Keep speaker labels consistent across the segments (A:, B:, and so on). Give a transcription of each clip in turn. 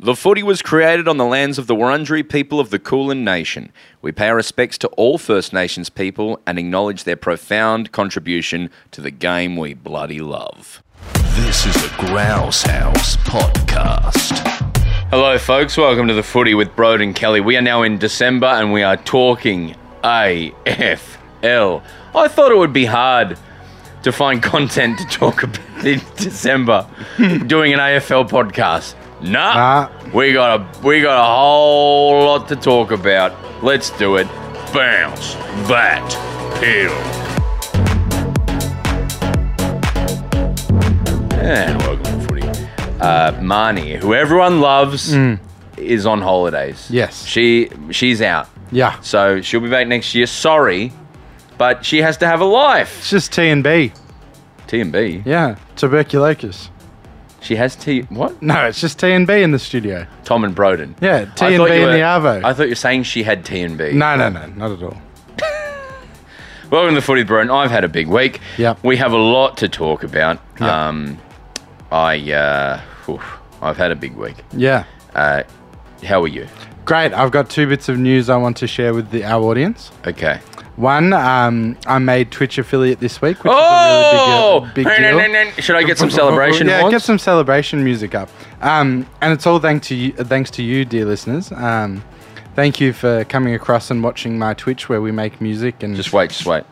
A: The footy was created on the lands of the Wurundjeri people of the Kulin Nation. We pay our respects to all First Nations people and acknowledge their profound contribution to the game we bloody love.
B: This is the Grouse House Podcast.
A: Hello, folks. Welcome to the footy with Brode and Kelly. We are now in December and we are talking AFL. I thought it would be hard to find content to talk about in December doing an AFL podcast. Nah,
C: Nah.
A: we got a we got a whole lot to talk about. Let's do it. Bounce that pill. Yeah, welcome to footy. Uh, Marnie, who everyone loves, is on holidays.
C: Mm. Yes.
A: she she's out,
C: Yeah.
A: so she'll be back next year. Sorry, but she has to have a life.
C: It's just T and B.
A: T and B.
C: Yeah. Tuberculosis.
A: She has T. What?
C: No, it's just T and B in the studio.
A: Tom and Broden.
C: Yeah, T
A: I
C: and
A: thought
C: B
A: you
C: in
A: were-
C: the Arvo.
A: I thought you were saying she had T and B.
C: no, no, no, not at all.
A: Welcome to Footy with Broden. I've had a big week.
C: Yep.
A: We have a lot to talk about.
C: Yep.
A: Um, I, uh, oof, I've had a big week.
C: Yeah.
A: Uh, how are you?
C: Great. I've got two bits of news I want to share with the, our audience.
A: Okay.
C: One, um, I made Twitch affiliate this week, which
A: Oh!
C: is a really big, deal- big deal.
A: Should I get some celebration?
C: Yeah,
A: horns?
C: get some celebration music up. Um, and it's all thanks to you, thanks to you, dear listeners. Um, thank you for coming across and watching my Twitch where we make music and
A: Just wait, just wait.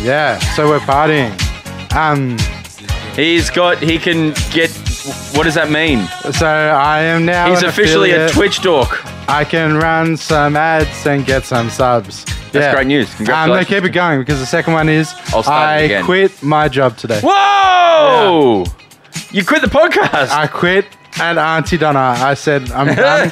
C: yeah. So we're partying. Um,
A: He's got, he can get, what does that mean?
C: so I am now.
A: He's
C: an
A: officially a
C: affiliate.
A: Twitch dork.
C: I can run some ads and get some subs.
A: That's great news.
C: Um, no,
A: Congratulations.
C: keep it going because the second one is
A: I'll start it
C: I
A: again.
C: quit my job today.
A: Whoa! You quit the podcast.
C: I quit at Auntie Donna. I said I'm done.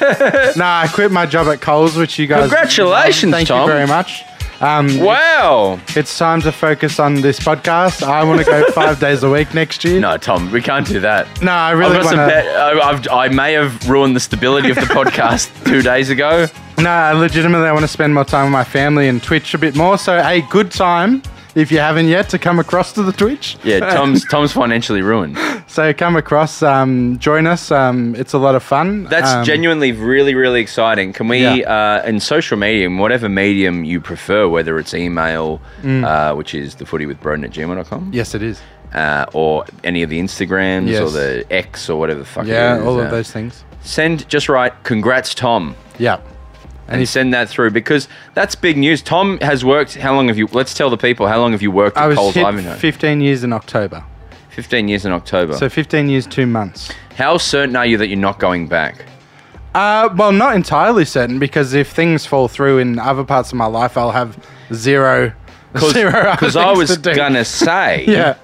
C: no, I quit my job at Coles, which you guys.
A: Congratulations,
C: Thank
A: Tom.
C: you very much. Um,
A: wow.
C: It's time to focus on this podcast. I want to go five days a week next year.
A: No, Tom, we can't do that.
C: No, I really
A: I've got some
C: wanna-
A: bad- I, I've, I may have ruined the stability of the podcast two days ago.
C: No, I legitimately, I want to spend more time with my family and Twitch a bit more. So, a good time if you haven't yet to come across to the Twitch.
A: Yeah, Tom's Tom's financially ruined.
C: So come across, um, join us. Um, it's a lot of fun.
A: That's
C: Um,
A: genuinely really really exciting. Can we
C: Yeah.
A: uh, in social media, in whatever medium you prefer, whether it's email,
C: Mm.
A: uh, which is the footy with Broden at gmail.com,
C: Yes, it is.
A: uh, or any of the Instagrams or
C: Yes.
A: the X or whatever the fuck. it
C: Yeah,
A: is,
C: all
A: uh,
C: of those things.
A: Send just right. Congrats, Tom.
C: Yeah.
A: and send that through because that's big news. Tom has worked. How long have you? Let's tell the people how long have you worked
C: I
A: at
C: was
A: Coles
C: hit
A: Ivanhoe?
C: 15 years in October.
A: Fifteen years in October.
C: So 15 years, two months.
A: how certain are you that you're not going back?
C: Uh, well, not entirely certain because if things fall through in other parts of my life, I'll have zero, zero other
A: Because I
C: things
A: was
C: to do.
A: gonna say,
C: Yeah.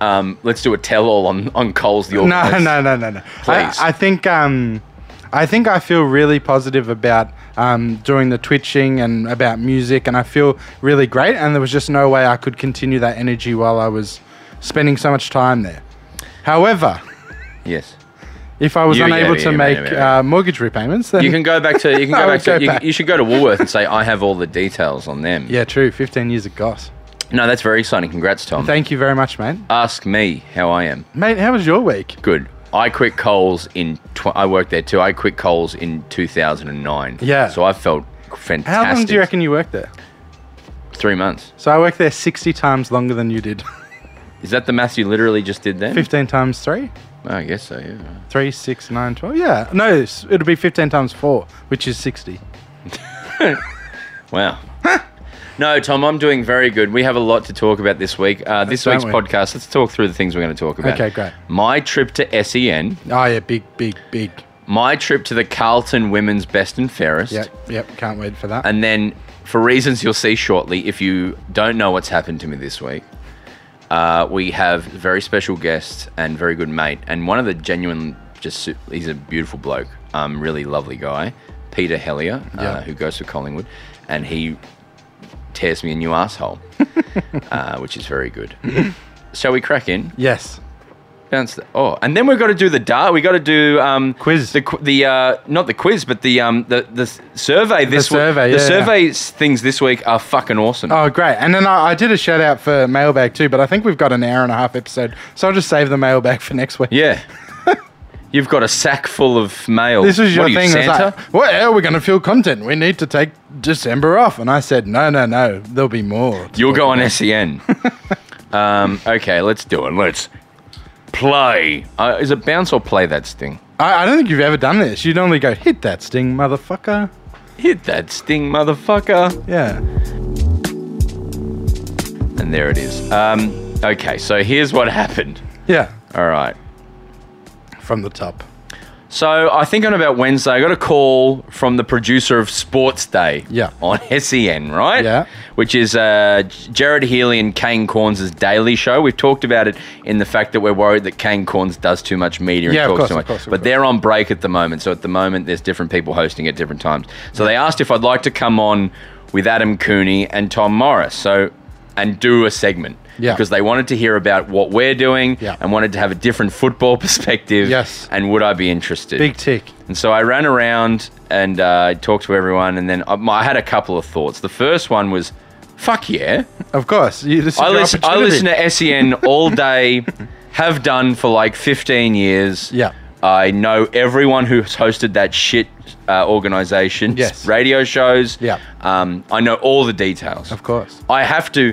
A: um, let's do a tell-all on on Coles the
C: No,
A: organist.
C: no, no, no, no.
A: Please.
C: I, I think um, I think I feel really positive about um, doing the twitching and about music, and I feel really great. And there was just no way I could continue that energy while I was spending so much time there. However,
A: Yes,
C: if I was
A: You- yeah,
C: unable
A: yeah,
C: to
A: yeah,
C: make
A: yeah, yeah.
C: Uh, mortgage repayments, then
A: you can go back to you can
C: I
A: go
C: would
A: back to
C: go
A: you,
C: back.
A: you should go to Woolworth and say I have all the details on them.
C: yeah, true. Fifteen years of goss.
A: No, that's very exciting. Congrats, Tom.
C: Thank you very much, mate.
A: Ask me how I am.
C: Mate, how was your week?
A: Good. I quit Coles in. Tw- I worked there too. I quit Coles in 2009.
C: Yeah.
A: So I felt fantastic.
C: How long do you reckon you worked there?
A: Three months.
C: So I worked there sixty times longer than you did.
A: Is that the maths you literally just did then?
C: Fifteen times three.
A: Oh, I guess so. Yeah.
C: Three, six, nine, twelve. Yeah. No, it's- it'll be 15 times four, which is 60.
A: Wow. no, Tom, I'm doing very good. We have a lot to talk about this week. Uh, this
C: Don't
A: week's
C: we?
A: podcast. Let's talk through the things we're going to talk about.
C: Okay, great.
A: My trip to SEN.
C: Oh, yeah. Big, big, big.
A: My trip to the Carlton Women's Best and Fairest.
C: Yep. Yep. Can't wait for that.
A: And then, for reasons you'll see shortly, if you don't know what's happened to me this week, uh, we have very special guest and very good mate, and one of the genuine, just su- he's a beautiful bloke, um, really lovely guy, Peter Hellier, uh,
C: Yeah.
A: who goes for Collingwood, and he tears me a new asshole, uh, which is very good. Shall we crack in?
C: yes.
A: bounce. The, oh, and then we've got to do the dart. We got to do um,
C: Quiz.
A: The qu- the uh, not the quiz, but the um the the s- survey this week.
C: survey,
A: the
C: yeah, yeah.
A: survey s- things this week are fucking awesome.
C: Oh, great. And then I, I did a shout out for mailbag too, but I think we've got an hour and a half episode. So I'll just save the mailbag for next week.
A: Yeah. You've got a sack full of mail.
C: This was your
A: what are
C: thing.
A: You,
C: It's
A: Santa?
C: like, well, we're going to fill content. We need to take December off. And I said, no, no, no. There'll be more.
A: You'll go on SEN. E um, okay, let's do it. Let's play. Uh, is it bounce or play that sting?
C: I, I don't think you've ever done this. You'd only go, hit that sting, motherfucker.
A: Hit that sting, motherfucker.
C: Yeah.
A: And there it is. Um, okay, so here's what happened.
C: Yeah.
A: All right.
C: From the top.
A: So I think on about Wednesday, I got a call from the producer of Sports Day
C: Yeah.
A: on SEN, right?
C: Yeah.
A: Which is uh, Jared Healy and Kane Corns' daily show. We've talked about it in the fact that we're worried that Kane Corns does too much media and
C: Yeah, of
A: talks
C: course,
A: too
C: of
A: much.
C: course, of
A: but
C: course.
A: they're on break at the moment. So at the moment, there's different people hosting at different times. So they asked if I'd like to come on with Adam Cooney and Tom Morris. So, and do a segment.
C: Yeah.
A: Because they wanted to hear about what we're doing
C: Yeah.
A: and wanted to have a different football perspective.
C: Yes.
A: And would I be interested?
C: Big tick.
A: And so I ran around and uh, talked to everyone, and then I, I had a couple of thoughts. The first one was, "Fuck yeah!"
C: Of course. You, this is
A: I
C: your
A: listen, I
C: opportunity.
A: listen to SEN all day, have done for like 15 years.
C: Yeah.
A: I know everyone who's hosted that shit uh, organization,
C: Yes.
A: radio shows.
C: Yeah.
A: um, I know all the details.
C: Of course.
A: I have to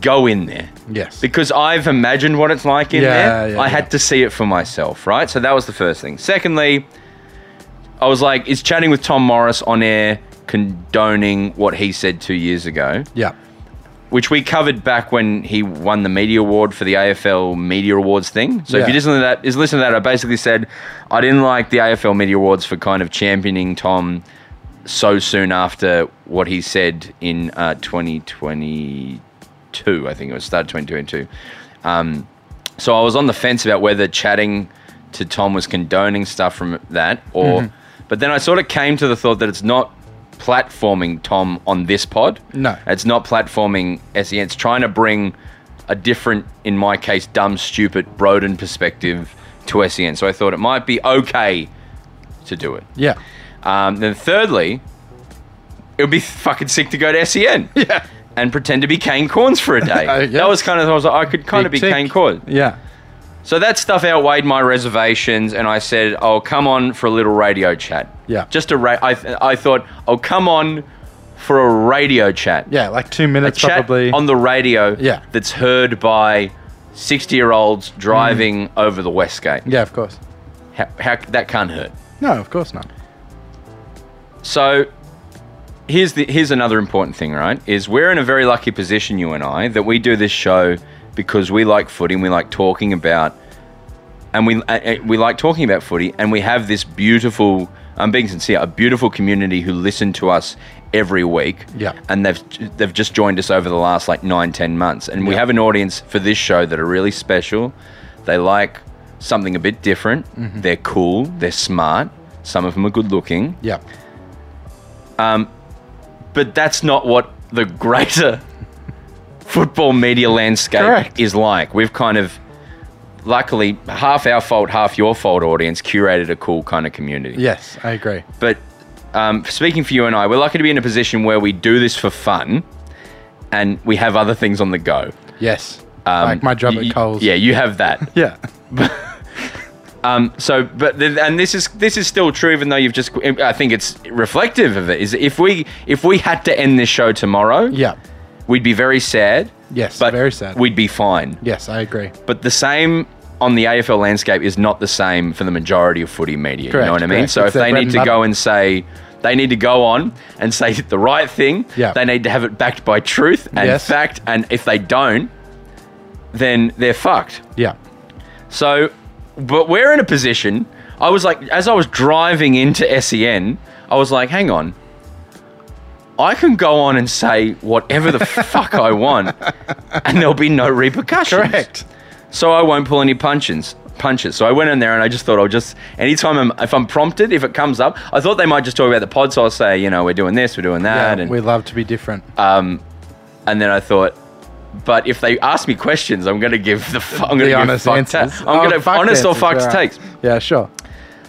A: go in there.
C: Yes.
A: Because I've imagined what it's like in
C: Yeah,
A: there.
C: yeah,
A: I
C: yeah.
A: had to see it for myself, right? So that was the first thing. Secondly, I was like, is chatting with Tom Morris on air condoning what he said two years ago,
C: yeah.
A: which we covered back when he won the media award for the AFL Media Awards thing. So if
C: Yeah.
A: you listen to that, is listen to that, I basically said I didn't like the AFL Media Awards for kind of championing Tom so soon after what he said in uh, 2022. I think it was start 2022. Um, so I was on the fence about whether chatting to Tom was condoning stuff from that, or but then I sort of came to the thought that it's not platforming Tom on this pod.
C: No.
A: it's not platforming SEN. It's trying to bring a different, in my case, dumb, stupid Broden perspective to SEN. So I thought it might be okay to do it.
C: Yeah.
A: Um, then thirdly, it would be fucking sick to E go to SEN.
C: Yeah.
A: And pretend to be Kane Corns for a day.
C: Uh, yeah.
A: That was kind of I was like, I could kind of be
C: Big tick.
A: Kane Corns.
C: Yeah.
A: So that stuff outweighed my reservations, and I said, "I'll come on for a little radio chat."
C: Yeah.
A: Just a ra- I, th- I thought I'll come on for a radio chat.
C: Yeah. Like two
A: A
C: minutes
A: chat
C: probably.
A: on the radio.
C: Yeah.
A: That's heard by sixty-year-olds driving over the West Gate.
C: yeah, of course.
A: How, how that can't hurt.
C: No, of course not.
A: So here's the here's another important thing, right? Is we're in a very lucky position, you and I, that we do this show because we like footy and we like talking about, and we uh, uh, we like talking about footy, and we have this beautiful. I'm being sincere, a beautiful community who listen to us every week.
C: Yeah.
A: and they've they've just joined us over the last like nine ten months, and we
C: Yeah.
A: have an audience for this show that are really special. They like something a bit different.
C: Mm-hmm.
A: They're cool. They're smart. Some of them are good looking
C: Yeah.
A: but that's not what the greater football media landscape
C: Correct.
A: is like. We've kind of, luckily, half our fault, half your fault audience curated a cool kind of community.
C: Yes, I agree.
A: But um, speaking for you and I, we're lucky to be in a position where we do this for fun and we have other things on the go.
C: Yes.
A: Um,
C: like my job
A: you-
C: at Coles.
A: Yeah, you have that.
C: Yeah.
A: Um, so, but th- and this is this is still true, even though you've just. I think it's reflective of it. Is if we if we had to end this show tomorrow,
C: Yeah.
A: We'd be very sad.
C: Yes,
A: but
C: very sad.
A: We'd be fine.
C: Yes, I agree.
A: But the same on the AFL landscape is not the same for the majority of footy media. You
C: Correct,
A: know what I mean?
C: correct.
A: So if
C: It's their
A: they
C: bread
A: need
C: and
A: to go
C: butter.
A: and say they need to go on and say the right thing,
C: Yeah.
A: they need to have it backed by truth and
C: Yes.
A: fact. And if they don't, then they're fucked.
C: Yeah.
A: So, but we're in a position. I was like, as I was driving into SEN, I was like, hang on. I can go on and say whatever the fuck I want, and there'll be no repercussions.
C: Correct.
A: So I won't pull any punches. Punches. So I went in there and I just thought I'll just anytime I'm if I'm prompted, if it comes up, I thought they might just talk about the pod. So I'll say, you know, we're doing this, we're doing that,
C: Yeah,
A: and
C: we love to be different.
A: and then I thought, But if they ask me questions, I'm going to give the. Fu- I'm going to
C: The
A: give
C: honest
A: fuck ta-
C: answers.
A: I'm
C: Oh,
A: going to
C: fuck
A: honest or
C: answers,
A: fucked
C: alright.
A: takes.
C: Yeah, sure.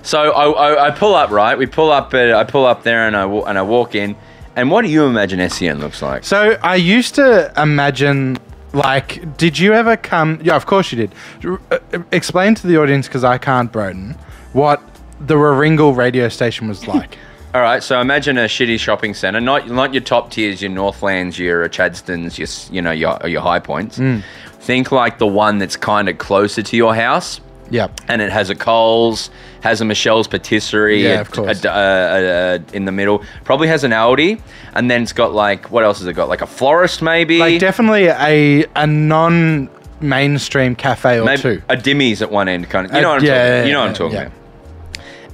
A: So I, I, I pull up, right? We pull up, uh, I pull up there and I, wa- and I walk in. And what do you imagine SEN looks like?
C: So I used to imagine, like, did you ever come? Yeah, of course you did. R- uh, Explain to the audience because I can't, Broden, what the Warringal radio station was like.
A: All right, so imagine a shitty shopping centre, not not your top tiers, your Northlands, your Chadstons, your s- you know your your High Points.
C: Mm.
A: Think like the one that's kind of closer to your house,
C: yep.
A: and it has a Coles, has a Michelle's Patisserie,
C: Yeah,
A: a-
C: of course.
A: a- a- a- in the middle, probably has an Aldi, and then it's got like what else has it got? Like a florist, maybe,
C: Like, definitely a a non mainstream cafe or
A: maybe
C: two.
A: a Dimmies at one end, kind of. You
C: A-
A: know what I'm
C: yeah,
A: talking?
C: yeah,
A: you know what I'm
C: yeah,
A: talking
C: yeah.
A: about.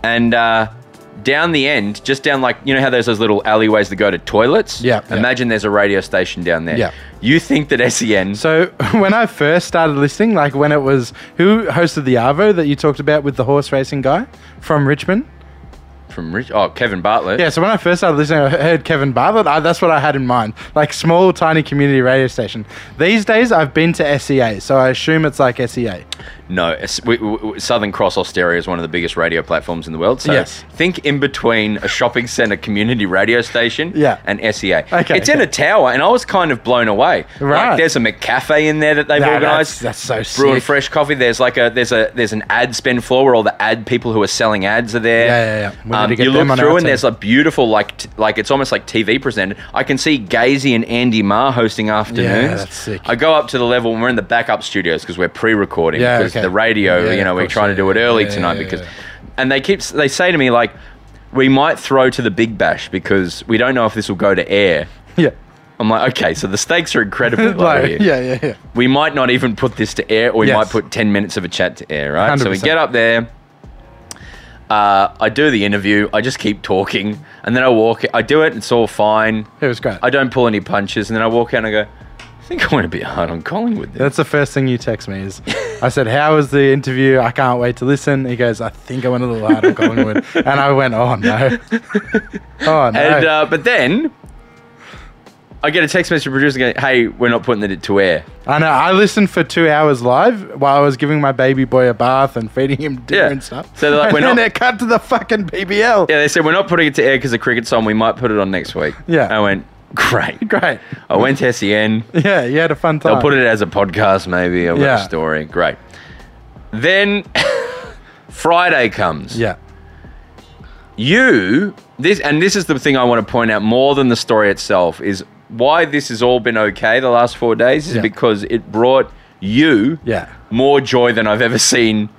A: And uh, down the end, just down like you know how there's those little alleyways that go to toilets.
C: Yeah, yeah.
A: Imagine there's a radio station down there.
C: Yeah.
A: You think that E Sen?
C: So when I first started listening, like when it was who hosted the Arvo that you talked about with the horse racing guy from Richmond.
A: from Rich? Oh, Kevin Bartlett.
C: Yeah, so when I first started listening, I heard Kevin Bartlett. I, that's what I had in mind, like small, tiny community radio station. These days, I've been to SEA, so I assume it's like E SEA.
A: No, it's, we, we, we- Southern Cross Austereo is one of the biggest radio platforms in the world. So
C: Yes.
A: think in between a shopping centre community radio station
C: Yeah.
A: and SEA.
C: Okay,
A: it's in
C: okay.
A: a tower, and I was kind of blown away. Like
C: Right.
A: there's a McCafe in there that they've
C: Nah,
A: organised.
C: that's- that's so
A: Brewing
C: sick.
A: fresh coffee. There's like a there's a there's an ad spend floor where all the ad people who are selling ads are there.
C: Yeah, yeah, yeah. We need
A: Um,
C: to get
A: you
C: them
A: look
C: on
A: through
C: our
A: and
C: team.
A: there's a beautiful like t- like it's almost like TV presented. I can see Gazy and Andy Ma hosting afternoons.
C: that's sick.
A: I go up to the level and we're in the backup studios because we're pre-recording
C: Yeah,
A: because
C: okay.
A: the radio,
C: Yeah,
A: you know,
C: of
A: we're
C: course,
A: trying to
C: yeah,
A: do it early
C: yeah,
A: tonight
C: yeah,
A: because,
C: yeah.
A: and they keep they say to me like, we might throw to the big bash because we don't know if this will go to air.
C: Yeah,
A: I'm like, okay, so the stakes are incredibly low
C: like,
A: here.
C: yeah, yeah, yeah.
A: We might not even put this to air, or we
C: Yes.
A: might put ten minutes of a chat to air, right? So we
C: 100%.
A: get up there. Uh, I do the interview. I just keep talking, and then I walk. I do it. It's all fine.
C: It was great.
A: I don't pull any punches, and then I walk out and I go. I think I went a bit hard on Collingwood. There.
C: That's the first thing you text me is, I said, "How was the interview? I can't wait to listen." He goes, "I think I went a little hard on Collingwood," and I went, "Oh no, oh no."
A: And uh, but then I get a text message from producer going, "Hey, we're not putting it to air."
C: I know. I listened for two hours live while I was giving my baby boy a bath and feeding him dinner
A: Yeah.
C: and stuff.
A: So they're like,
C: and
A: "We're
C: then
A: not-
C: it cut to the fucking PBL.
A: Yeah, they said we're not putting it to air because the cricket's on. We might put it on next week.
C: Yeah.
A: I went great.
C: Great.
A: I went to SEN.
C: Yeah, you had a fun time.
A: They'll put it as a podcast, maybe. I've
C: Yeah.
A: got a story. Great. Then Friday comes.
C: Yeah.
A: you this and this is the thing I want to point out more than the story itself is why this has all been okay the last four days is
C: Yeah.
A: because it brought you
C: Yeah.
A: more joy than I've ever seen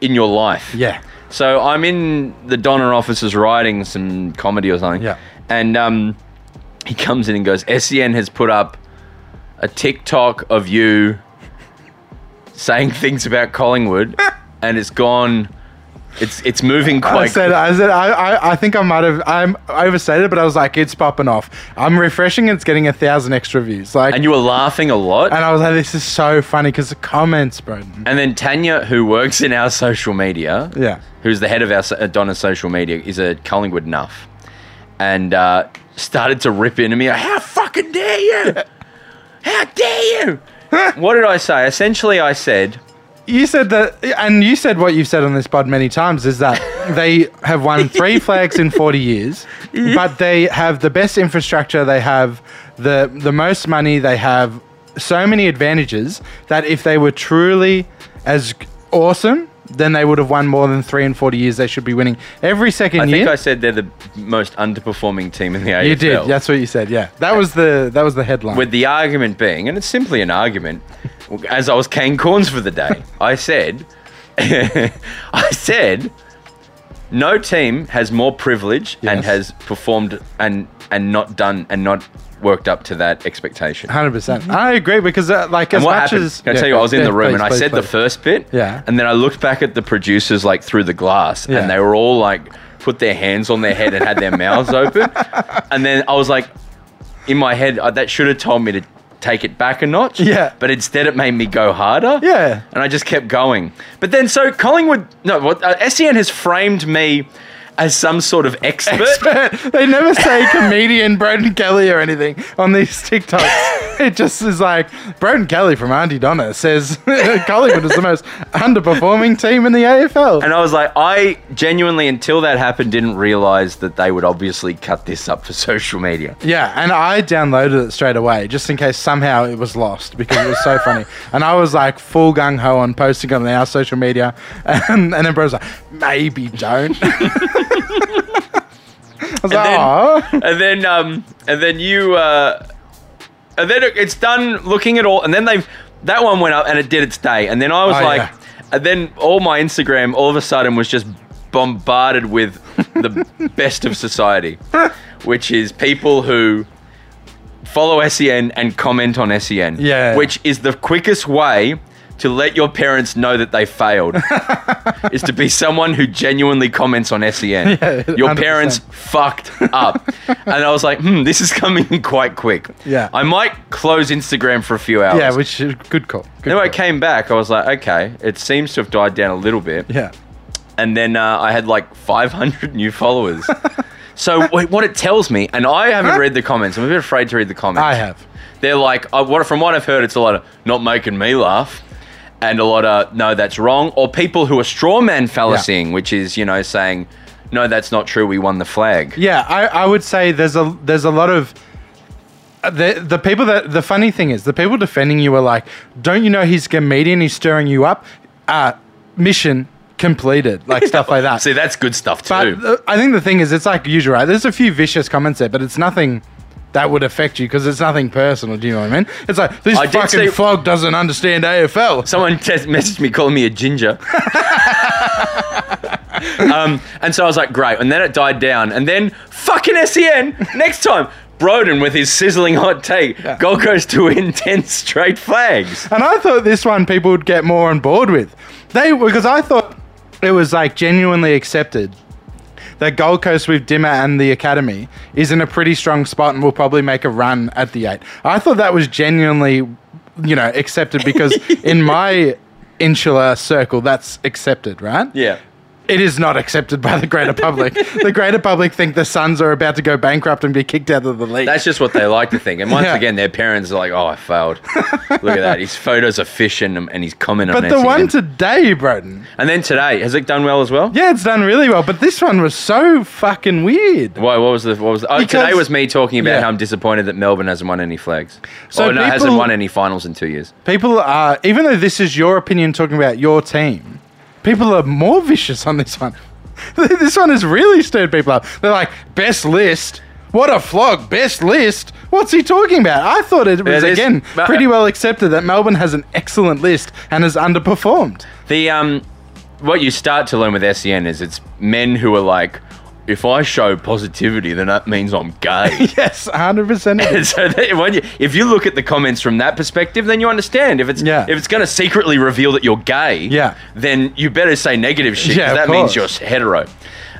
A: in your life.
C: Yeah.
A: So I'm in the Donner offices writing some comedy or something.
C: Yeah.
A: And um, he comes in and goes, SEN has put up a TikTok of you saying things about Collingwood and it's gone it's it's moving quite
C: I said, I said, I, I, I think I might have, I'm I overstated, it, but I was like, it's popping off. I'm refreshing, it's getting a thousand extra views. Like,
A: and
C: and,
A: you were laughing a lot.
C: I was like, this is so funny because the comments, bro.
A: And then Tanya, who works in our social media,
C: Yeah.
A: who's the head of our so- uh, Donna's social media, is a Collingwood nuff, and uh, started to rip into me. How fucking dare you? How dare you? what did I say? Essentially, I said,
C: You said that, and you said what you've said on this pod many times is that they have won three flags in 40 years, but they have the best infrastructure, they have the, the most money, they have so many advantages that if they were truly as awesome, then they would have won more than three in 40 years. They should be winning every second
A: I
C: year.
A: think I said they're the most underperforming team in the AFL.
C: you did. That's what you said. Yeah, that was the that was the headline.
A: With the argument being, and it's simply an argument, as I was cane corns for the day, I said, I said, no team has more privilege and
C: Yes.
A: has performed and and not done and not worked up to that expectation.
C: Hundred percent. I agree because uh, like as
A: And what
C: much
A: happened?
C: as
A: Can I tell you, I was in the room and I said the first bit,
C: Yeah.
A: and then I looked back at the producers like through the glass,
C: Yeah.
A: and they were all like put their hands on their head and had their mouths open, and then I was like, in my head, uh, that should have told me to take it back a notch,
C: Yeah.
A: But instead, it made me go harder,
C: Yeah.
A: And I just kept going. But then, so Collingwood, no, what uh, Sen has framed me as some sort of expert.
C: they never say comedian Broden Kelly or anything on these TikToks. it just is like Broden Kelly from Auntie Donna says Collingwood is the most underperforming team in the AFL.
A: And I was like, I genuinely, until that happened, didn't realize that they would obviously cut this up for social media.
C: Yeah, and I downloaded it straight away just in case somehow it was lost because it was so funny. And I was like full gung ho on posting on our social media, and, and then Bro's like, maybe don't. I was like,
A: then-
C: "Aw."
A: And then, um, and then you, uh, and then it- it's done looking at all, and then they've, that one went up and it did its day. And then I was
C: Oh,
A: like,
C: yeah.
A: and then all my Instagram all of a sudden was just bombarded with the best of society, which is people who follow SEN and comment on SEN.
C: Yeah.
A: Which is the quickest way to let your parents know that they failed is to be someone who genuinely comments on SEN. your
C: 100%.
A: parents fucked up. and I was like, hmm, this is coming in quite quick.
C: Yeah.
A: I might close Instagram for a few hours.
C: yeah, which is good call. Good
A: then when I
C: call.
A: came back, I was like, okay, it seems to have died down a little bit.
C: Yeah.
A: And then uh, I had like 500 new followers. so wait, what it tells me, and I haven't read the comments. I'm a bit afraid to read the comments.
C: I have.
A: They're like, uh, what, from what I've heard, it's a lot of not making me laugh, and a lot of no, that's wrong, or people who are straw man fallacing, which is you know saying, no, that's not true. We won the flag.
C: Yeah, I, I would say there's a there's a lot of uh, the the people that the funny thing is the people defending you are like, don't you know he's a comedian? He's stirring you up. Uh, mission completed, like stuff like that.
A: See, that's good stuff too.
C: but uh, I think the thing is, it's like usual, right? There's a few vicious comments there, but it's nothing. That would affect you because it's nothing personal. Do you know what I mean? It's like this
A: I did
C: fucking
A: see-
C: flog doesn't understand AFL.
A: Someone test messaged me calling me a ginger. um, and so I was like, great. And then it died down. And then fucking SEN next time. Broden with his sizzling hot take. Gold Coast to win 10 straight flags.
C: And I thought this one people would get more on board with. They because I thought it was like genuinely accepted that Gold Coast with Dimmer and the Academy is in a pretty strong spot and will probably make a run at the eight. I thought that was genuinely, you know, accepted because in my insular circle that's accepted, right?
A: Yeah.
C: It is not accepted by the greater public. the greater public think the Suns are about to go bankrupt and be kicked out of the league.
A: That's just what they like to think. And once
C: Yeah.
A: again, their parents are like, oh, I failed. Look at that. His photos are fishing and, and he's commenting
C: but
A: on
C: the
A: SEN.
C: one today, Broden.
A: and then today, has it done well as well?
C: Yeah, it's done really well, but this one was so fucking weird.
A: Why? What was the? What was? The, oh, today
C: Because-
A: was me talking about
C: Yeah.
A: how I'm disappointed that Melbourne hasn't won any flags.
C: So
A: oh no, hasn't
C: people-
A: won any finals in two years.
C: People are, even though this is your opinion talking about your team, people are more vicious on this one. this one has really stirred people up. They're like, best list. What a flog. Best list. What's he talking about? I thought it was,
A: this-
C: again,
A: but-
C: pretty well accepted that Melbourne has an excellent list and has underperformed.
A: The um, what you start to learn with SEN is it's men who are like, if I show positivity, then that means I'm gay.
C: Yes, 100%. it is.
A: And so they, when you, if you look at the comments from that perspective, then you understand. If it's
C: Yeah.
A: if it's going to secretly reveal that you're gay,
C: Yeah.
A: then you better say negative shit. 'cause
C: Yeah, of
A: that means
C: course.
A: you're s- hetero.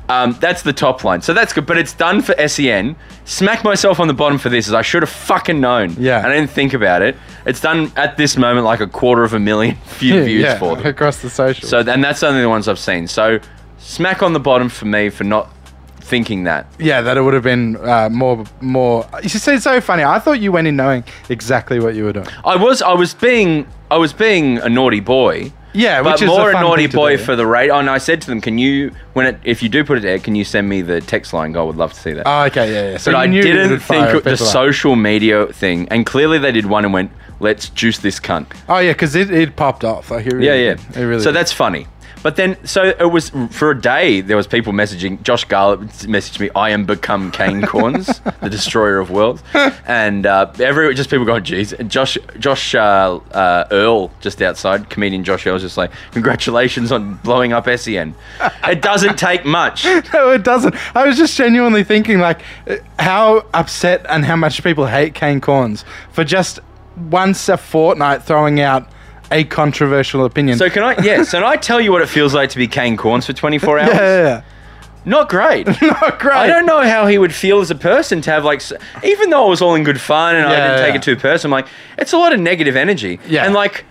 A: Um, that's the top line. So that's good, but it's done for SEN. Smack myself on the bottom for this, as I should have fucking known.
C: Yeah.
A: I didn't think about it. It's done at this moment like a quarter of a million few views
C: yeah,
A: for them.
C: across the social.
A: So, and that's only the ones I've seen. So, smack on the bottom for me for not thinking that.
C: Yeah, that it would have been uh, more more. You see, it's so funny. I thought you went in knowing exactly what you were doing.
A: I was, I was being, I was being a naughty boy.
C: Yeah,
A: but
C: which is
A: more
C: a, fun
A: naughty
C: thing to
A: boy
C: do.
A: for the rate. Oh, and I said to them, "Can you, when it, if you do put it there, can you send me the text line? I would love to see that."
C: Oh, okay, yeah, yeah. So
A: but
C: you
A: I
C: knew it
A: didn't
C: would fire
A: think the
C: people up.
A: social media thing, and clearly they did one and went, "Let's juice this cunt."
C: Oh yeah, because it, it popped off. Like, it really
A: Yeah, yeah.
C: did. It really
A: so
C: did.
A: that's funny. But then, so it was for a day. There was people messaging. Josh Garlett messaged me, "I am become cane corns, the destroyer of worlds," and uh, every just people going, "Geez." And Josh, Josh uh, uh, Earl, just outside, comedian Josh Earl, was just like, "Congratulations on blowing up Sen." It doesn't take much.
C: no, it doesn't. I was just genuinely thinking like uh, how upset and how much people hate Kane Corns for just once a fortnight throwing out a controversial opinion.
A: So can I? Yes. And I tell you what it feels like to be cane corns for 24 hours.
C: yeah, yeah,
A: Not great.
C: yeah. not great.
A: I don't know how he would feel as a person to have like, s- even though it was all in good fun and I
C: Yeah,
A: didn't take
C: yeah.
A: it too personal. Like, it's a lot of negative energy.
C: Yeah.
A: And like,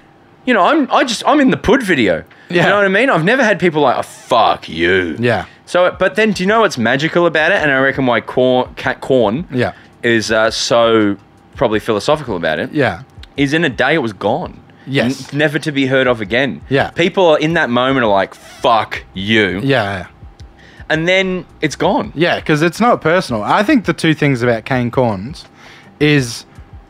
A: you know, I'm I just I'm in the put video.
C: Yeah.
A: You know what I mean? I've never had people like, oh, fuck you.
C: Yeah.
A: So, but then, do you know what's magical about it? And I reckon why corn, cat corn,
C: Yeah.
A: is uh, so probably philosophical about it,
C: Yeah.
A: is in a day it was gone.
C: Yes.
A: N- never to be heard of again.
C: Yeah.
A: People are in that moment are like, fuck you.
C: Yeah.
A: And then it's gone.
C: Yeah, because it's not personal. I think the two things about Kane Corns is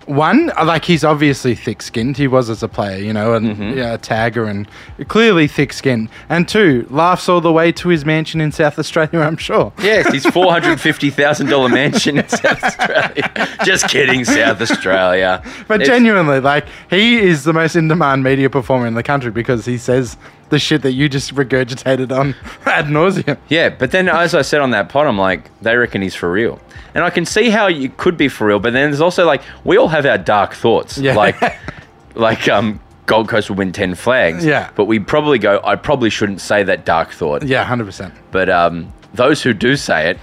C: one, like he's obviously thick skinned. He was as a player, you know, and yeah, a tagger and clearly thick skinned. And two, laughs all the way to his mansion in South Australia, I'm sure.
A: Yes, his four hundred fifty thousand dollar mansion in South Australia. Just kidding, South Australia.
C: But
A: It's-
C: genuinely, like, he is the most in demand media performer in the country because he says the shit that you just regurgitated on ad nauseum.
A: Yeah, but then as I said on that pod, I'm like, they reckon he's for real. And I can see how you could be for real, but then there's also like we all have our dark thoughts.
C: Yeah.
A: Like like um Gold Coast will win ten flags.
C: Yeah.
A: But we probably go, I probably shouldn't say that dark thought.
C: Yeah, 100%.
A: But um those who do say it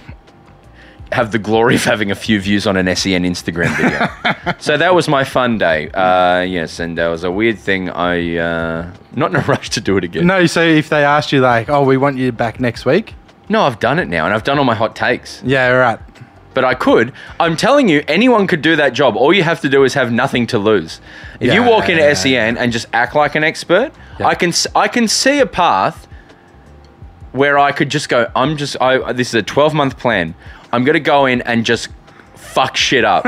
A: have the glory of having a few views on an SEN Instagram video. so that was my fun day. Uh, yes, and that was a weird thing. I uh, not in a rush to do it again.
C: No, so if they asked you, like, oh, we want you back next week.
A: no, I've done it now, and I've done all my hot takes.
C: Yeah, right.
A: But I could. I'm telling you, anyone could do that job. All you have to do is have nothing to lose. If you
C: Yeah,
A: walk into
C: yeah, yeah.
A: SEN and just act like an expert,
C: Yeah.
A: I can s- I can see a path where I could just go. I'm just. I this is a 12 month plan. I'm gonna go in and just fuck shit up,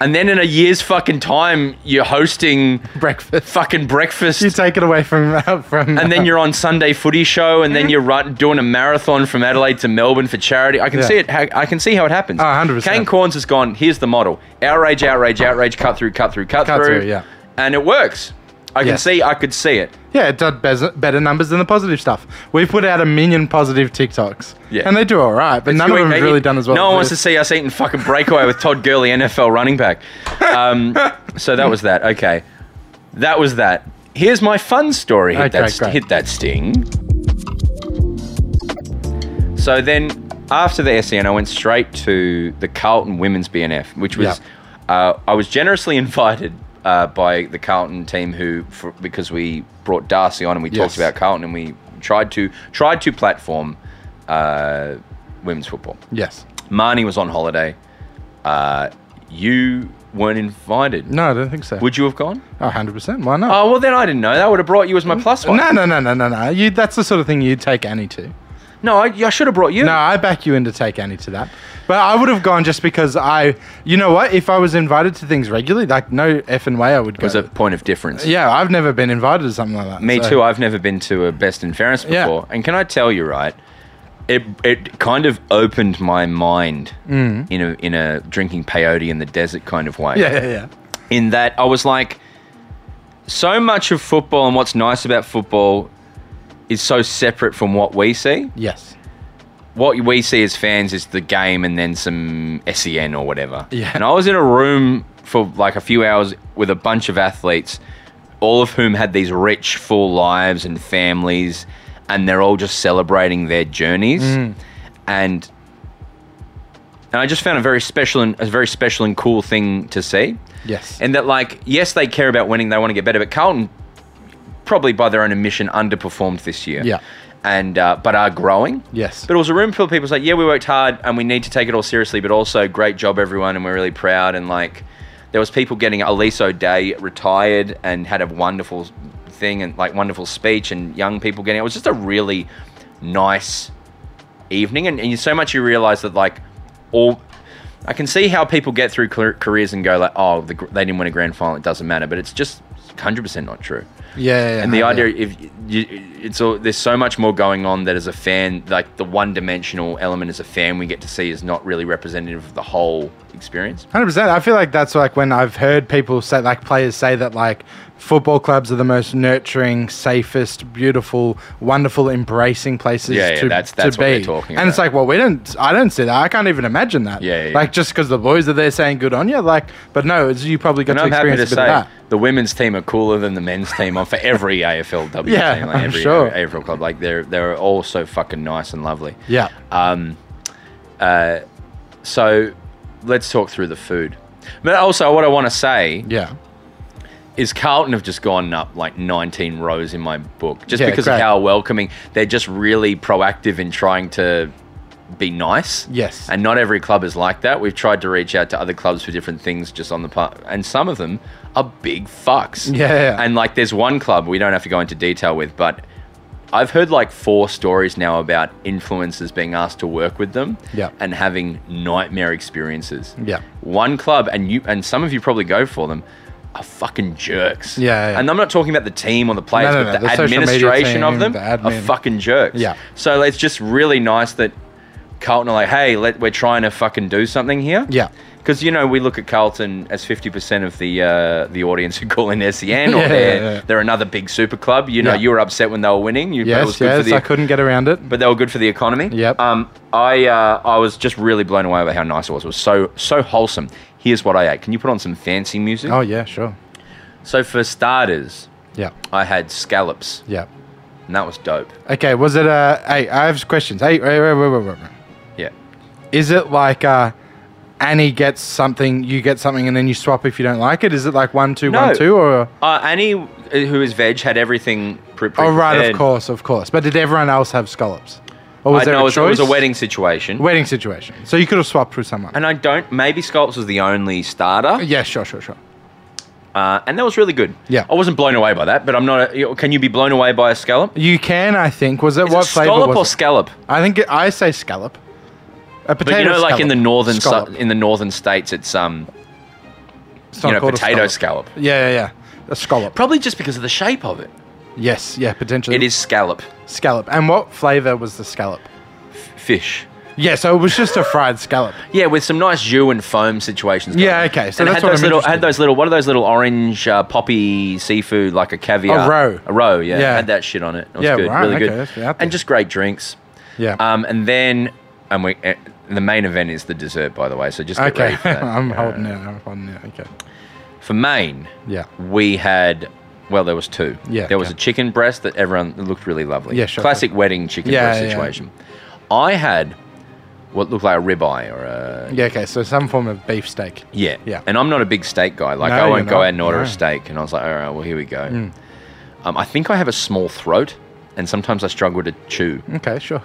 A: and then in a year's fucking time, you're hosting
C: Breakfast.
A: fucking breakfast.
C: You take it away from uh, from.
A: and then you're on Sunday Footy Show, and then you're run, doing a marathon from Adelaide to Melbourne for charity. I can
C: Yeah.
A: see it. ha- I can see how it happens.
C: Oh, 100%.
A: Kane Corns has gone. Here's the model: outrage, outrage, outrage, cut through, cut through, cut,
C: Cut
A: through.
C: through, yeah.
A: and it works. I
C: Yeah.
A: can see. I could see it.
C: yeah, it does bez- better numbers than the positive stuff. We put out a million positive TikToks,
A: Yeah.
C: and they do all right, but none of them have really done as well.
A: No one
C: as
A: wants to
C: this.
A: see us eating fucking breakaway with Todd Gurley, NFL running back. Um, so that was that. Okay, that was that. Here's my fun story. Hit,
C: Okay,
A: that, st-
C: great.
A: hit that sting. So then, after the SEN, I went straight to the Carlton Women's BNF, which was uh, I was generously invited uh, by the Carlton team, who for, because we brought Darcy on and we talked
C: Yes.
A: about Carlton and we tried to tried to platform uh, women's football.
C: Yes.
A: Marnie was on holiday. Uh, you weren't invited.
C: No, I don't think so.
A: Would you have gone?
C: Oh, 100%. Why not?
A: Oh well, then I didn't know. That would have brought you as my plus one.
C: no, no, no, no, no, no. You, that's the sort of thing you'd take Annie to.
A: no, I, I should have brought you.
C: No, I back you in to take Annie to that. But I would have gone just because I, you know what? If I was invited to things regularly, like no effing way I would
A: it
C: go.
A: was a point of difference.
C: yeah, I've never been invited to something like that.
A: Me
C: so-
A: too. I've never been to a best in fairness
C: Yeah.
A: before, and can I tell you right? It it kind of opened my mind in a in a drinking peyote in the desert kind of way.
C: Yeah, yeah, yeah.
A: in that I was like, so much of football and what's nice about football is so separate from what we see.
C: Yes.
A: What we see as fans is the game and then some SEN or whatever.
C: Yeah.
A: And I was in a room for like a few hours with a bunch of athletes, all of whom had these rich, full lives and families, and they're all just celebrating their journeys. And and I just found a very special and a very special and cool thing to see.
C: Yes.
A: And that, like, yes, they care about winning, they want to get better, but Carlton, probably by their own admission, underperformed this year.
C: Yeah.
A: And, uh, but are growing.
C: Yes.
A: But it was a room full of people who's like, yeah, we worked hard and we need to take it all seriously, but also great job, everyone, and we're really proud. And, like, there was people getting Elise O'Day retired and had a wonderful thing and, like, wonderful speech and young people getting it. was just a really nice evening. And, and you, so much you realize that, like, all I can see how people get through car- careers and go like, oh, the, gr- they didn't win a grand final, it doesn't matter. But it's just 100% not true.
C: Yeah, yeah, yeah,
A: And
C: no,
A: the
C: Oh, yeah.
A: idea, if you, it's all, there's so much more going on that as a fan, like the one-dimensional element as a fan we get to see is not really representative of the whole experience.
C: Hundred percent. I feel like that's like when I've heard people say, like players say that like football clubs are the most nurturing, safest, beautiful, wonderful, embracing places
A: Yeah, yeah,
C: to,
A: that's-
C: to
A: that's
C: be.
A: what they're talking
C: and it's
A: about.
C: like, well, we don't. I don't see that. I can't even imagine that.
A: Yeah, yeah,
C: Like just because the boys are there saying good on you, like, but no, it's, you probably got
A: And
C: to
A: I'm happy
C: experience
A: to
C: a bit
A: say
C: of that.
A: the women's team are cooler than the men's team on for every AFLW
C: Yeah,
A: team, like
C: I'm
A: every,
C: sure.
A: every AFL club. Like they're they're all so fucking nice and lovely.
C: Yeah.
A: Um, uh, so let's talk through the food. But also, what I want to say
C: Yeah.
A: is Carlton have just gone up like 19 rows in my book just
C: Yeah,
A: because
C: great.
A: of how welcoming. They're just really proactive in trying to be nice.
C: Yes.
A: And not every club is like that. We've tried to reach out to other clubs for different things just on the part. And some of them are big fucks.
C: Yeah.
A: And like there's one club we don't have to go into detail with, but I've heard like four stories now about influencers being asked to work with them
C: Yeah.
A: and having nightmare experiences.
C: Yeah.
A: One club and you and some of you probably go for them are fucking jerks.
C: Yeah, yeah.
A: And I'm not talking about the team or the players,
C: No,
A: but
C: no, no,
A: the,
C: the social media
A: administration of
C: team,
A: them
C: the
A: are
C: admin.
A: fucking jerks.
C: Yeah.
A: So it's just really nice that Carlton are like, hey, let, we're trying to fucking do something here.
C: Yeah.
A: Because you know we look at Carlton as fifty percent of the uh, the audience who call in SEN, or
C: Yeah,
A: they're,
C: yeah, yeah.
A: they're another big super club. You know,
C: Yeah.
A: you were upset when they were winning. You, that was
C: Yes,
A: good for
C: yes,
A: the,
C: I couldn't get around it.
A: but they were good for the economy.
C: Yep.
A: Um, I uh, I was just really blown away by how nice it was. It was so so wholesome. Here's what I ate. Can you put on some fancy music?
C: Oh yeah, sure.
A: So for starters,
C: Yeah,
A: I had scallops,
C: yeah.
A: and that was dope.
C: Okay, was it uh hey, I have questions. Hey, wait, wait, wait, wait, wait, wait.
A: Yeah.
C: Is it like uh Annie gets something, you get something, and then you swap if you don't like it? Is it like one, two,
A: No.
C: one, two, or
A: Uh, Annie, uh, who is veg, had everything pre-
C: oh right,
A: pre-prepared.
C: of course, of course. But did everyone else have scallops? Or
A: I know it was- it was a
C: choice?
A: wedding situation.
C: wedding situation? So you could have swapped with someone.
A: and I don't. Maybe scallops was the only starter,
C: yeah, sure, sure, sure.
A: uh, and that was really good.
C: Yeah.
A: I wasn't blown away by that, but I'm not. A, can you be blown away by a scallop?
C: You can, I think. Was it
A: Is
C: what
A: it
C: flavor
A: scallop
C: was
A: or
C: it?
A: scallop?
C: I think it, I say scallop. A potato.
A: But you know, like in the
C: scallop.
A: northern su-
C: Scallop.
A: in the northern states, it's um,
C: It's
A: you
C: not
A: know,
C: called a
A: potato scallop.
C: Yeah, yeah, yeah. A scallop.
A: Probably just because of the shape of it.
C: Yes, yeah, potentially.
A: It is scallop
C: scallop. And what flavor was the scallop?
A: fish.
C: Yeah, so it was just a fried scallop.
A: Yeah, with some nice jus and foam situations. going
C: Yeah,
A: on.
C: okay, so
A: and it had
C: that's what
A: those
C: I'm
A: little
C: interested
A: had those little what are those little orange uh, poppy seafood like a caviar
C: A roe.
A: a roe yeah,
C: Yeah.
A: had that shit on it. It was
C: Yeah,
A: good,
C: right,
A: really
C: okay,
A: good,
C: that's out there.
A: and just great drinks.
C: Yeah.
A: Um, and then and we uh, the main event is the dessert, by the way. So just get
C: okay.
A: ready for that.
C: I'm holding it. I'm holding it. Okay.
A: For Maine,
C: Yeah.
A: we had well, there was two.
C: Yeah,
A: there was
C: okay.
A: a chicken breast that everyone it looked really lovely.
C: Yeah, sure,
A: Classic wedding chicken
C: Yeah,
A: breast
C: yeah.
A: situation. I had what looked like a ribeye or a
C: Yeah, okay. So some form of beefsteak.
A: yeah,
C: Yeah.
A: And I'm not a big steak guy. Like
C: No,
A: I
C: you're
A: won't go
C: not.
A: out and order a
C: No. Mm.
A: steak. And I was like, all right, well here we go. Um, I think I have a small throat, and sometimes I struggle to chew.
C: Okay, sure.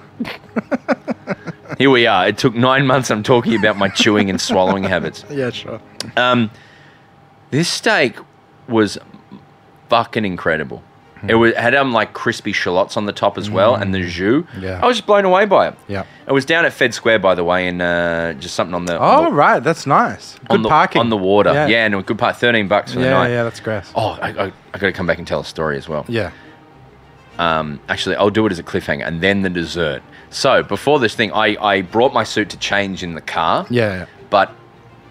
A: here we are. It took nine months. I'm talking about my chewing and swallowing habits.
C: Yeah, sure.
A: This steak was fucking incredible.
C: Hmm.
A: It was, had um like crispy shallots on the top as well, and the jus.
C: Yeah.
A: I was just blown away by it.
C: Yeah.
A: it was down at Fed Square by the way, and uh, just something on the on
C: Oh,
A: the,
C: right. That's nice. Good
A: on the,
C: parking.
A: on the water. Yeah,
C: Yeah.
A: and a good part, thirteen bucks for the
C: Yeah,
A: night.
C: yeah, that's grass.
A: Oh, I, I, I got to come back and tell a story as well.
C: Yeah.
A: Um, actually, I'll do it as a cliffhanger, and then the dessert. So before this thing, I I brought my suit to change in the car.
C: Yeah.
A: But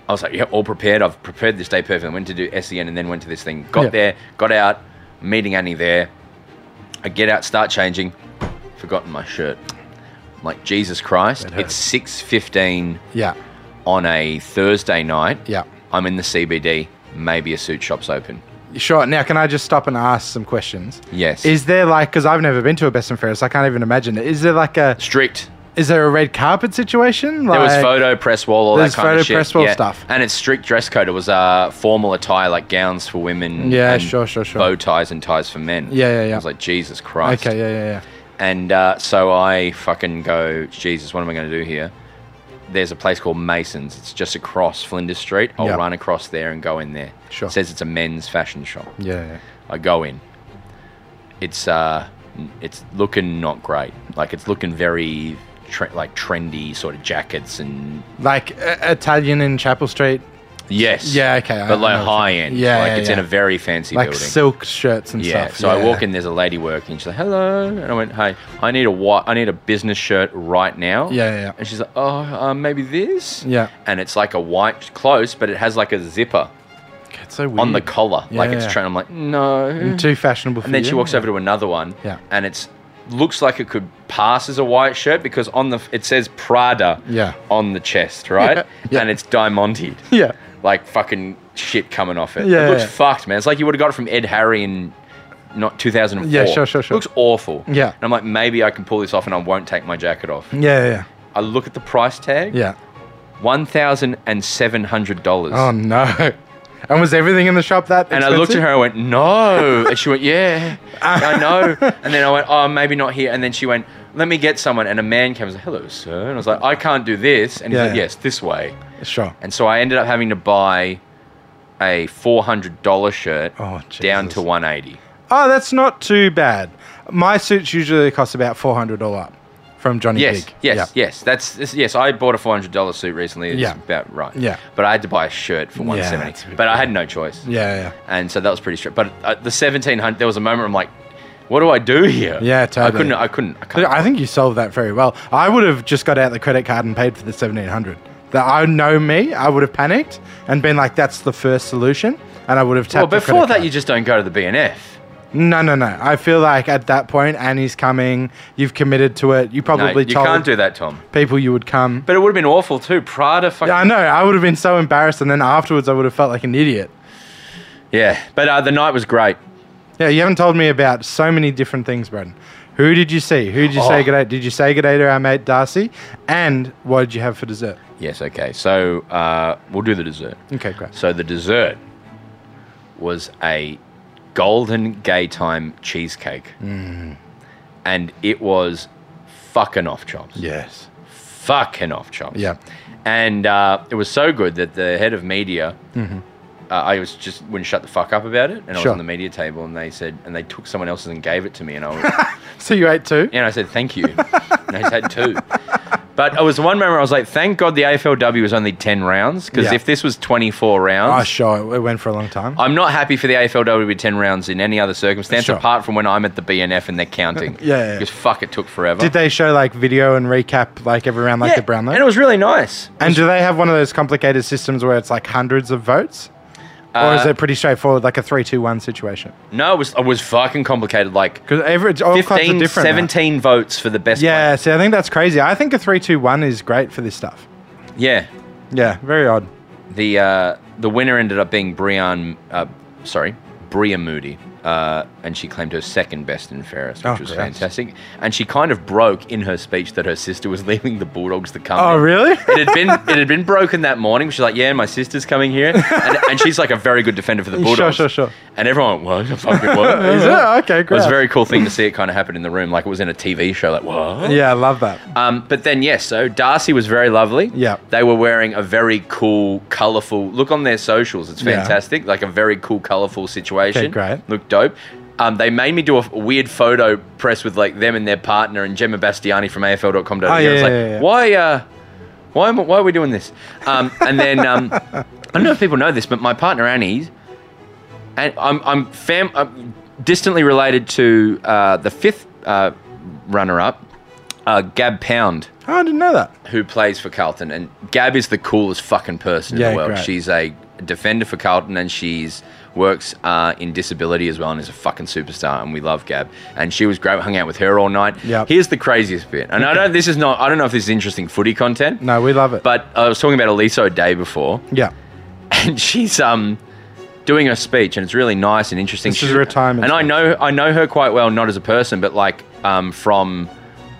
A: I was like, yeah, all prepared. I've prepared this day perfectly. Went to do SEN and then went to this thing. Got
C: Yeah.
A: there, got out, meeting Annie there. I get out, start changing, forgotten my shirt. I'm like Jesus Christ, it's six fifteen
C: Yeah.
A: on a Thursday night.
C: Yeah.
A: I'm in the CBD. Maybe a suit shop's open.
C: yeah. Sure. Now, can I just stop and ask some questions?
A: Yes.
C: Is there like, because I've never been to a best and fairest, I can't even imagine it. Is there like a,
A: Strict.
C: is there a red carpet situation? Like,
A: There was photo press wall, all that
C: There's
A: kind
C: photo
A: of shit.
C: press wall stuff.
A: and it's strict dress code. It was uh, formal attire, like gowns for women.
C: Yeah,
A: and
C: sure, sure, sure.
A: Bow ties and ties for men.
C: Yeah, yeah, yeah.
A: I was like, Jesus Christ.
C: Okay. Yeah, yeah, yeah.
A: And uh, so I fucking go, Jesus, what am I going to do here? There's a place called Mason's. It's just across Flinders Street. I'll
C: Yeah.
A: run across there and go in there.
C: Sure.
A: It says it's a men's fashion shop.
C: Yeah, yeah.
A: I go in. It's uh, n- it's looking not great. Like it's looking very, tre- like trendy sort of jackets and
C: Like uh, Italian in Chapel Street,
A: Yes.
C: Yeah, okay, I-
A: But
C: I
A: like
C: know what
A: high
C: you-
A: end.
C: Yeah,
A: Like
C: yeah,
A: it's in
C: yeah.
A: a very fancy
C: like
A: building.
C: silk shirts and
A: yeah.
C: stuff.
A: So I walk in, there's a lady working. She's like, "Hello," and I went, "Hey, I need a what? I need a business shirt right now."
C: Yeah, yeah, yeah.
A: And she's like, "Oh, uh, maybe this."
C: Yeah.
A: And it's like a white close, but it has like a zipper
C: It's so weird.
A: on the collar, like it's
C: Mm. Yeah.
A: trained. I'm like, "No."
C: Too fashionable for
A: And then
C: you.
A: she walks over to another one,
C: Yeah.
A: and it's looks like it could pass as a white shirt because on the it says Prada
C: Yeah.
A: on the chest, right?
C: Yeah.
A: And it's diamonded.
C: Yeah.
A: Like fucking shit coming off it.
C: Yeah,
A: it looks
C: yeah.
A: fucked, man. It's like you would have got it from Ed Harry in not 2004.
C: Yeah, sure, sure, sure.
A: Looks awful.
C: Yeah.
A: And I'm like, maybe I can pull this off and I won't take my jacket off.
C: Yeah, yeah,
A: I look at the price tag.
C: yeah.
A: $1,700.
C: Oh no. And was everything in the shop that?
A: And I looked at her and went, no. And she went, yeah,
C: Ah.
A: I know. And then I went, oh, maybe not here. And then she went, let me get someone. And a man comes, hello, sir. And I was like, I can't do this. And he's
C: Yeah.
A: like, yes, this way.
C: her. Sure.
A: And so I ended up having to buy a $400 shirt
C: Oh,
A: down
C: Jesus.
A: to 180
C: Oh, that's not too bad. My suits usually cost about four hundred all up from Johnny
A: Yes,
C: Big.
A: yes, yes. That's this, yes. I bought a four hundred dollars suit recently. It's
C: Yeah.
A: about right.
C: Yeah.
A: but I had to buy a shirt for one
C: that's a
A: seventy.
C: bit
A: but I had no choice.
C: Yeah, yeah.
A: and so that was pretty strict. But uh, the seventeen hundred, there was a moment I'm like, what do I do here?
C: Yeah,
A: I
C: totally.
A: couldn't. I couldn't. I
C: But
A: can't.
C: I think you solved that very well. I would have just got out the credit card and paid for the seventeen hundred. That I know me, I would have panicked and been like, "That's the first solution," and I would have
A: well,
C: tapped. the
A: before
C: credit
A: that,
C: card.
A: you just don't go to the BNF.
C: No, no, no. I feel like at that point, Annie's coming. You've committed to it. You
A: No,
C: probably
A: you
C: told
A: can't do that, Tom.
C: people you would come.
A: But it would have been awful too. Prada, fucking
C: Yeah, I know. I would have been so embarrassed, and then afterwards, I would have felt like an idiot.
A: yeah. But uh, the night was great.
C: Yeah, you haven't told me about so many different things, Brendan. Who did you see? Who did you say
A: Oh.
C: good day? Did you say good day to our mate Darcy? And what did you have for dessert?
A: Yes. Okay. So uh, we'll do the dessert.
C: Okay, great.
A: So the dessert was a golden gay time cheesecake.
C: Mm.
A: And it was fucking off chops.
C: Yes.
A: Fucking off chops.
C: Yeah.
A: And uh, it was so good that the head of media, uh, I was just wouldn't shut the fuck up about it. And I was
C: Mm-hmm. Sure.
A: on the media table and they said, and they took someone else's and gave it to me. And I was,
C: So you ate two?
A: and I said, thank you. and I said, two. But it was the one moment I was like, thank God the AFLW was only 10 rounds. Because
C: Yeah.
A: if this was 24 rounds,
C: Oh, sure. It- It wwent for a long time.
A: I'm not happy for the AFLW to be 10 rounds in any other circumstance
C: Sure.
A: apart from when I'm at the BNF and they're counting.
C: Yeah, yeah, yeah.
A: Because fuck, it took forever.
C: Did they show like video and recap like every round, like
A: yeah,
C: the Brownlow?
A: And it
C: And,
A: was really nice.
C: do they have one of those complicated systems where it's like hundreds of votes? or is
A: Uh,
C: it pretty straightforward, like a three-two-one situation?
A: No, it was, it was fucking complicated. Like
C: Because average all kinds of
A: 15,
C: different. now.
A: 17 votes for the best
C: Yeah, see, I think that's crazy. I think a three-two-one is great for this stuff.
A: player. Yeah.
C: Yeah, very odd.
A: The, uh, the winner ended up being Brian, uh, sorry, Bria Moody. Uh, and she claimed her second best in Ferris, which
C: Oh,
A: was
C: gross.
A: fantastic. And she kind of broke in her speech that her sister was leaving the Bulldogs to come.
C: Oh, really?
A: it had been it had been broken that morning. She's like, "Yeah, my sister's coming here," and, and she's like a very good defender for the
C: Sure,
A: Bulldogs.
C: sure, sure.
A: And everyone, went, what? Fucking what?
C: Is it? Okay,
A: It was
C: great.
A: a very cool thing to see it kind of happen in the room, like it was in a TV show. Like, what?
C: Yeah, I love that.
A: Um, but then, yes, so Darcy was very lovely.
C: Yeah.
A: They were wearing a very cool, colourful look on their socials. It's
C: Yeah.
A: fantastic. Like a very cool, colourful situation.
C: Okay, great.
A: Looked dope. Um, they made me do a f- weird photo press with like them and their partner and Gemma Bastiani from AFL.com.au.
C: Oh,
A: I was
C: yeah,
A: like,
C: yeah, yeah.
A: why, uh, why, am, why are we doing this? Um, and then um, I don't know if people know this, but my partner Annie, and I'm, I'm, fam- I'm distantly related to uh, the fifth uh, runner-up, uh, Gab Pound
C: Oh, I didn't know that.
A: who plays for Carlton, and Gab is the coolest fucking person in
C: Yeah,
A: the world.
C: great.
A: She's a defender for Carlton, and she's works uh, in disability as well, and is a fucking superstar. And we love Gab, and she was great. Hung out with her all night.
C: Yep.
A: Here's the craziest bit, and I don't. This is not. I don't know if this is interesting footy content.
C: No, we love it.
A: But I was talking about Eliso Day before,
C: yeah,
A: and she's um doing her speech, and it's really nice and interesting.
C: This is a retirement
A: and I
C: speech.
A: know I know her quite well, not as a person, but like um, from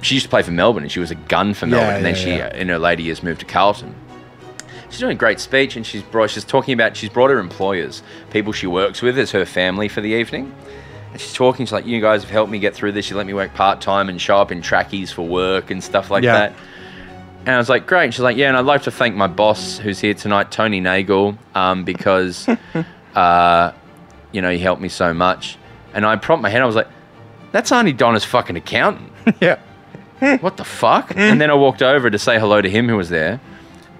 A: she used to play for Melbourne, and she was a gun for Melbourne, and then
C: yeah,
A: she
C: yeah.
A: uh in her later years moved to Carlton. She's doing a great speech, and she's brought she's talking about she's brought her employers, people she works with, as her family for the evening. And she's talking, she's like, "You guys have helped me get through this. You let me work part time and show up in trackies for work and stuff like
C: Yeah.
A: that." And I was like, great. She's like, yeah, and I'd like to thank my boss who's here tonight, Tony Nagel, um, because, uh, you know, he helped me so much. And I propped my head. I was like, that's Arnie Donna's fucking accountant.
C: yeah.
A: What the fuck? and then I walked over to say hello to him who was there.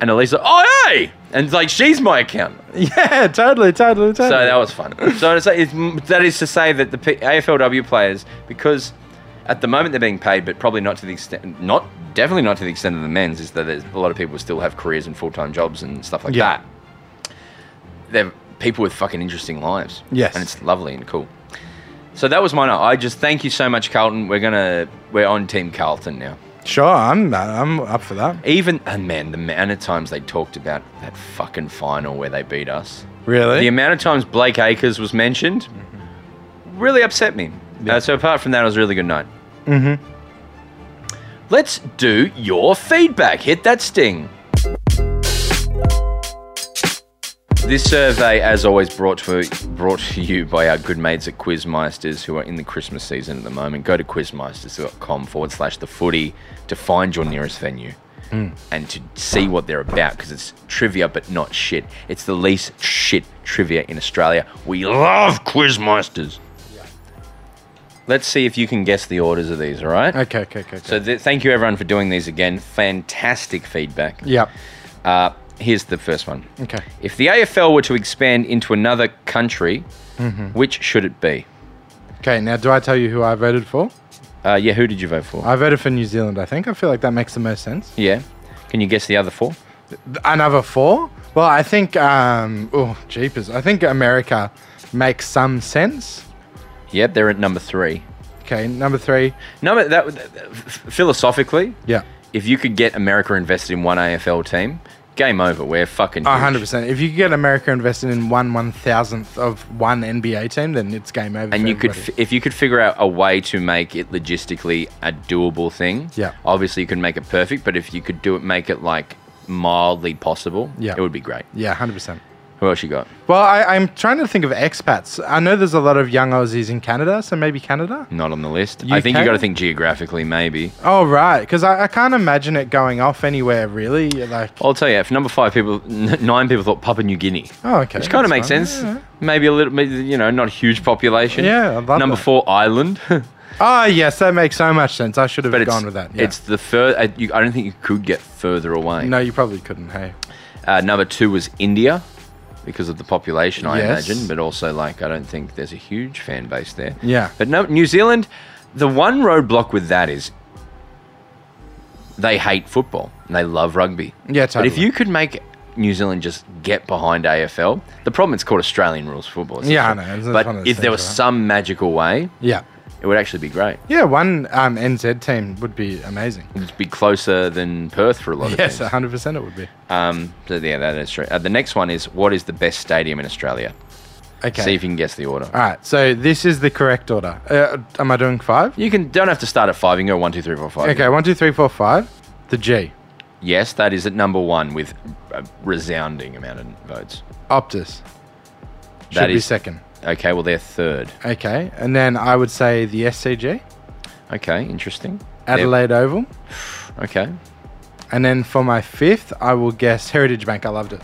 A: And Elise, like, oh, hey! And like, she's my accountant.
C: Yeah, totally, totally, totally.
A: So that was fun. So it's, it's, that is to say that the P- AFLW players, because at the moment they're being paid, but probably not to the extent, not definitely not to the extent of the men's, is that there's, a lot of people still have careers and full time jobs and stuff like
C: Yeah.
A: that. They're people with fucking interesting lives.
C: Yes.
A: and it's lovely and cool. So that was mine. I just thank you so much, Carlton. We're gonna we're on Team Carlton now.
C: sure, I'm I'm up for that.
A: Even and man, the amount of times they talked about that fucking final where they beat us.
C: Really?
A: The amount of times Blake Acres was mentioned really upset me. Uh, so apart from that, it was a really good night. Mm-hmm. Let's do your feedback. Hit that sting. This survey, as always, brought to brought to you by our good mates at Quizmeisters, who are in the Christmas season at the moment. Go to quizmeisters.com forward slash the footy to find your nearest venue and to see what they're about because it's trivia, but not shit. It's the least shit trivia in Australia. We love Quizmeisters. Let's see if you can guess the orders of these. All right.
C: Okay, okay, okay. okay.
A: So th- thank you everyone for doing these again. Fantastic feedback.
C: yep.
A: Uh, here's the first one.
C: Okay.
A: If the AFL were to expand into another country,
C: Mm-hmm.
A: which should it be?
C: Okay, now do I tell you who I voted for?
A: Uh, yeah, who did you vote for?
C: I voted for New Zealand, I think. I feel like that makes the most sense.
A: yeah. Can you guess the other four?
C: Another four? Well, I think, um, oh, jeepers. I think America makes some sense.
A: Yep, they're at number three.
C: Okay, number three.
A: Number that, that- that- philosophically,
C: Yeah.
A: if you could get America invested in one AFL team, game over. We're fucking.
C: A
A: huge.
C: 100%. If you could get America invested in one one thousandth of one NBA team, then it's game over.
A: And
C: for
A: you could,
C: everybody.
A: f- if you could figure out a way to make it logistically a doable thing,
C: Yeah.
A: Obviously, you can make it perfect, but if you could do it, make it like mildly possible,
C: Yeah.
A: It would be great.
C: yeah, 100%.
A: Who else you got?
C: Well, I, I'm trying to think of expats. I know there's a lot of young Aussies in Canada, so maybe Canada?
A: Not on the list. I think you
C: UK?
A: got to think geographically, maybe.
C: Oh, right. Because I, I can't imagine it going off anywhere, really. Like,
A: I'll tell you, if number five people, n- nine people thought Papua New Guinea,
C: oh, okay.
A: which kind of makes
C: that's fine.
A: sense.
C: Yeah.
A: Maybe a little, maybe, you know, not a huge population.
C: Yeah, I love
A: number
C: that.
A: four, Ireland.
C: Oh, yes, that makes so much sense. I should have
A: but it's
C: gone with that. Yeah.
A: It's the fur. I, you, I don't think you could get further away.
C: no, you probably couldn't. Hey,
A: Uh, number two was India, because of the population, I
C: Yes.
A: imagine, but also like I don't think there's a huge fan base there.
C: Yeah.
A: But no, New Zealand. The one roadblock with that is they hate football and they love rugby. But
C: Yeah,
A: if
C: totally.
A: you could make New Zealand just get behind AFL, the problem it's called Australian rules football. it's
C: Yeah,
A: just-
C: I know, it's- it's one of
A: But
C: those
A: if there
C: things,
A: was
C: right?
A: some magical way,
C: yeah,
A: it would actually be great.
C: yeah. One um, NZ team would be amazing.
A: It'd be closer than Perth for a lot of
C: Yes, uh,
A: things.
C: hundred percent, it would be.
A: Um, so yeah, that is true. Uh, the next one is what is the best stadium in Australia?
C: Okay. Uh,
A: See if you can guess the order.
C: All right, so this is the correct order. Uh, am I doing five?
A: You can don't have to start at five. You can go one, two, three, four, five.
C: Okay, one, two, three, four, five. The G,
A: Yes, that is at number one with a resounding amount of votes.
C: Optus, should
A: That
C: be
A: is-
C: second.
A: Okay, well they're third.
C: Okay, and then I would say the SCG,
A: Okay, interesting. They're-
C: Adelaide Oval,
A: Okay.
C: and then for my fifth, I will guess Heritage Bank. I loved it.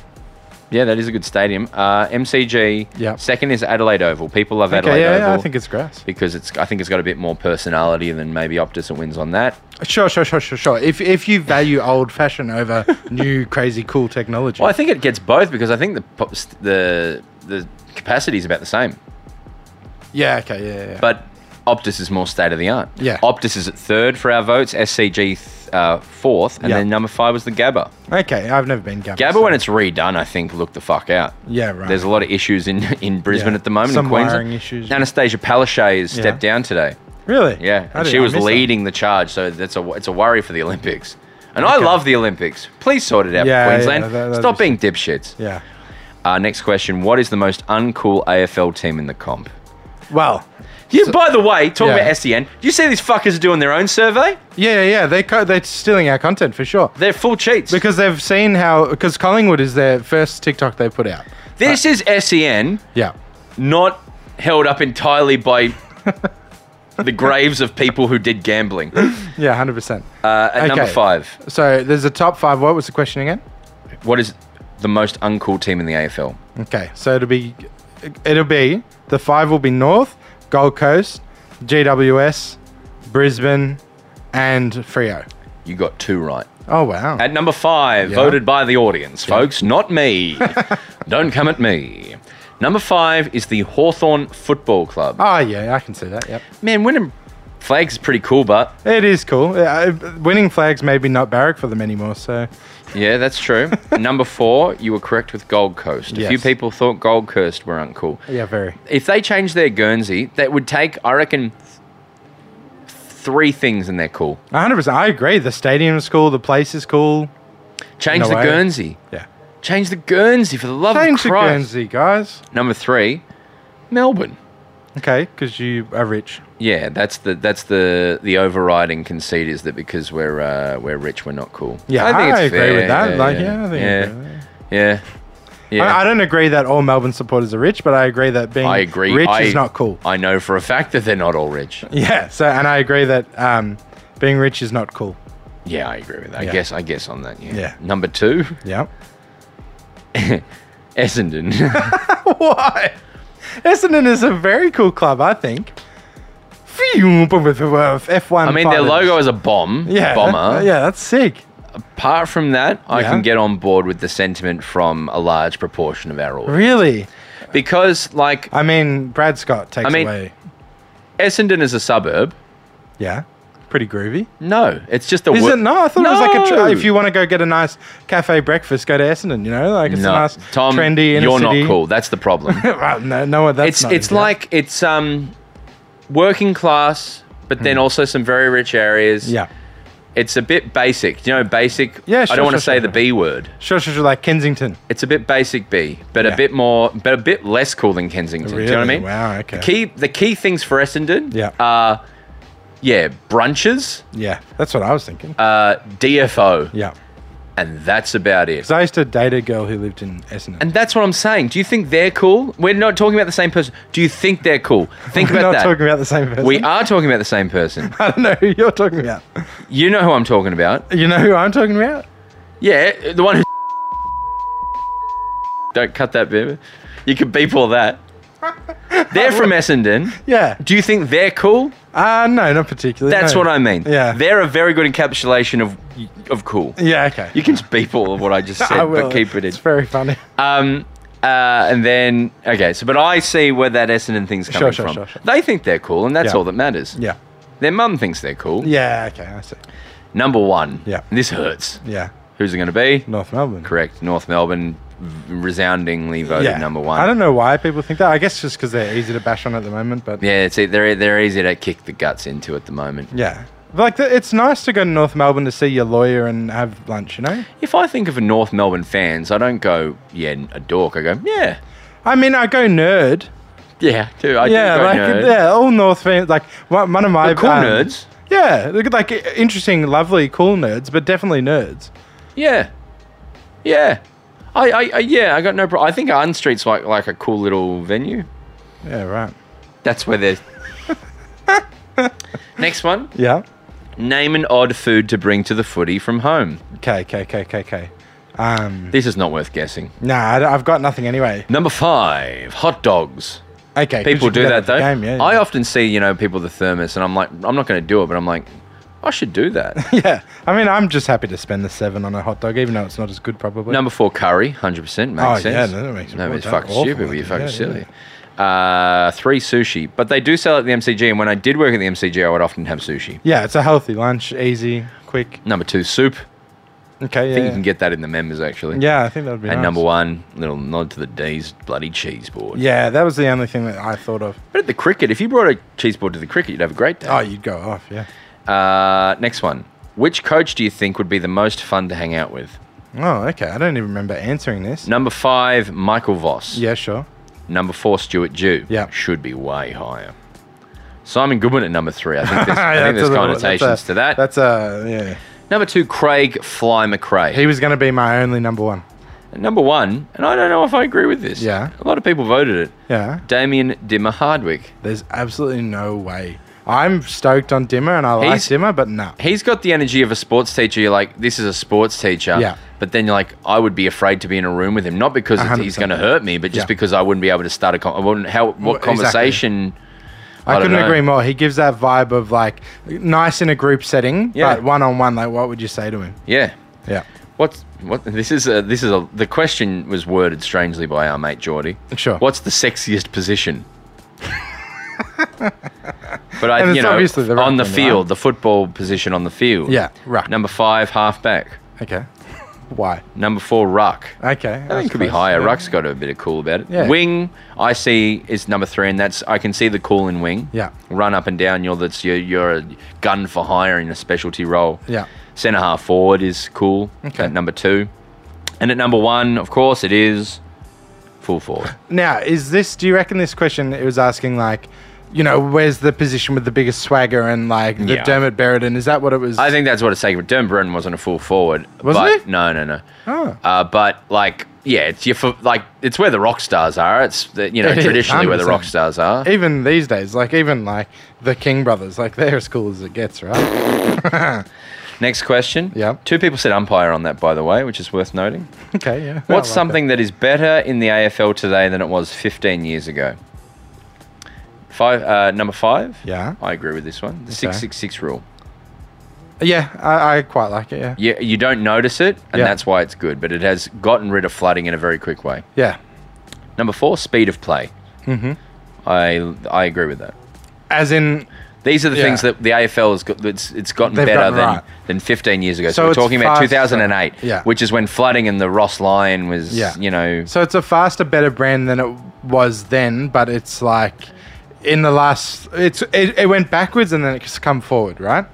A: Yeah, that is a good stadium. Uh, MCG.
C: Yeah.
A: Second is Adelaide Oval. People love
C: okay,
A: Adelaide
C: yeah,
A: Oval
C: yeah, I think it's grass.
A: because it's. I think it's got a bit more personality than maybe Optus. It wins on that.
C: Sure, sure, sure, sure, sure. If if you value old fashioned over new, crazy, cool technology,
A: Well, I think it gets both because I think the pop- st- the the capacity is about the same.
C: yeah, okay, yeah, yeah.
A: But Optus is more state of the art.
C: Yeah.
A: Optus is at third for our votes, SCG th- uh, fourth, and
C: Yeah.
A: then number five was the Gabba.
C: okay, I've never been Gabba.
A: Gabba,
C: so-
A: when it's redone, I think look the fuck out.
C: Yeah, right.
A: There's a lot of issues in, in Brisbane
C: Yeah.
A: at the moment.
C: Some
A: in Queensland.
C: wiring issues.
A: Anastasia Palaszczuk has
C: Yeah.
A: stepped down today.
C: really,
A: Yeah,
C: I
A: and
C: did-
A: she
C: I
A: was
C: missed that.
A: leading the charge, so that's a it's a worry for the Olympics. And I love the Olympics. Please sort it out,
C: Yeah, yeah,
A: Queensland.
C: that- that'd
A: Stop
C: be
A: being dipshits.
C: Yeah.
A: Uh, next question: What is the most uncool AFL team in the comp?
C: Well,
A: Yeah. by the way, talking
C: Yeah.
A: about SEN, do you see these fuckers doing their own survey?
C: yeah, yeah, yeah. They co- they're stealing our content for sure
A: They're full cheats.
C: because they've seen how because Collingwood is their first TikTok they put out.
A: this is SEN
C: Yeah.
A: not held up entirely by the graves of people who did gambling. Uh,
C: Yeah, hundred percent.
A: at number
C: Okay.
A: five,
C: So there's a top five. What was the question again?
A: what is the most uncool team in the AFL?
C: Okay, so it'll be it'll be the five will be North, Gold Coast, GWS, Brisbane, and Frio.
A: You got two right.
C: Oh wow!
A: At number five,
C: Yeah.
A: voted by the audience, folks, not me. Don't come at me. Number five is the Hawthorn Football Club.
C: oh yeah, I can see that. Yep,
A: Man, winning flags is pretty cool, but
C: it is cool. Uh, winning flags maybe not barrack for them anymore. So
A: yeah, that's true. number four, you were correct with Gold Coast. A few
C: Yes.
A: people thought Gold Coast were uncool.
C: yeah, very.
A: if they change their Guernsey, that would take, I reckon, th- three things and they're cool.
C: hundred percent. I agree. The stadium is cool. The place is cool.
A: Change
C: No
A: the
C: way.
A: Guernsey.
C: Yeah.
A: Change the Guernsey for the love
C: Change
A: of
C: to
A: Christ.
C: Guernsey, guys.
A: Number three, Melbourne.
C: Okay, because you are rich.
A: Yeah, that's the that's the the overriding conceit is that because we're uh, we're rich, we're not cool.
C: Yeah, I agree with that. Like, yeah, I think I agree with
A: yeah, yeah. Yeah.
C: I, I don't agree that all Melbourne supporters are rich, but I agree that being
A: I agree.
C: rich
A: I,
C: is not cool.
A: I know for a fact that they're not all rich.
C: Yeah. So, and I agree that um, being rich is not cool.
A: Yeah, I agree with that.
C: Yeah.
A: I guess I guess on that. Yeah.
C: Yeah.
A: Number two,
C: Yeah.
A: Essendon.
C: Why? Essendon is a very cool club, I think. F1.
A: I mean, their logo is a bomb.
C: yeah,
A: Bomber.
C: that- yeah, that's sick.
A: Apart from that, I
C: Yeah.
A: can get on board with the sentiment from a large proportion of our audience
C: Really?
A: because, like,
C: I mean, Brad Scott takes
A: I mean-
C: away.
A: Essendon is a suburb.
C: Yeah. Pretty groovy.
A: No, it's just a.
C: Is
A: wo-
C: it not? I thought it was like a.
A: No!
C: Tra- if you want to go get a nice cafe breakfast, go to Essendon. You know, like it's
A: no,
C: a nice,
A: Tom,
C: trendy. Inner
A: you're
C: city.
A: not cool. That's the problem.
C: Well, no, no, that's
A: it's
C: not
A: it's
C: it, yeah.
A: like it's um, working class, but then also some very rich areas.
C: Hmm. yeah,
A: It's a bit basic. You know, basic.
C: Yeah,
A: I
C: sure,
A: don't want to
C: sure,
A: say
C: sure,
A: the
C: sure.
A: B word.
C: sure, sure, sure, like Kensington.
A: It's a bit basic B, but
C: Yeah.
A: a bit more, but a bit less cool than Kensington. Do you know what I
C: Really?
A: mean?
C: Wow, okay.
A: The key, the key things for Essendon
C: Yeah.
A: are, yeah, brunches,
C: Yeah, that's what I was thinking.
A: uh, DFO,
C: yeah,
A: and that's about it.
C: because I used to date a girl who lived in Essendon.
A: And that's what I'm saying. Do you think they're cool? We're not talking about the same person. Do you think they're cool? Think
C: We're
A: about
C: not
A: that.
C: talking about the same person.
A: we are talking about the same person.
C: I don't know who you're talking about.
A: You know who I'm talking about.
C: You know who I'm talking about?
A: Yeah, the one who. Don't cut that bit. You could beep all that. They're from Essendon.
C: Yeah.
A: Do you think they're cool?
C: Uh, no, not particularly.
A: That's
C: no.
A: what I mean.
C: Yeah.
A: They're a very good encapsulation of of cool.
C: yeah, okay.
A: You can just beep all of what I just said,
C: I will.
A: but keep it in.
C: It's very funny.
A: Um, uh, and then okay, so but I see where that Essendon thing's coming
C: sure,
A: from.
C: sure, sure.
A: They think they're cool, and that's
C: Yeah.
A: all that matters.
C: Yeah.
A: Their mum thinks they're cool.
C: Yeah, okay, I see.
A: Number one.
C: Yeah.
A: This hurts.
C: Yeah.
A: Who's it going to be?
C: North Melbourne.
A: Correct. North Melbourne v- resoundingly voted
C: Yeah.
A: number one.
C: I don't know why people think that. I guess just because they're easy to bash on at the moment, but
A: Yeah, it's, they're they're easy to kick the guts into at the moment.
C: Yeah. Like, the, it's nice to go to North Melbourne to see your lawyer and have lunch, you know?
A: If I think of a North Melbourne fans, I don't go yeah a dork. I go yeah
C: I mean, I go nerd.
A: yeah dude. I
C: yeah,
A: do go
C: like,
A: nerd.
C: yeah, all North fans. Like, one, one of my.
A: But cool
C: um,
A: nerds.
C: Yeah, look at, like interesting, lovely, cool nerds, but definitely nerds.
A: Yeah, yeah. I, I, I yeah. I got no problem. I think Arden Street's like like a cool little venue.
C: Yeah, right.
A: That's where there's. Next one.
C: Yeah.
A: Name an odd food to bring to the footy from home.
C: Okay, okay, okay, okay, okay. Um,
A: This is not worth guessing.
C: nah, I don't- I've got nothing anyway.
A: Number five, hot dogs.
C: Okay.
A: People
C: good,
A: do
C: good
A: that though.
C: at the Game, yeah,
A: I
C: yeah.
A: often see, you know, people with the thermos, and I'm like, I'm not going to do it, but I'm like, I should do that.
C: yeah. I mean, I'm just happy to spend the seven on a hot dog, even though it's not as good, probably.
A: Number four, curry, hundred percent makes
C: Oh,
A: sense.
C: yeah, no, that makes-
A: no,
C: well,
A: it's
C: that's
A: fucking
C: awful,
A: stupid.
C: I
A: You're
C: think.
A: fucking
C: Yeah,
A: silly. Uh, three sushi, but they do sell at the MCG. And when I did work at the MCG, I would often have sushi.
C: Yeah, it's a healthy lunch, easy, quick.
A: Number two, soup. I
C: Okay. Yeah.
A: think
C: yeah.
A: you can get that in the members actually.
C: yeah, I think that would be
A: And
C: nice.
A: number one, little nod to the D's bloody cheese board.
C: Yeah, that was the only thing that I thought of.
A: But at the cricket, if you brought a cheese board to the cricket, you'd have a great day.
C: Oh, you'd go off, yeah.
A: Uh, next one. Which coach do you think would be the most fun to hang out with?
C: Oh, okay. I don't even remember answering this.
A: Number five, Michael Voss.
C: Yeah, sure.
A: Number four, Stuart Jew.
C: Yeah.
A: Should be way higher. Simon Goodwin at number three. I think there's, I think
C: Yeah, that's
A: there's
C: a little-
A: connotations
C: that's a-
A: to that.
C: That's a yeah.
A: Number two, Craig Fly McRae.
C: He was going to be my only number one.
A: And number one, and I don't know if I agree with this.
C: Yeah.
A: A lot of people voted it.
C: Yeah.
A: Damien Dimmer Hardwick.
C: There's absolutely no way. I'm stoked on Dimmer and I like
A: He's-
C: Dimmer, but nah.
A: He's got the energy of a sports teacher. You're like, this is a sports teacher.
C: Yeah.
A: But then you're like, I would be afraid to be in a room with him, not because it's- he's
C: 100%.
A: going to hurt me, but just
C: Yeah.
A: because I wouldn't be able to start a. Con- I wouldn't. How? What
C: Well, exactly.
A: conversation?
C: I,
A: don't
C: couldn't
A: know.
C: agree more. He gives that vibe of like nice in a group setting,
A: Yeah.
C: but one on one, like what would you say to him?
A: Yeah.
C: Yeah.
A: What's what? This is a this is a the question was worded strangely by our mate Geordie.
C: Sure.
A: What's the sexiest position? but I,
C: And it's
A: you know,
C: obviously the ruck
A: on the
C: one,
A: field,
C: right?
A: the football position on the field.
C: Yeah, ruck.
A: Number five, halfback.
C: Okay. Why?
A: Number four, ruck.
C: Okay.
A: I think it could be higher. Ruck's got a bit of cool about it.
C: Yeah.
A: Wing, I see is number three, and that's I can see the cool in wing.
C: Yeah.
A: Run up and down. You're that's you're, you're a gun for hire in a specialty role.
C: Yeah.
A: Centre half forward is cool.
C: Okay.
A: At number two, and at number one, of course, it is full forward.
C: Now, is this? Do you reckon this question it was asking like, you know, where's the position with the biggest swagger and like the
A: Yeah.
C: Dermot Berridan? Is that what it was?
A: I think that's what it's saying. But Dermot Brennan wasn't a full forward.
C: Wasn't
A: but-
C: he?
A: No, no, no.
C: Oh.
A: Uh, but like yeah, it's your fa- like it's where the rock stars are. It's the, you know
C: It is,
A: traditionally where the
C: 100%.
A: rock stars are.
C: Even these days, like even like the King brothers, like they're as cool as it gets, right?
A: Next question.
C: Yeah.
A: Two people said umpire on that, by the way, which is worth noting.
C: okay, yeah. I like
A: What's something that is better in the AFL today than it was 15 years ago? Five, uh, number five.
C: Yeah.
A: I agree with this one. The
C: Okay.
A: six six six rule.
C: that. Yeah, I, I quite like it. Yeah,
A: Yeah, you don't notice it, and
C: Yeah.
A: that's why it's good. But it has gotten rid of flooding in a very quick way.
C: yeah.
A: Number four, speed of play. Mm-hmm. I I agree with that.
C: As in,
A: These are the
C: Yeah.
A: things that the AFL has got. It's, it's gotten
C: They've
A: better
C: gotten
A: than,
C: right.
A: than 15 years ago. So,
C: So
A: we're
C: it's
A: talking about
C: faster.
A: 2008,
C: Yeah.
A: which is when flooding and the Ross Lion was,
C: Yeah.
A: you know,
C: so it's a faster, better brand than it was then, but it's like in the last, it's it, it went backwards and then it's come forward, right?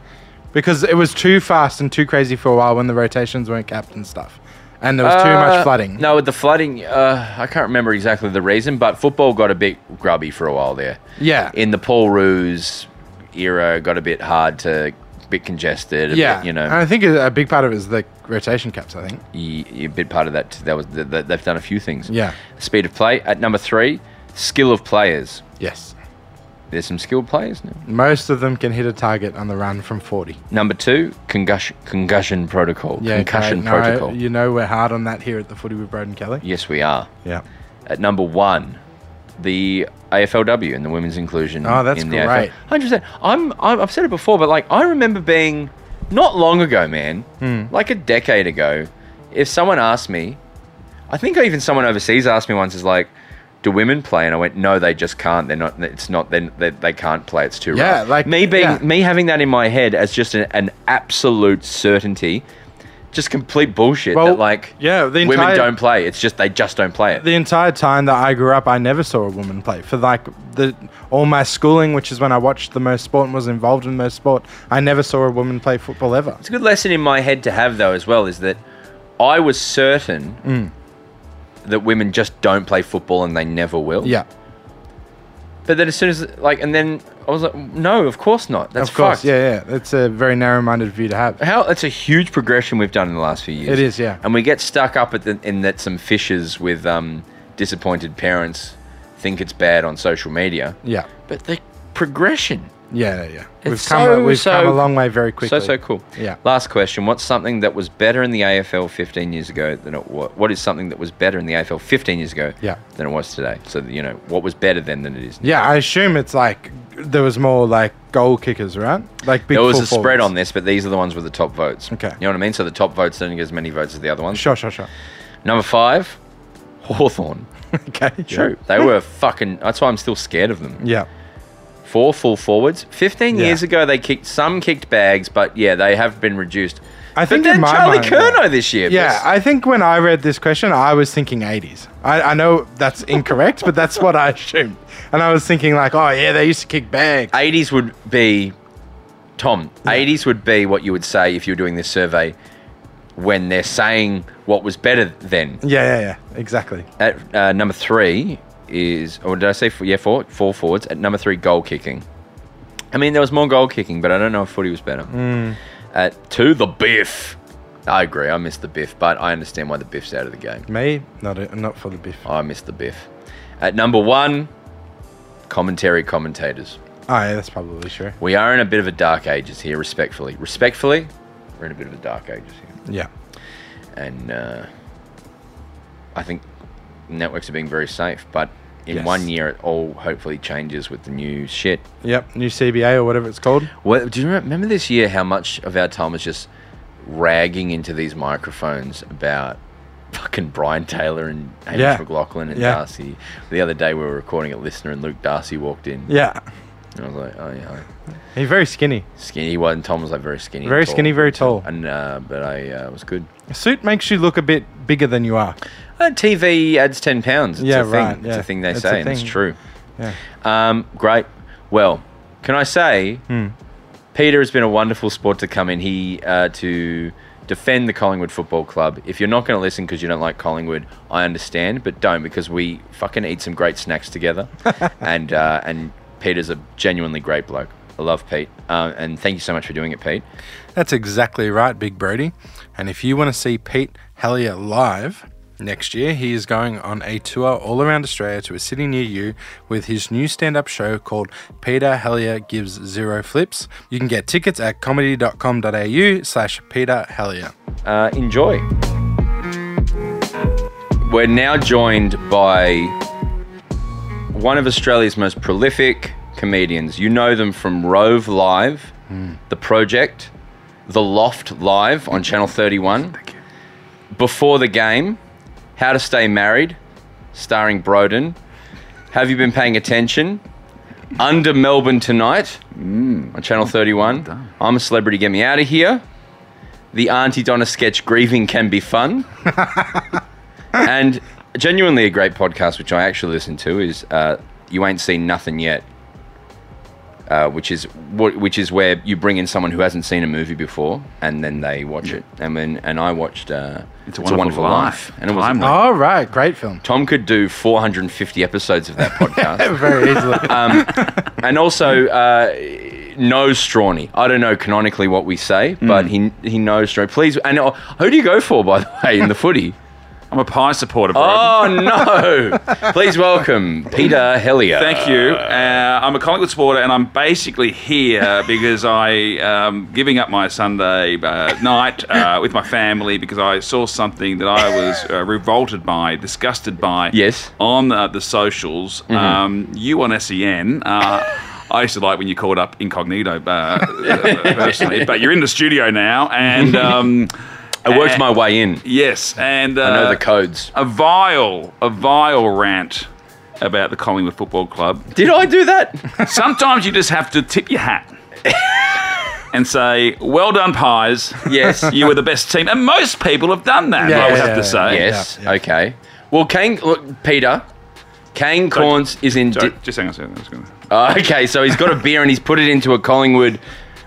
C: Because it was too fast and too crazy for a while when the rotations weren't capped and stuff, and there was too
A: Uh,
C: much flooding.
A: No, with the flooding, uh, I can't remember exactly the reason, but football got a bit grubby for a while there.
C: Yeah.
A: In the Paul Roos era, got a bit hard to, bit congested. A
C: yeah,
A: bit, you know,
C: And I think a a big part of it is the rotation caps. I think.
A: y- y- a bit part of that. That was that, that- they've done a few things.
C: Yeah.
A: Speed of play at number three, skill of players.
C: Yes.
A: There's some skilled players now.
C: Most of them can hit a target on the run from 40.
A: Number two, concussion, concussion protocol. concussion
C: great. No,
A: protocol.
C: you know we're hard on that here at the footy with Broden Kelly.
A: Yes, we are.
C: Yeah.
A: At number one, the AFLW and the women's inclusion.
C: Oh, that's
A: in the
C: great.
A: Hundred percent. I'm, I'm. I've said it before, but like I remember being not long ago, man,
C: Hmm.
A: like a decade ago. If someone asked me, I think even someone overseas asked me once, is like. Do women play? And I went, no, they just can't. They're not. It's not. They they, they can't play. It's too
C: Yeah,
A: rough.
C: like-
A: me being
C: yeah.
A: me having that in my head as just an, an absolute certainty, just complete bullshit.
C: Well,
A: that like
C: yeah, the
A: women
C: entire-
A: don't play. It's just they just don't play it.
C: The entire time that I grew up, I never saw a woman play. For like the all my schooling, which is when I watched the most sport and was involved in the most sport, I never saw a woman play football ever.
A: It's a good lesson in my head to have, though, as well, is that I was certain that women just don't play football and they never will.
C: Mm. Yeah.
A: But then as soon as, like, and then I was like, no, of course not. That's
C: of course.
A: fucked.
C: Yeah, yeah. It's a very narrow-minded view to have.
A: How that's a huge progression we've done in the last few years.
C: It is, yeah.
A: And we get stuck up at the, in that some fishers with um, disappointed parents think it's bad on social media.
C: Yeah.
A: But the progression.
C: Yeah, yeah. yeah. We've
A: It's
C: come
A: so,
C: a, we've
A: so-
C: come a long way very quickly.
A: So so cool.
C: Yeah.
A: Last question: What's something that was better in the AFL 15 years ago than it was? What is something that was better in the AFL 15 years ago?
C: Yeah.
A: Than it was today. So you know what was better then than it is. Now.
C: Yeah, I assume it's like there was more like goal kickers, right? Like big
A: There was
C: full
A: a spread
C: forwards.
A: on this, but these are the ones with the top votes.
C: Okay.
A: You know what I mean? So the top votes didn't get as many votes as the other ones.
C: Sure, sure, sure.
A: Number five, Hawthorn.
C: Okay. yeah.
A: True. They were fucking. That's why I'm still scared of them.
C: Yeah.
A: Four full forwards. 15
C: Yeah.
A: years ago, they kicked some kicked bags, but yeah, they have been reduced.
C: I think
A: but then
C: in my
A: Charlie
C: mind- uh,
A: Curnow this year.
C: Yeah,
A: was-
C: I think when I read this question, I was thinking 80s. I, I know that's incorrect, but that's what I assumed. And I was thinking, like, oh, yeah, they used to kick bags.
A: 80s would be Tom. 80s would be what you would say if you were doing this survey when they're saying what was better then.
C: yeah, yeah, yeah, exactly.
A: At uh, number three is, or did I say four? Yeah, four, four forwards. At number three, goal kicking. I mean, there was more goal kicking, but I don't know if footy was better. At two, the biff. I agree. I miss the biff, but I understand why the biff's out of the game.
C: Me, not a, not for the biff. Oh,
A: I miss the biff. At number one, commentary commentators.
C: Oh, yeah, that's probably true.
A: We are in a bit of a dark ages here, respectfully. Respectfully, we're in a bit of a dark ages here.
C: Yeah.
A: And uh, I think networks are being very safe, but in
C: Yes.
A: one year it all hopefully changes with the new shit.
C: Yep, new CBA or whatever it's called.
A: What, do you remember, remember this year how much of our time was just ragging into these microphones about fucking Brian Taylor and Hamish
C: Yeah.
A: McLaughlin and
C: Yeah.
A: Darcy? The other day we were recording a listener and Luke Darcy walked in.
C: Yeah.
A: And I was like, oh yeah.
C: He's very skinny.
A: Skinny he was, and Tom was like very skinny. and
C: Very
A: tall.
C: skinny, very tall.
A: and uh, but I uh, was good.
C: A suit makes you look a bit bigger than you are.
A: Uh, TV adds ten pounds. It's
C: Yeah,
A: a thing.
C: right,
A: It's
C: yeah.
A: a thing they
C: It's
A: say,
C: a
A: and it's
C: thing.
A: true.
C: Yeah.
A: Um, great. Well, can I say,
C: Hmm.
A: Peter has been a wonderful sport to come in. He uh, to defend the Collingwood Football Club. If you're not going to listen because you don't like Collingwood, I understand, but don't because we fucking eat some great snacks together, and uh, and Peter's a genuinely great bloke. I love Pete, uh, and thank you so much for doing it, Pete.
C: That's exactly right, Big Brody. And if you want to see Pete Hellier live, Next year, he is going on a tour all around Australia to a city near you with his new stand up show called Peter Hellier Gives Zero Flips. You can get tickets at comedy.com.au slash Peter Hellier.
A: Uh, enjoy. We're now joined by one of Australia's most prolific comedians. You know them from Rove Live, The Project, The Loft Live on Channel 31. Before the Game, How to Stay Married, starring Broden. Have you been paying attention? Under Melbourne Tonight
D: Mm.
A: on Channel 31. I'm a Celebrity, Get Me Out of Here. The Auntie Donna sketch, Grieving Can Be Fun. and genuinely a great podcast, which I actually listen to, is uh, You Ain't Seen Nothing Yet. Uh, which is what, which is where you bring in someone who hasn't seen a movie before, and then they watch it. And then and I watched uh,
D: It's a Wonderful Life.
A: and it was
D: Timely.
C: All right, great film.
A: Tom could do 450 episodes of that podcast.
C: Very easily.
A: and also, uh, knows Strawny. I don't know canonically what we say,
D: Hmm.
A: but he he knows Strawny. Please, and uh, who do you go for, by the way, in the footy?
D: I'm a pie supporter, bro.
A: Oh, no. Please welcome Peter Hellier.
D: Thank you. Uh, I'm a Collingwood supporter, and I'm basically here because I um, giving up my Sunday uh, night uh, with my family because I saw something that I was uh, revolted by, disgusted by.
A: Yes. Mm-hmm.
D: On uh, the socials, um, you on SEN. Uh, I used to like when you called up incognito, uh, personally, but you're in the studio now, and um,
A: I worked my way in.
D: yes, and uh,
A: I know the codes.
D: a vile, a vile rant about the Collingwood Football Club.
A: Did I do that?
D: Sometimes you just have to tip your hat and say, "Well done, Pies.
A: Yes.
D: you were the best team." And most people have done that.
C: Yeah,
D: I would
C: yeah,
D: have
C: yeah,
D: to say.
A: yes.
C: Yeah, yeah.
A: Okay. Well, Kane, look, Peter, Kane Corns is in.
D: Sorry, just hang on a second. I'm just gonna-
A: Oh, okay, so he's got a beer and he's put it into a Collingwood.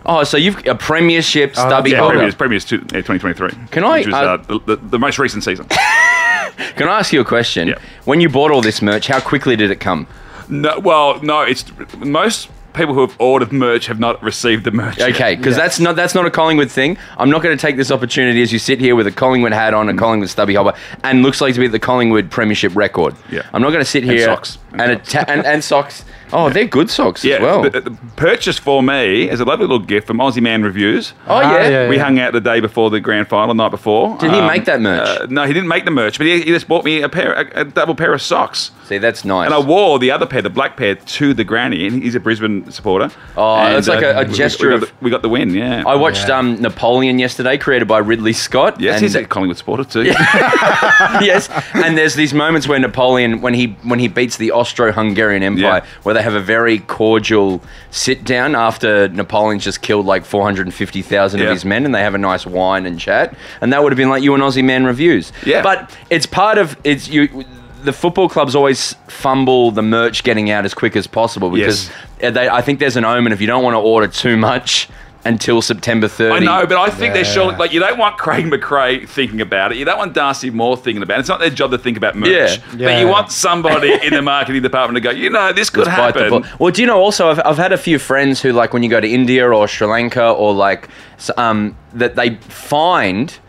A: Oh, so you've a premiership stubby
D: Oh, Yeah,
A: holder.
D: Premier's, Premier's two, yeah, 2023.
A: Can I,
D: Which was,
A: uh,
D: uh, the, the, the most recent season.
A: Can I ask you a question?
D: Yeah.
A: When you bought all this merch, how quickly did it come?
D: no, well, no, it's most people who have ordered merch have not received the merch. yet.
A: Okay, because that's not that's not a Collingwood thing. I'm not going to take this opportunity as you sit here with a Collingwood hat on, a
D: Mm.
A: Collingwood stubby hopper, and looks like to be the Collingwood premiership record.
D: Yeah.
A: I'm not going to sit here
D: socks.
A: and
D: And
A: and, atta- and, and socks. Oh, they're good socks
D: Yeah, uh,
A: as well.
D: the, the purchase for me is a lovely little gift from Aussie Man Reviews.
A: oh yeah.
C: Ah, yeah.
D: We hung out the day before the grand final, night before.
A: Did he make that merch?
D: Uh, no, he didn't make the merch, but he, he just bought me a pair, a, a double pair of socks.
A: See, that's nice.
D: And I wore the other pair, the black pair, to the granny, and he's a Brisbane supporter.
A: Oh,
D: and, uh,
A: that's like a- a
D: we- we-
A: gesture
D: We,
A: of-
D: got the, we got the win, yeah.
A: I watched
C: Yeah.
A: um, Napoleon yesterday, created by Ridley Scott.
D: yes,
A: and-
D: he's a Collingwood supporter too.
A: yes. And there's these moments where Napoleon, when he when he beats the Austro-Hungarian Empire,
D: Yeah.
A: where they have a very cordial sit down after Napoleon's just killed like 450,000 of
D: Yeah.
A: his men, and they have a nice wine and chat. And that would have been like you and Aussie Man reviews.
D: Yeah.
A: But it's part of it's you. The football clubs always fumble the merch getting out as quick as possible because
D: Yes.
A: they, I think there's an omen if you don't want to order too much until September 30.
D: I know, but I think they're surely
C: Yeah.
D: like you don't want Craig McRae thinking about it. You don't want Darcy Moore thinking about it. It's not their job to think about merch,
A: Yeah.
D: but
C: Yeah.
D: you want somebody in the marketing department to go, you know, this could
A: bite the
D: happen.
A: bullet. Well, do you know also I've, I've had a few friends who like when you go to India or Sri Lanka or like s- um, that they find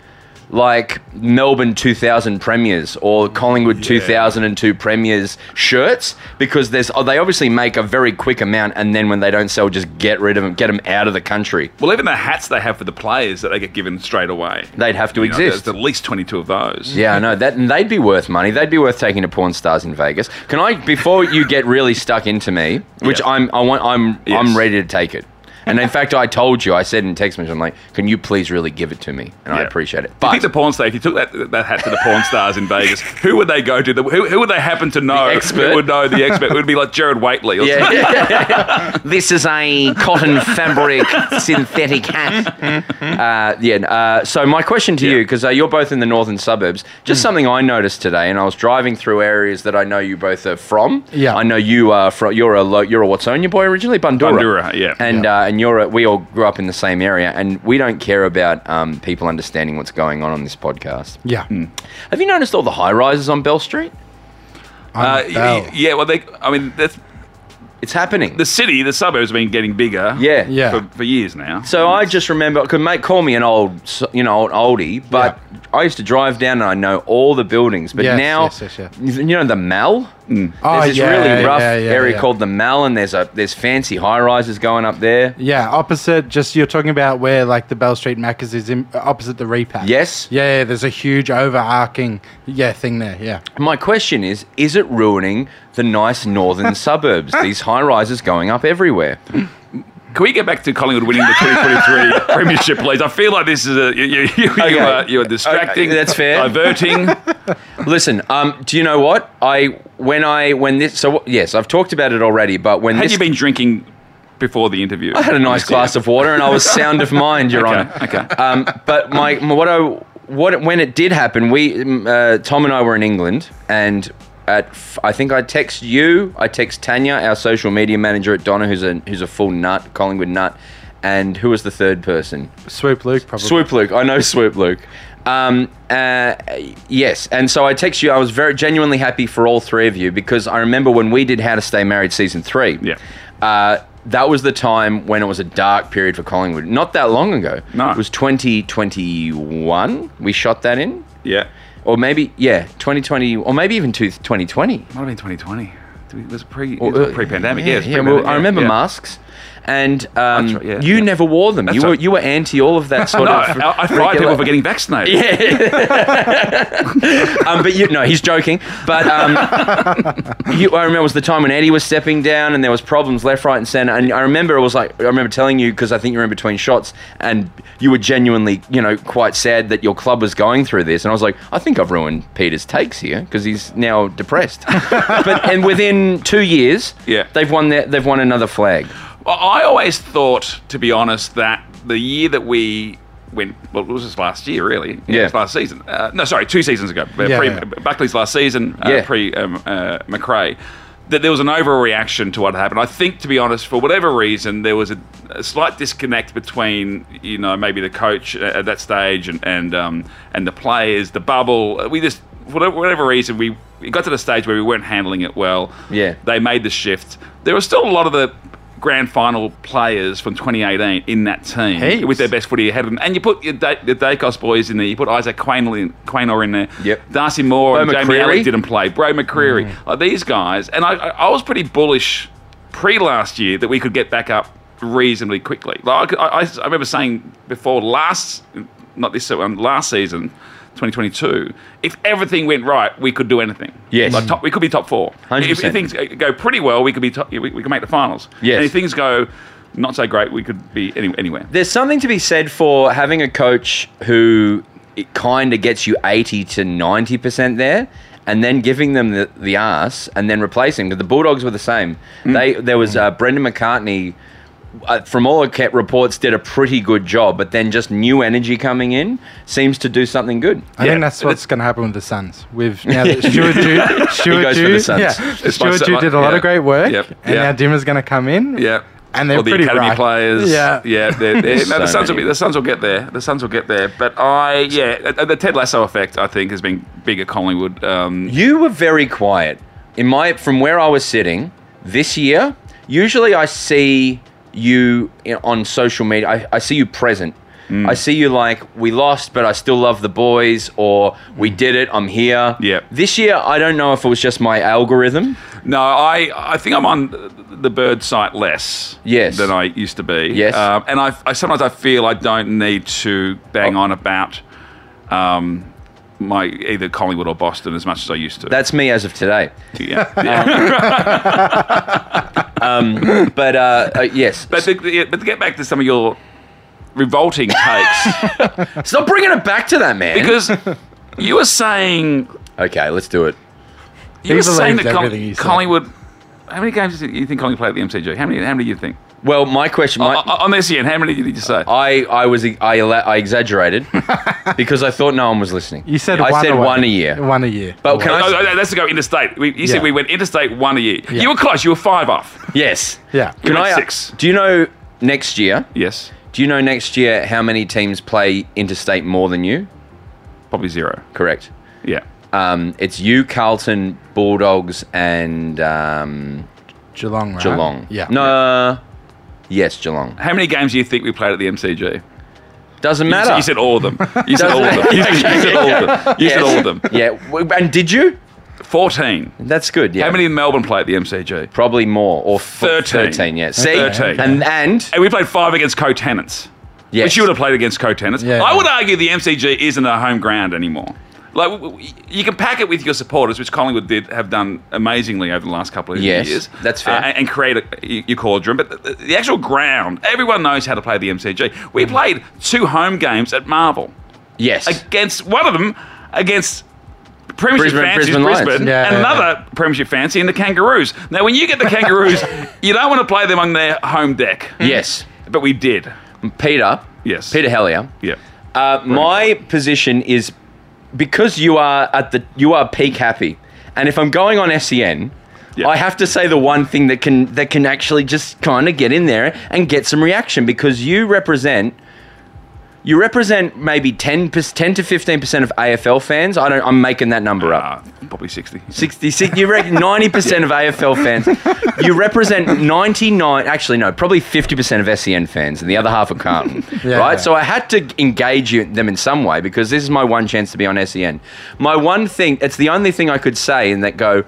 A: like Melbourne 2000 premiers or Collingwood 2002 premiers shirts because there's oh, they obviously make a very quick amount and then when they don't sell just get rid of them get them out of the country.
D: Well, even the hats they have for the players that they get given straight away.
A: They'd have to
D: You know,
A: exist.
D: there's at least 22 of those.
A: Yeah, I know that and they'd be worth money. They'd be worth taking to porn stars in Vegas. Can I before you get really stuck into me, which
D: Yeah.
A: I'm I want I'm I'm
D: Yes.
A: ready to take it. And in fact, I told you, I said in text message, I'm like, "Can you please really give it to me?" And I
D: Yeah.
A: appreciate it.
D: Do you
A: But
D: think the porn star, if you took that, that hat to the porn stars in Vegas, who would they go to? The, who, who would they happen to know?
A: expert.
D: Who would know the expert? It would be like Jared Waitley. Or something.
A: Yeah. this is a cotton fabric synthetic hat. Uh, yeah. Uh, so my question to you,
D: Yeah.
A: you, because uh, you're both in the northern suburbs, just something I noticed today, and I was driving through areas that I know you both are from.
C: Yeah.
A: I know you are from. You're a lo- you're a Watsonia boy originally, Bundura.
D: Bundura, yeah.
A: And Uh, and you're a, we all grew up in the same area, and we don't care about um, people understanding what's going on on this podcast.
C: yeah.
A: Have you noticed all the high rises on Bell Street?
D: Uh,
C: Bell.
D: y- yeah, well, they, I mean, that's,
A: It's happening.
D: The city, the suburbs, have been getting bigger.
A: yeah.
C: Yeah.
D: For, for years now.
A: So I just remember, could mate call me an old, s- you know, an oldie, but I used to drive down and I know all the buildings. But
C: Yes,
A: now,
C: yes, yes, yeah.
A: you know, the Mall.
C: Oh,
A: there's this
C: yeah,
A: really
C: yeah,
A: rough
C: yeah, yeah,
A: area
C: yeah.
A: called the Mall, and there's a there's fancy high rises going up there.
C: Yeah, opposite. Just you're talking about where like the Bell Street Macca's is in, opposite the repack.
A: Yes.
C: Yeah, yeah, there's a huge overarching yeah thing there. Yeah.
A: My question is: Is it ruining the nice northern suburbs? These high rises going up everywhere.
D: Can we get back to Collingwood winning the 2023 Premiership, please? I feel like this is a you, you, you,
A: Okay.
D: you are, you are distracting.
A: Okay, that's fair.
D: Diverting.
A: Listen, um, do you know what I when I when this? So yes, I've talked about it already, but when
D: Had
A: this
D: you been drinking before the interview?
A: I had a nice glass of water and I was sound of mind, Your
D: Okay,
A: Honour.
D: okay.
A: Um, but my, my- what I what when it did happen, we mm, uh, Tom and I were in England, and at f- I think I text you, I text Tanya, our social media manager at Donna, who's a who's a full nut, Collingwood nut, and who was the third person?
C: Swoop Luke probably.
A: Swoop Luke. I know Swoop Luke. Um, uh, yes, and so I text you. I was very genuinely happy for all three of you because I remember when we did How to Stay Married season three.
D: Yeah.
A: Uh, that was the time when it was a dark period for Collingwood. Not that long ago.
D: No.
A: It was 2021. We shot that in.
D: Yeah.
A: Or maybe, yeah, 2020, or maybe even two- 2020.
D: Might have been 2020. It was pre it
A: Or,
D: was
A: uh,
D: pre-pandemic. Yeah, it was
A: yeah.
D: pre-pandemic,
A: Well, I remember
D: yeah.
A: masks, and um,
D: right, yeah,
A: you
D: yeah.
A: never wore them. you
D: right.
A: were you were anti all of that sort
D: No,
A: of.
D: I, I fired people for getting vaccinated.
A: um, but you no, he's joking. But um, you, I remember it was the time when Eddie was stepping down, and there was problems left, right, and centre. And I remember it was like I remember telling you because I think you were in between shots, and you were genuinely, you know, quite sad that your club was going through this. And I was like, I think I've ruined Peter's takes here because he's now depressed. but and within two years,
D: Yeah.
A: they've won their, they've won another flag.
D: Well, I always thought, to be honest, that the year that we went, well, it was just last year, really.
A: Yeah.
D: It was last season. Uh, no, sorry, two seasons ago. Uh,
C: Yeah,
D: pre,
C: yeah.
D: Buckley's last season, uh,
A: Yeah.
D: pre um, uh, McRae. That there was an overreaction to what happened. I think, to be honest, for whatever reason, there was a, a slight disconnect between, you know, maybe the coach at, at that stage and and um, and the players, the bubble. We just, whatever, whatever reason, we it got to the stage where we weren't handling it well.
A: Yeah.
D: They made the shift. There were still a lot of the grand final players from 2018 in that team
C: Heaps.
D: with their best footy ahead of them. And you put your da- the Dacos boys in there. You put Isaac Quaynor in, Quaynor in there.
A: Yep.
D: Darcy Moore
A: Bro
D: and Jamie
A: McCreary. Mm.
D: Elliott didn't play. Bro McCreary. Like these guys. And I, I I was pretty bullish pre last year that we could get back up reasonably quickly. Like I, I, I remember saying before last, not this um, last season, 2022, if everything went right, we could do anything.
A: Yes.
D: Like top, we could be top four. If,
A: 100%.
D: if things go pretty well, we could be top, we, we could make the finals.
A: Yes.
D: And if things go not so great, we could be any, anywhere.
A: There's something to be said for having a coach who it kind of gets you 80 to 90% there and then giving them the, the ass and then replacing because the Bulldogs were the same. They there was uh, Brendan McCartney uh, from all account reports did a pretty good job but then just new energy coming in seems to do something good.
C: I
D: Yeah.
C: think that's what's going to happen with the Suns. With now that Stuart Jew, Stuart
A: goes for
C: Jew,
A: the Suns.
C: yeah,
D: It's my
C: Stuart
D: se-
C: Jew
D: my-
C: did a lot
D: yeah.
C: of great work,
D: Yep.
C: and
D: Yeah.
C: now Dimmer's going to come in,
D: Yeah.
C: and they're
D: Or the
C: pretty
D: academy
C: right.
D: players.
C: Yeah.
D: yeah. They're, they're, no, the
A: So
D: Suns will
A: many.
D: be. The Suns will get there. The Suns will get there. But I, yeah, uh, the- the Ted Lasso effect, I think, has been big at Collingwood. Um,
A: You were very quiet. In my from where I was sitting this year, usually I see you in- on social media. I, I see you present.
D: Mm.
A: I see you like we lost, but I still love the boys, or we
D: Mm.
A: did it. I'm here.
D: Yep.
A: This year, I don't know if it was just my algorithm.
D: no, I, I think I'm on the bird site less.
A: Yes.
D: Than I used to be.
A: Yes.
D: Um, and I, I sometimes I feel I don't need to bang
A: Oh.
D: on about. Um, my either Collingwood or Boston as much as I used to.
A: That's me as of today.
D: yeah.
A: Um, But uh, uh, yes,
D: But to, yeah, but to get back to some of your revolting takes,
A: stop bringing it back to that man.
D: because you were saying
A: okay, let's do it.
D: you were
C: believes
D: saying that Col-
C: everything he said.
D: Collingwood. How many games do you think Collingwood played at the MCG? How many? How many do you think?
A: Well, my question, my,
D: O- o- on this end, how many did you say?
A: I, I was I, ela- I exaggerated because I thought no one was listening.
C: You said
A: I
C: one
A: said
C: away.
A: one a year.
C: one a year.
A: But can
D: No,
A: I?
D: no, no, that's to go interstate. We, you
C: Yeah.
D: said we went interstate one a year.
C: Yeah.
D: You were close. You were five off.
A: Yes.
C: Yeah.
A: Can
D: You
A: I?
D: meant six.
A: Do you know next year?
D: Yes,
A: Do you know next year how many teams play interstate more than you?
D: probably zero.
A: Correct.
D: Yeah.
A: Um, it's you, Carlton, Bulldogs, and um,
C: Geelong, right?
A: Geelong.
C: Yeah.
A: No. uh, yes, Geelong.
D: How many games do you think we played at the MCG?
A: Doesn't
D: You
A: matter.
D: said, you said all of them. You said all of them.
A: Doesn't-
D: You said, you said all of them. You said all of them.
A: Yeah. w- And did you?
D: 14.
A: That's good. Yeah.
D: How many in Melbourne play at the MCG?
A: Probably more or f-
D: 13.
A: 13 yeah. See?
D: 13.
A: And and
D: And we played five against co-tenants.
A: yes.
D: Which you would have played against co-tenants.
C: Yeah.
D: I would argue the MCG isn't a home ground anymore. Like w- w- you can pack it with your supporters, which Collingwood did have done amazingly over the last couple of
A: Yes,
D: years.
A: that's fair.
D: Uh, and, and create a, y- your cauldron, but the, the actual ground, everyone knows how to play the MCG.
A: Mm.
D: We played two home games at Marvel
A: yes.
D: against one of them against Premiership
A: Brisbane-
D: fancies
A: Brisbane Lions.
D: Brisbane,
C: Yeah,
D: and
C: yeah,
D: another Premiership fancy in the Kangaroos. Now, when you get the Kangaroos, you don't want to play them on their home deck.
A: yes.
D: but we did.
A: Peter.
D: Yes.
A: Peter Hellier.
D: Yeah.
A: Uh, my position is because you are at the you are peak happy, and if I'm going on SEN,
D: Yeah.
A: I have to say the one thing that can that can actually just kind of get in there and get some reaction because you represent you represent maybe 10 10 to 15% of AFL fans. I don't I'm making that number up.
D: Uh, probably 60.
A: 66 you reckon 90% of AFL fans you represent 99 actually no probably 50% of SEN fans and the other half are Carlton
C: Yeah.
A: right so I had to engage you, them in some way because this is my one chance to be on SEN my one thing it's the only thing I could say in that go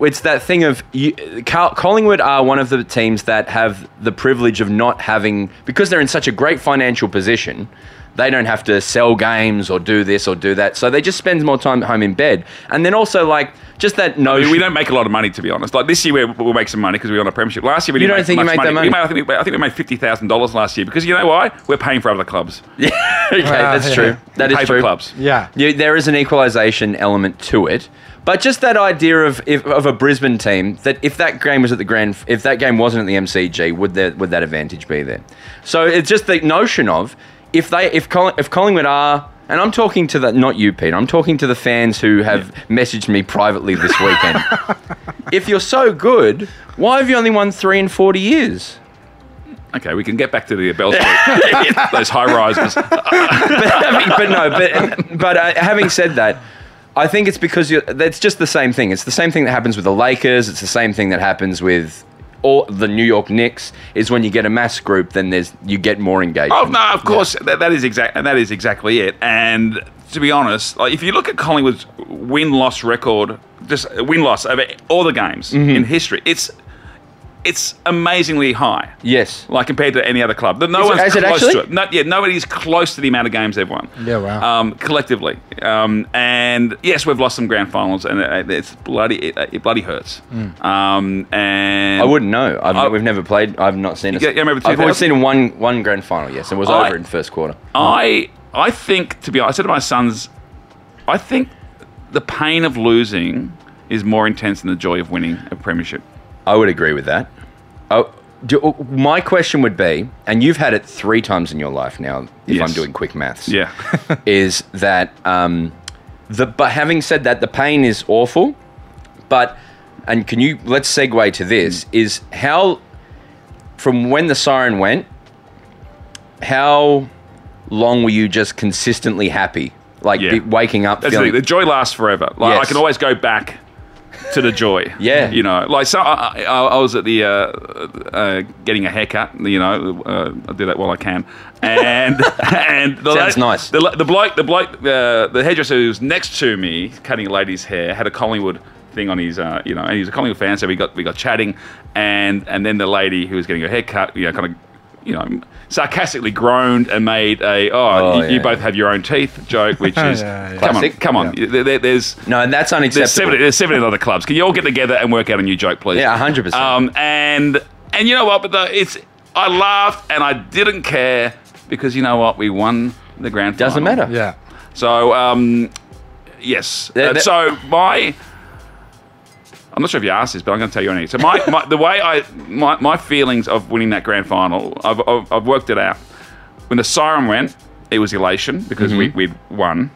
A: it's that thing of you, Carl, Collingwood are one of the teams that have the privilege of not having because they're in such a great financial position. They don't have to sell games or do this or do that, so they just spend more time at home in bed. And then also like just that
D: I mean,
A: notion.
D: we don't make a lot of money, to be honest. Like this year, we- we'll make some money because we won a premiership. Last year, we
A: You
D: didn't
A: don't
D: make
A: think you
D: much
A: made that money?
D: We made, I, think we, I think we made fifty thousand dollars last year because you know why? We're paying for other clubs.
A: okay, that's
C: yeah.
A: true. That is
D: Pay for
A: true.
D: Ah, clubs.
C: Yeah.
A: Yeah, there is an equalisation element to it, but just that idea of if, of a Brisbane team that if that game was at the grand, if that game wasn't at the MCG, would there would that advantage be there? So it's just the notion of if they if Colling, if Collingwood are. And I'm talking to the not you, Pete. I'm talking to the fans who have messaged me privately this weekend. if you're so good, why have you only won three in 40 years?
D: Okay, we can get back to the Bell Street, those high rises.
A: but, having, but no, but but uh, having said that, I think it's because you're, that's just the same thing. It's the same thing that happens with the Lakers. It's the same thing that happens with all the New York Knicks. Is when you get a mass group, then there's you get more engagement.
D: Oh no, of course that, that is exact and that is exactly it. And to be honest, like if you look at Collingwood's win loss record, just win loss over all the games
A: Mm-hmm.
D: in history, it's it's amazingly high.
A: Yes.
D: Like compared to any other club, no
A: Is it-
D: one's
A: is it
D: close
A: actually?
D: to it. Not, yeah, nobody's close to the amount of games they've won.
C: Yeah, wow.
D: Um, collectively, um, and yes, we've lost some grand finals, and it, it's bloody, it, it bloody hurts.
A: Hmm.
D: Um, and
A: I wouldn't know. I've,
D: I-
A: we've never played. I've not seen. A,
D: Yeah, yeah, remember
A: I've always
D: 2000?
A: seen one one grand final. Yes, it was
D: I-
A: over in first quarter.
D: I I think to be honest, I said to my sons, I think the pain of losing is more intense than the joy of winning a premiership.
A: I would agree with that. Oh, do, my question would be, and you've had it three times in your life now. If
D: Yes.
A: I'm doing quick maths,
D: Yeah,
A: is that um, the but having said that, the pain is awful. But and can you let's segue to
D: Hmm.
A: this is how from when the siren went, how long were you just consistently happy? Like
D: Yeah.
A: be, waking up
D: that's the,
A: feeling
D: thing. the joy lasts forever. Like
A: Yes.
D: I can always go back to the joy.
A: Yeah.
D: you know, like so. I, I, I was at the uh, uh, getting a haircut. You know, uh, I do that while I can. And and the
A: Sounds nice.
D: The, the bloke, the bloke, uh, the hairdresser who was next to me cutting a lady's hair had a Collingwood thing on his, uh, you know, and he's a Collingwood fan, so we got we got chatting, and and then the lady who was getting her haircut, you know, kind of. You know, sarcastically groaned and made a oh,
A: Oh,
D: you, you
A: yeah.
D: both have your own teeth joke, which is
C: Oh, Yeah, yeah.
D: come on,
A: Classic.
D: come on. There- there- there's
A: No, and that's
D: there's
A: unacceptable.
D: seventy there's seventy other clubs. Can you all get together and work out a new joke, please?
A: Yeah, 100%.
D: Um, and and you know what? But the, it's I laughed and I didn't care because you know what? We won the grand. Final.
A: Doesn't matter.
C: Yeah.
D: So, um, yes.
A: That-
D: Uh,
A: that-
D: so my, I'm not sure if you asked this, but I'm going to tell you anyway. So my, my the way I my, my feelings of winning that grand final, I've, I've, I've worked it out. When the siren went, it was elation because we, we'd won,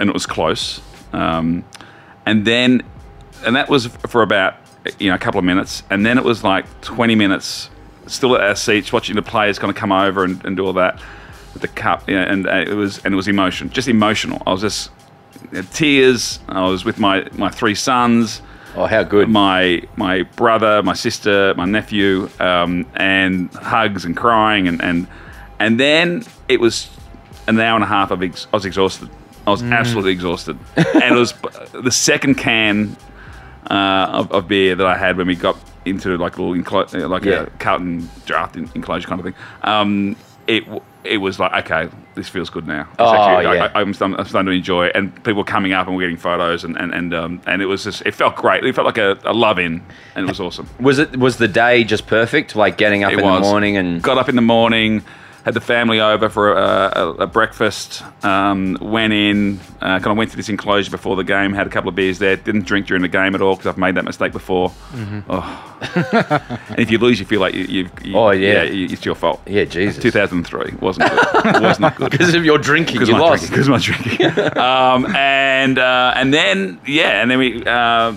D: and it was close. Um, and then, and that was for about you know a couple of minutes, and then it was like 20 minutes still at our seats watching the players kind of come over and, and do all that with the cup, you know, and uh, it was and it was emotion, just emotional. I was just uh, tears. I was with my my three sons.
A: Oh, how good.
D: my my brother, my sister, my nephew, um, and hugs and crying and and and then it was an hour and a half of ex- I was exhausted. I was
A: Mm.
D: absolutely exhausted, and it was the second can uh, of, of beer that I had when we got into like a little enclo- uh, like
A: Yeah.
D: a carton draft en- enclosure kind of thing. Um, it w- it was like okay, this feels good now. It's
A: Oh,
D: like,
A: yeah.
D: I, I'm, starting, I'm starting to enjoy it, and people were coming up and we're getting photos, and and and, um, and it was just it felt great. It felt like a, a love in, and it was awesome.
A: Was it was the day just perfect? Like getting up
D: It
A: in
D: was
A: the morning and
D: got up in the morning. Had the family over for a, a, a breakfast. Um, went in, uh, kind of went to this enclosure before the game. Had a couple of beers there. Didn't drink during the game at all because I've made that mistake before.
A: Mm-hmm.
D: Oh. and if you lose, you feel like you, you've. You,
A: Oh, yeah.
D: you- it's your fault.
A: Yeah, Jesus.
D: 2003 wasn't good. was not good
A: because of your drinking, you
D: my
A: lost.
D: Drinking, 'cause my drinking. um, and uh, and then yeah, and then we uh,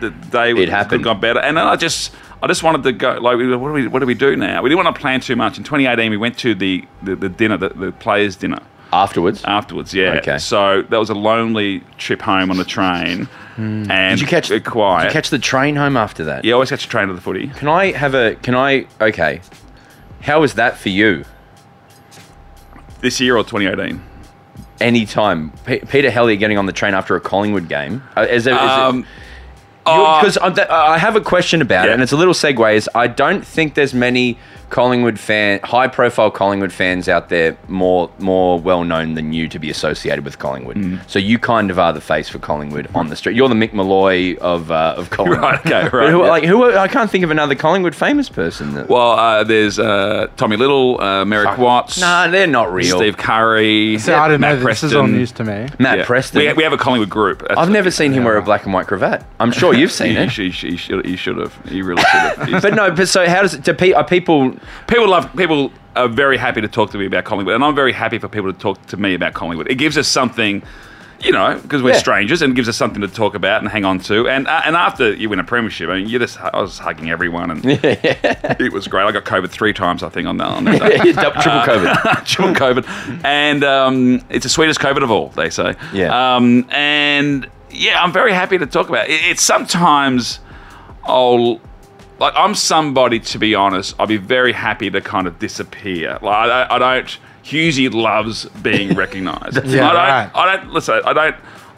D: the day
A: It happened.
D: got better, and then I just I just wanted to go like we- what do we what do we do now? We didn't want to plan too much. In 2018, we went to the the, the dinner, the, the players' dinner
A: Afterwards,
D: afterwards. Yeah.
A: Okay.
D: So that was a lonely trip home on the train, and
A: Hmm. did you catch
D: it quiet.
A: Did you catch the train home after that?
D: you always catch a train to the footy.
A: Can I have a? Can I? Okay. How was that for you?
D: This year or 2018?
A: Anytime, P- Peter Hellier getting on the train after a Collingwood game. Uh, Is there, is
D: Um, uh,
A: because I have a question about it,
D: Yeah.
A: and it's a little segue. Is I don't think there's many Collingwood fan, high-profile Collingwood fans out there more more well-known than you to be associated with Collingwood.
D: Mm.
A: So you kind of are the face for Collingwood on the street. You're the Mick Malloy of uh, of Collingwood.
D: Right, okay, right,
A: But who,
D: yeah.
A: Like who? are- I can't think of another Collingwood famous person. That,
D: Well, uh, there's uh, Tommy Little, uh, Merrick Watts.
A: nah, they're not real.
D: Steve Curry.
C: So I don't know.
D: Matt
C: This
D: Preston.
C: is all news to me.
A: Matt
D: Yeah.
A: Preston.
D: We, we have a Collingwood group. That's-
A: I've never seen him wear a black and white cravat. I'm sure you've seen
D: You,
A: it.
D: you, you, should, you should have. You really should have. He's-
A: But no, but so how does it? Do pe- are people?
D: people love. People are very happy to talk to me about Collingwood, and I'm very happy for people to talk to me about Collingwood. It gives us something, you know, because we're
A: Yeah.
D: strangers, and it gives us something to talk about and hang on to. And uh, and after you win a premiership, I mean, you just I was hugging everyone, and it was great. I got COVID three times, I think, on that on that day.
A: Triple COVID.
D: During COVID, and um, it's the sweetest COVID of all, they say.
A: Yeah.
D: Um, and yeah, I'm very happy to talk about it. it. It's sometimes I'll like I'm somebody to be honest. I'll be very happy to kind of disappear. Like I, I don't. Hughesy loves being recognised.
C: Yeah,
D: I don't.
C: right.
D: I don't. Listen, I don't.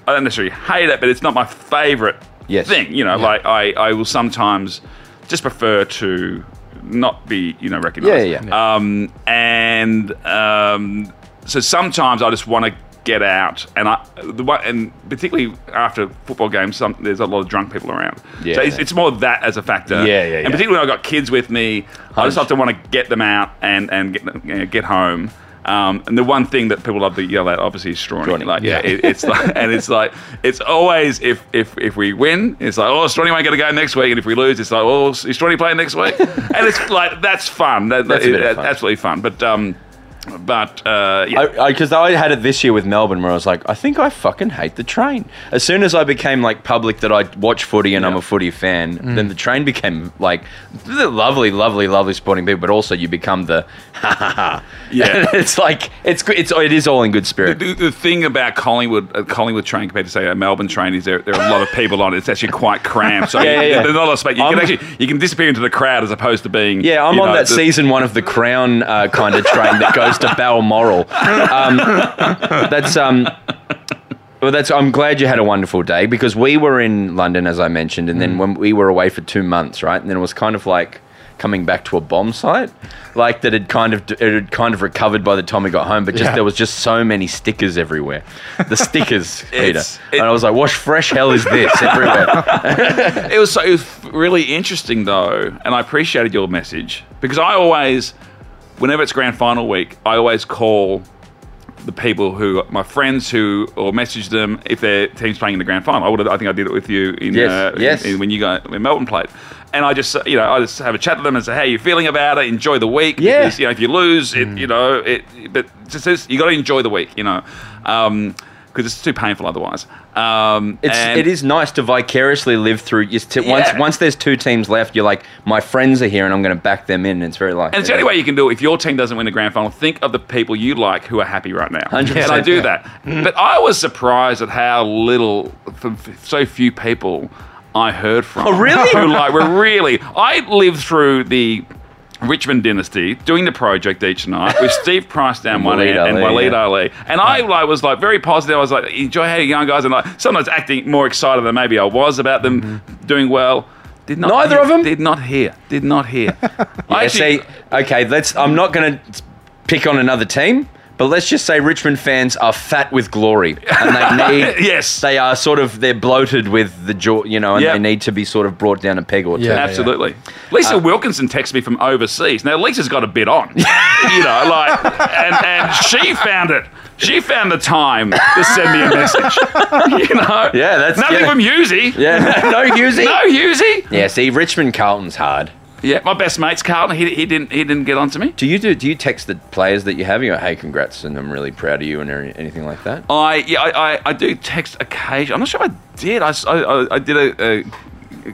D: I don't necessarily hate it, but it's not my favourite
A: Yes.
D: thing. You know, like I, I will sometimes just prefer to not be, you know, recognised.
A: Yeah, yeah, yeah.
D: Um, and um, so sometimes I just want to get out, and I, the one, and particularly after football games, some, there's a lot of drunk people around.
A: Yeah.
D: So it's, it's more that as a factor.
A: Yeah, yeah,
D: And
A: yeah.
D: particularly when I've got kids with me, I just
A: Hundred-
D: have to want to get them out and and get them, you know, get home. Um, and the one thing that people love to yell at, obviously, is strawny.
A: Strawny,
D: Like,
A: yeah.
D: yeah, it, it's like, and it's like, it's always if if if we win, it's like, oh, Strawny ain't gonna go next week, and if we lose, it's like, oh, is Strawny playing next week? and it's like that's fun. That,
A: That's a bit of
D: that-
A: fun.
D: absolutely fun. But um, but uh, yeah,
A: Because I, I, 'cause I had it this year with Melbourne, where I was like, I think I fucking hate the train. As soon as I became like public that I watch footy and I'm a footy fan, then the train became like the lovely, lovely, lovely sporting people. But also, you become the ha ha ha.
D: Yeah.
A: And it's like it's good- it's it is all in good spirit.
D: The, the thing about Collingwood, uh, Collingwood train compared to say a Melbourne train is there, there are a lot of people on it. It's actually quite cramped. So
A: Yeah, yeah,
D: you-
A: yeah.
D: there's not a lot of space. You
A: I'm-
D: can actually you can disappear into the crowd as opposed to being.
A: Yeah, I'm
D: you
A: on
D: know,
A: that
D: the-
A: season one of the Crown uh, kind of train that goes to Balmoral. Um, that's um. Well, that's. I'm glad you had a wonderful day because we were in London, as I mentioned, and
D: Mm.
A: then when we were away for two months, right, and then it was kind of like coming back to a bomb site, like that had kind of it had kind of recovered by the time we got home, but just
C: Yeah.
A: there was just so many stickers everywhere, the stickers, Peter,
D: It's-
A: and I was like, "What fresh hell is this?" everywhere.
D: It was so it was really interesting though, and I appreciated your message because I always, whenever it's grand final week, I always call the people who my friends who or message them if their team's playing in the grand final. I would have, I think I did it with you in,
A: Yes,
D: uh, in-
A: yes.
D: in- when you got when Melbourne played. And I just, you know, I just have a chat to them and say, "How you feeling about it? Enjoy the week.
A: Yeah.
D: Because, you know, if you lose, it, you know, it. But just this, you got to enjoy the week, you know, because it's too painful otherwise. Um,
A: It's
D: and-
A: it is nice to vicariously live through. Just to, once
D: Yeah.
A: once there's two teams left, you're like, "My friends are here, and I'm going to back them in." It's very like
D: And it's the only way you can do it. If your team doesn't win the grand final, think of the people you like who are happy right now.
A: 100%.
D: And I do that. But I was surprised at how little, for so few people, I heard from.
A: Oh, really?
D: Who like were really? I lived through the. Richmond Dynasty doing the project each night with Steve Price down one
A: Waleed
D: end and
A: Ali,
D: Waleed
A: yeah.
D: Ali. And I like, was like very positive. I was like, enjoy how young guys and like sometimes acting more excited than maybe I was about them doing well. Did not
A: Mm-hmm. Neither
D: hear-
A: of 'em?
D: did not hear. Did not hear. I
A: Yeah,
D: actually-
A: see, okay, let's. I'm not going to pick on another team, but let's just say Richmond fans are fat with glory, and they need.
D: Yes.
A: They are sort of they're bloated with the jaw, you know, and
D: Yeah.
A: they need to be sort of brought down a peg or two.
C: Yeah.
D: Absolutely. Lisa
A: Uh,
D: Wilkinson texted me from overseas. Now, Lisa's got a bit on, you know, like, and, and she found it. She found the time to send me a message, you know.
A: Yeah, that's-
D: nothing
A: yeah.
D: from Husey.
A: Yeah, no using.
D: No Husey.
A: Yeah, see, Richmond Carlton's hard.
D: Yeah, my best mate's Carlton. He, he didn't he didn't get on to me.
A: Do you do? Do you text the players that you have? You go, hey, congrats, and I'm really proud of you, and any- anything like that.
D: I yeah I, I, I do text occasionally. I'm not sure if I did. I, s- I- I- I did a, a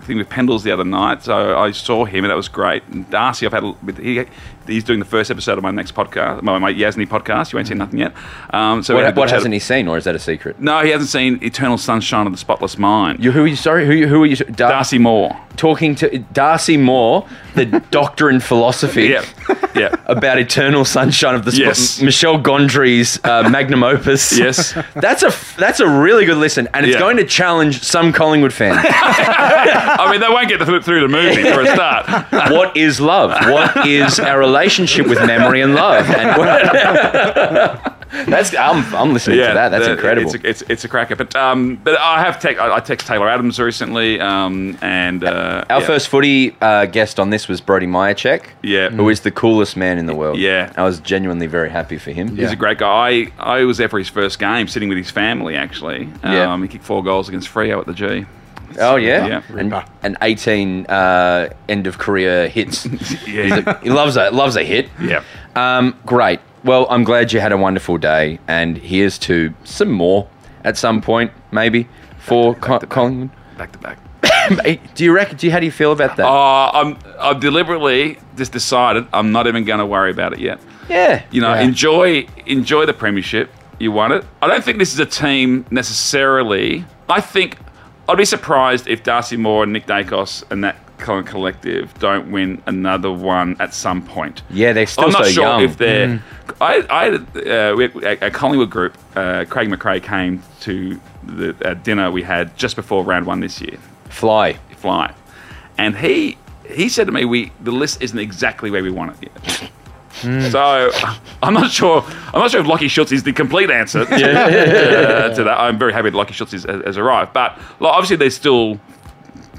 D: thing with Pendles the other night, so I saw him and that was great. And Darcy, I've had a l- with- he, he's doing the first episode of my next podcast, my, my Yasni podcast. You ain't seen nothing yet. Um, so we had a
A: What,
D: good
A: what
D: chat
A: hasn't he seen, or is that a secret?
D: No, he hasn't seen Eternal Sunshine of the Spotless Mind.
A: You, who are you? Sorry, who, you- who are you? Dar-
D: Darcy Moore.
A: talking to Darcy Moore, the doctor in philosophy.
D: Yeah, yeah.
A: About eternal sunshine of the Spo-
D: Yes.
A: Michelle Gondry's uh, magnum opus.
D: Yes.
A: that's a that's a really good listen, and it's
D: Yeah.
A: going to challenge some Collingwood fans.
D: I mean, they won't get the flip through the movie for a start.
A: what is love? What is our relationship with memory and love? And that's I'm, I'm listening to that. That's
D: the-
A: incredible.
D: It's a, it's, it's a cracker. But um, but I have tech. I, I text Taylor Adams recently. Um, and uh,
A: Our
D: yeah.
A: first footy uh, guest on this was Brody Majacek,
D: Yeah.
A: who is the coolest man in the world.
D: Yeah.
A: I was genuinely very happy for him.
D: He's a great guy. I, I was there for his first game, sitting with his family. Actually, um,
A: Yeah.
D: he kicked four goals against Frio at the G.
A: Oh yeah,
D: Yeah.
A: And,
C: Ripper.
A: and eighteen uh, end of career hits.
D: Yeah,
A: he loves a loves a hit.
D: yeah.
A: Um, great. Well, I'm glad you had a wonderful day, and here's to some more at some point, maybe for Co- Collingwood.
D: Back to back.
A: Hey, Do you reckon? Do you, how do you feel about that?
D: Uh, I'm I've deliberately just decided I'm not even going to worry about it yet.
A: yeah.
D: You know,
C: Yeah.
D: enjoy enjoy the premiership. You won it. I don't think this is a team necessarily. I think I'd be surprised if Darcy Moore and Nick Dacos and that Cullen collective don't win another one at some point.
A: yeah, they're still
D: I'm not
A: so
D: sure
A: young.
D: if they're. I, I had uh, we had a, a Collingwood group. Uh, Craig McRae came to the uh, dinner we had just before round one this year
A: Fly.
D: fly. And he he said to me, "We the list isn't exactly where we want it yet."
A: Hmm.
D: So I'm not sure. I'm not sure if Lockie Schultz is the complete answer to, uh, to that. I'm very happy that Lockie Schultz is, has, has arrived, but like, obviously they're still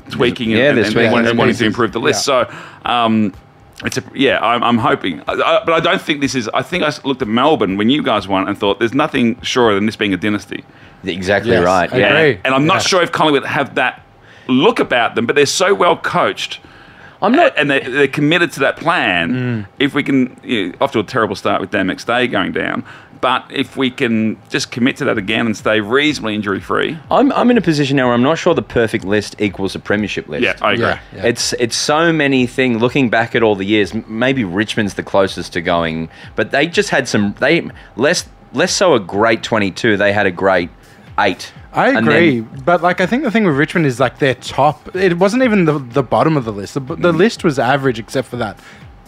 D: tweaking and-
A: Yeah,
D: and,
A: they're
D: and
A: tweaking
D: wanting-
A: the
D: and wanting to
A: pieces.
D: improve the list. So um, it's a, yeah, I'm, I'm hoping, I, I, but I don't think this is. I think I looked at Melbourne when you guys won and thought, "There's nothing surer than this being a dynasty."
A: Exactly
C: Yes,
A: right.
C: I
A: Yeah.
C: agree.
D: And I'm not
C: Yeah.
D: sure if Collingwood have that look about them, but they're so well coached.
A: I'm not.
D: And they, they're committed to that plan.
C: Mm.
D: If we can, you know, off to a terrible start with Dan McStay going down, but if we can just commit to that again and stay reasonably injury free,
A: I'm, I'm in a position now where I'm not sure the perfect list equals a premiership list.
D: yeah, I agree.
C: Yeah.
A: It's it's so many things. Looking back at all the years, m- maybe Richmond's the closest to going, but they just had some. They less less so a great twenty-two. They had a great eight.
C: I
A: And
C: agree,
A: then-
C: but like I think the thing with Richmond is like their top. It wasn't even the, the bottom of the list. The, the list was average except for that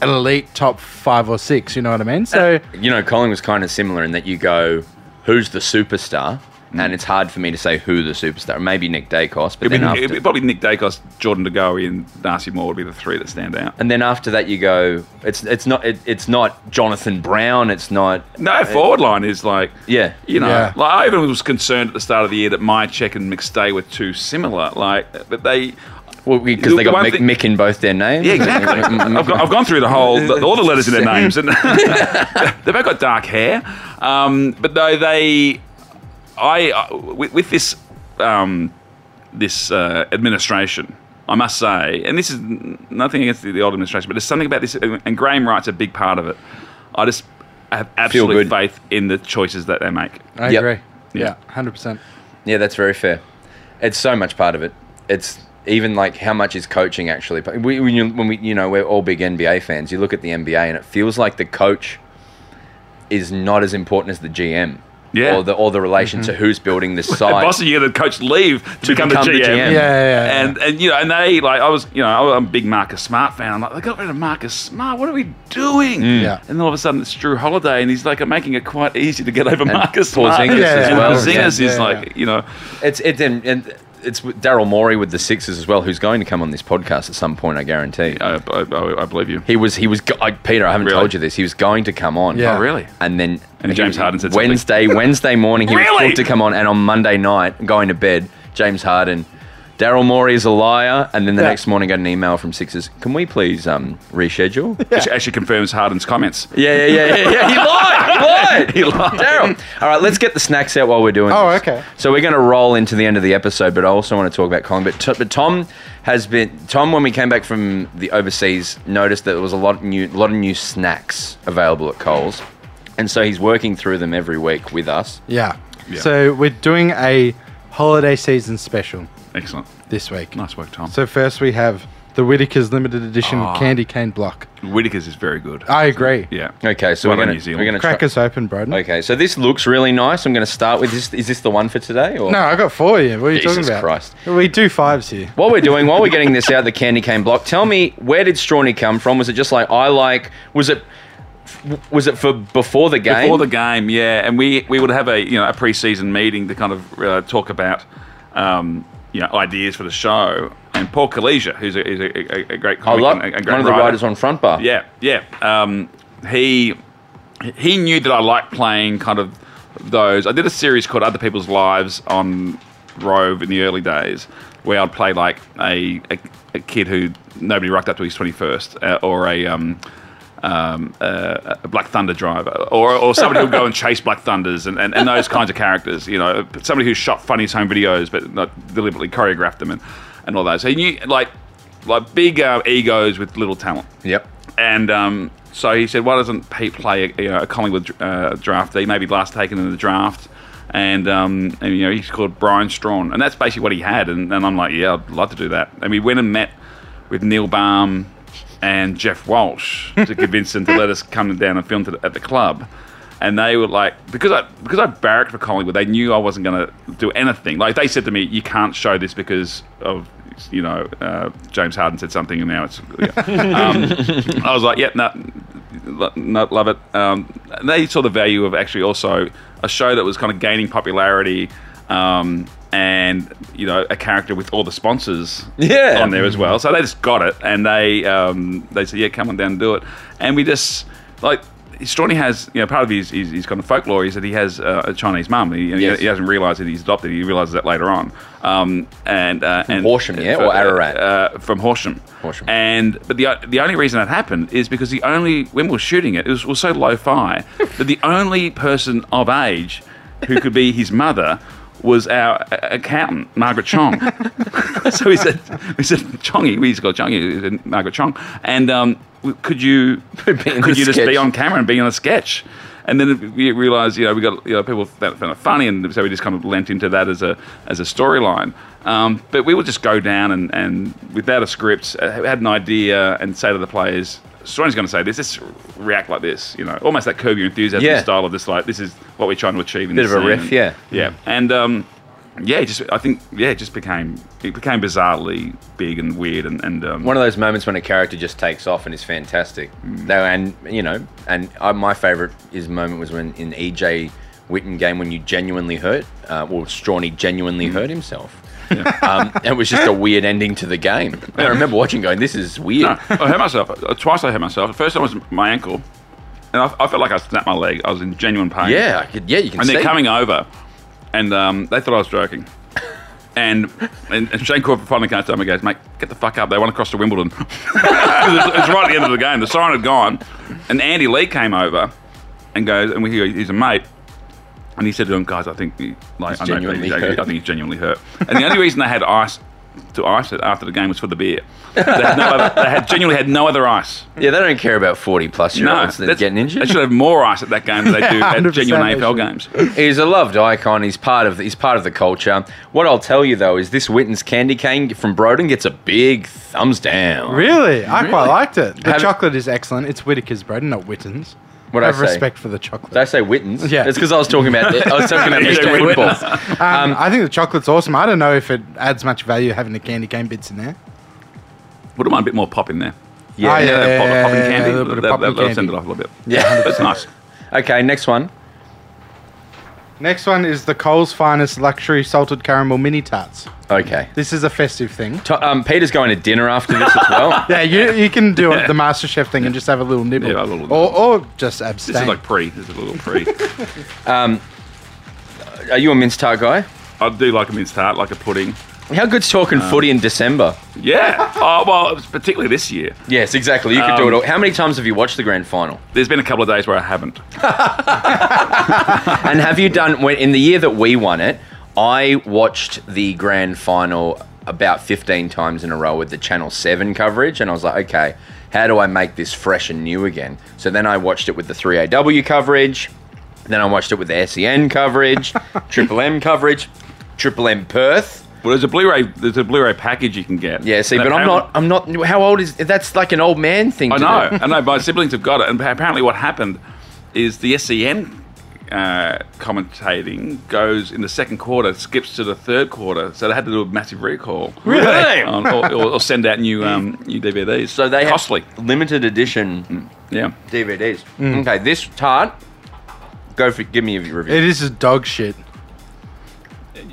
C: elite top five or six. You know what I mean? So
A: you know, Colling was kind of similar in that you go, who's the superstar? And it's hard for me to say who the superstar. Maybe Nick Dacos, but
D: Mm. It'd
A: then
D: be,
A: after,
D: it'd be probably Nick Dacos, Jordan DeGoey, and Darcy Moore would be the three that stand out.
A: and then after that you go, it's it's not it, it's not Jonathan Brown. It's not
D: No, forward line is like,
A: Yeah.
D: you know,
C: Yeah.
D: like I even was concerned at the start of the year that Mychek and McStay were too similar. Like, but they,
A: well because they got
D: One
A: Mick,
D: thing-
A: Mick in both their names.
D: Yeah, exactly.
A: Mm,
D: I've, gone, I've gone through the whole, the, all the letters in their names, and they've both got dark hair. Um, but though they, I, I with, with this, um, this uh, administration, I must say, and this is n- nothing against the, the old administration, but there's something about this, and and Graham Wright's a big part of it. I just have absolute
A: good.
D: faith in the choices that they make.
C: I
A: Yep.
C: agree.
D: Yeah.
C: Yeah, hundred percent.
A: Yeah, that's very fair. It's so much part of it. It's even like how much is coaching actually. But we, when, you, when we, you know, we're all big NBA fans. You look at the NBA and it feels like the coach is not as important as the GM.
D: Yeah.
A: or the or the relation to who's building this
D: At
A: site.
D: Boston, you had the coach leave to, become,
A: become
D: the
A: the
D: GM.
A: GM.
C: Yeah, yeah, yeah.
D: And and you know, and they like I was, you know, I'm a big Marcus Smart fan. I'm like, they got rid of Marcus Smart. What are we doing?
C: Yeah.
D: And then all of a sudden, it's Drew Holiday, and he's like making it quite easy to get over Marcus
A: Porzingis
D: Smart.
A: as
D: and
C: well.
D: Porzingis
C: Yeah,
D: is
C: yeah,
D: like, you know,
A: It's it's and, and it's with Daryl Morey with the Sixers as well, who's going to come on this podcast at some point. I guarantee.
D: I, I, I- I believe you.
A: He was he was go- I, Peter. I haven't
D: Really?
A: told you this. He was going to come on.
C: Yeah. Oh,
D: really?
A: And then
D: And
A: he
D: James
A: was-
D: Harden said something.
A: Wednesday Wednesday morning he was
D: Really?
A: booked to come on, and on Monday night going to bed, James Harden. Daryl Morey is a liar, and then the
C: Yeah.
A: next morning got an email from Sixers. Can we please um, reschedule?
D: Which actually confirms Harden's comments.
A: Yeah, yeah, yeah, yeah, yeah. He lied. He lied. he lied. Daryl. All right, let's get the snacks out while we're doing
C: Oh,
A: this.
C: okay.
A: So we're going to roll into the end of the episode, but I also want to talk about Kong. But, t- but Tom has been Tom when we came back from the overseas noticed that there was a lot of new lot of new snacks available at Coles, and so he's working through them every week with us.
C: Yeah.
D: Yeah.
C: So we're doing a holiday season special
D: Excellent.
C: this week.
D: Nice work, Tom.
C: So first we have the Whitaker's limited edition candy cane block.
D: Whitaker's is very good.
C: I agree.
D: yeah.
A: Okay, so
D: Well
A: we're
D: done,
A: going
D: New
A: to
D: Zealand.
A: we're going to
C: Crack us open, Broden.
A: Okay, so this looks really nice. I'm going to start with this. Is this the one for today? Or?
C: No, I got four here. What are you
A: Jesus
C: talking about?
A: Christ.
C: We do fives here.
A: While we're doing, while we're getting this out, the candy cane block. Tell me, where did Strawny come from? Was it just like I like? Was it? Was it for before the game?
D: Before the game, yeah, and we, we would have a you know a preseason meeting to kind of uh, talk about um, you know ideas for the show. And Paul Kalesia, who's a, is a, a, a great
A: I
D: comic
A: love
D: and a, a great
A: one of the
D: writer.
A: riders on front bar.
D: Yeah, yeah. Um, he he knew that I liked playing kind of those. I did a series called Other People's Lives on Rove in the early days, where I'd play like a, a, a kid who nobody rocked up to his twenty first, uh, or a um, um, uh, a Black Thunder driver, or, or somebody who'd go and chase Black Thunders, and, and, and those kinds of characters. You know, somebody who shot funniest home videos, but not deliberately choreographed them, and, and all those. So he knew like like big uh, egos with little talent.
A: Yep.
D: And um, so he said, why doesn't Pete play a, you know, a Collingwood uh, draftee, maybe last taken in the draft? And, um, and you know he's called Brian Strawn, and that's basically what he had. And, and I'm like, yeah, I'd love to do that. And we went and met with Neil Baum and Jeff Walsh to convince them to let us come down and film to the, at the club. And they were like, because I because I barracked for Collingwood, they knew I wasn't going to do anything. Like they said to me, you can't show this because of you know uh, James Harden said something, and now it's. yeah. Um, I was like, yep, no, lo- no, love it. Um, and they saw the value of actually also a show that was kind of gaining popularity, um, and you know, a character with all the sponsors
A: Yeah.
D: on there as well. So they just got it, and they um, they said, yeah, come on down and do it. And we just like. Strawny has, you know, part of his, his, his kind of folklore is that he has uh, a Chinese mum. He, he-
A: Yes.
D: he hasn't realised that he's adopted. He realises that later on. Um, and, uh, and
A: Horsham, yeah, or Ararat?
D: uh, from Horsham.
A: Horsham.
D: And but the the only reason that happened is because the only when we were shooting it, it was, was so lo-fi that the only person of age who could be his mother was our uh, accountant Margaret Chong. so we said we said Chongy, we used to call her Chongy, we said, Margaret Chong, and um, w- could you could
A: in the
D: you just
A: sketch.
D: be on camera and be in a sketch? And then we realised, you know, we got you know people found found it funny, and so we just kind of lent into that as a as a storyline. Um, but we would just go down and, and without a script, uh, had an idea and say to the players, "Someone's going to say this. Just react like this." You know, almost that curb your enthusiasm
A: Yeah.
D: style of this. Like this is what we're trying to achieve. In
A: Bit
D: this
A: of a
D: scene.
A: riff,
D: And-
A: yeah.
D: yeah, and um, yeah, it just I think yeah, it just became it became bizarrely big and weird and and um,
A: One of those moments when a character just takes off and is fantastic.
D: Mm.
A: Though, and you know, and I, my favorite is moment was when in EJ Witten game when you genuinely hurt, uh, well, Strawny genuinely
D: Mm.
A: hurt himself. Um, it was just a weird ending to the game. I remember watching, going, "This is
D: No,
A: weird."
D: I hurt myself Uh, twice. I hurt myself. The first time was my ankle, and I, I felt like I snapped my leg. I was in genuine pain.
A: Yeah, I could, yeah, you can
D: and
A: see.
D: they're coming over, and um, they thought I was joking. And, and, and Shane Crawford finally came up to me and goes, mate, get the fuck up. They won across to Wimbledon. 'Cause it's, it's right at the end of the game. The siren had gone. And Andy Lee came over and goes, and we, he- he's a mate. And he said to him, guys, I think, he- like, I, know that he's
A: genuinely
D: joking.
A: hurt.
D: I think he's genuinely hurt. And the only reason they had ice to ice it after the game was for the beer. They had, no other, they had genuinely had no other ice.
A: Yeah, they don't care about 40 plus year olds that are
D: that's-
A: getting
D: They
A: injured.
D: should have more ice at that game than they do at
C: 100%
D: genuine
C: they
D: AFL
C: should.
D: games.
A: He's a loved icon. He's part of the, he's part of the culture. What I'll tell you though is this Witten's candy cane from Broden gets a big thumbs down.
C: Really? I quite liked it. The
A: Have-
C: chocolate is excellent. It's Whitaker's bread, not Witten's.
A: What I
C: Have
A: say?
C: respect for the chocolate.
A: Did I say Wittens?
C: Yeah.
A: It's because I was talking about I was talking about Mr. Football.
C: Um, I think the chocolate's awesome. I don't know if it adds much value having the candy cane bits in there.
D: Would have mind a bit more pop in there.
A: Yeah,
C: Ah,
D: Yeah,
C: yeah,
D: pop,
C: yeah,
D: popping
C: yeah,
D: candy.
C: a little bit of
D: That-
C: popping
D: that- that'll
C: candy.
D: send it off a little bit.
A: Yeah.
D: that's nice.
A: Okay, next one.
C: Next one is the Coles Finest Luxury Salted Caramel Mini Tarts.
A: Okay.
C: This is a festive thing.
A: To- um, Peter's going to dinner after this as well.
C: Yeah, you, you can do it, the MasterChef thing and just have a little nibble.
D: Yeah, a little
C: or, or just abstain.
D: This is like pre. This is a little pre.
A: Are you a mince tart guy?
D: I do like a mince tart, like a pudding.
A: How good's talking
C: Uh,
A: footy in December?
D: Yeah. Oh, well, it's particularly this year.
A: Yes, exactly. You could
C: um,
A: do it all. How many times have you watched the grand final?
D: There's been a couple of days where I haven't.
A: And have you done when in the year that we won it? I watched the grand final about 15 times in a row with the Channel 7 coverage, and I was like, okay, how do I make this fresh and new again? So then I watched it with the 3AW coverage, then I watched it with the SEN coverage, Triple M coverage, Triple M Perth.
D: Well, there's a Blu-ray. There's a Blu-ray package you can get.
A: Yeah, see,
D: And
A: but I'm not,
D: apparently-
A: I'm not, how old is, that's like an old man thing.
D: I
A: to
D: know.
A: do.
D: I know. My siblings have got it, and apparently, what happened is the SEN uh, commentating goes in the second quarter, skips to the third quarter, so they had to do a massive recall.
A: Really?
D: On- or, or, or send out new um, new DVDs.
A: So they have
D: costly. Mm.
A: limited edition
D: Yeah.
A: DVDs. Okay, this tart, go for, give me a review.
C: it is just dog shit.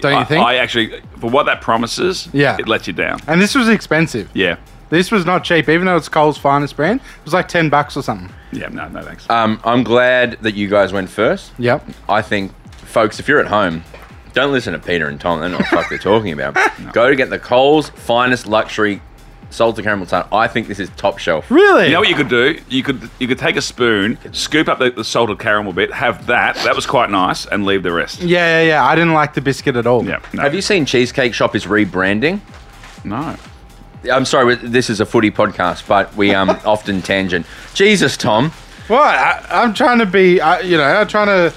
C: Don't
D: I,
C: you think?
D: I actually, for what that promises,
C: Yeah.
D: it lets you down.
C: and this was expensive.
D: Yeah.
C: This was not cheap, even though it's Coles Finest brand. It was like 10 bucks or something.
D: Yeah. No. No. Thanks.
A: Um, I'm glad that you guys went first.
C: Yep.
A: I think, folks, if you're at home, don't listen to Peter and Tom. They don't know what the fuck they're talking about. Go to get the Coles finest luxury salted caramel tart. I think this is top shelf.
C: Really?
D: You know what you could do? You could you could take a spoon, scoop up the, the salted caramel bit, have that. That was quite nice, and leave the rest.
C: yeah, yeah, yeah. I didn't like the biscuit at all.
D: Yeah. No.
A: Have you seen Cheesecake Shop is rebranding?
D: No.
A: I'm sorry, this is a footy podcast, but we um often tangent. Jesus, Tom,
C: What? I, I'm trying to be, I, you know, I'm trying to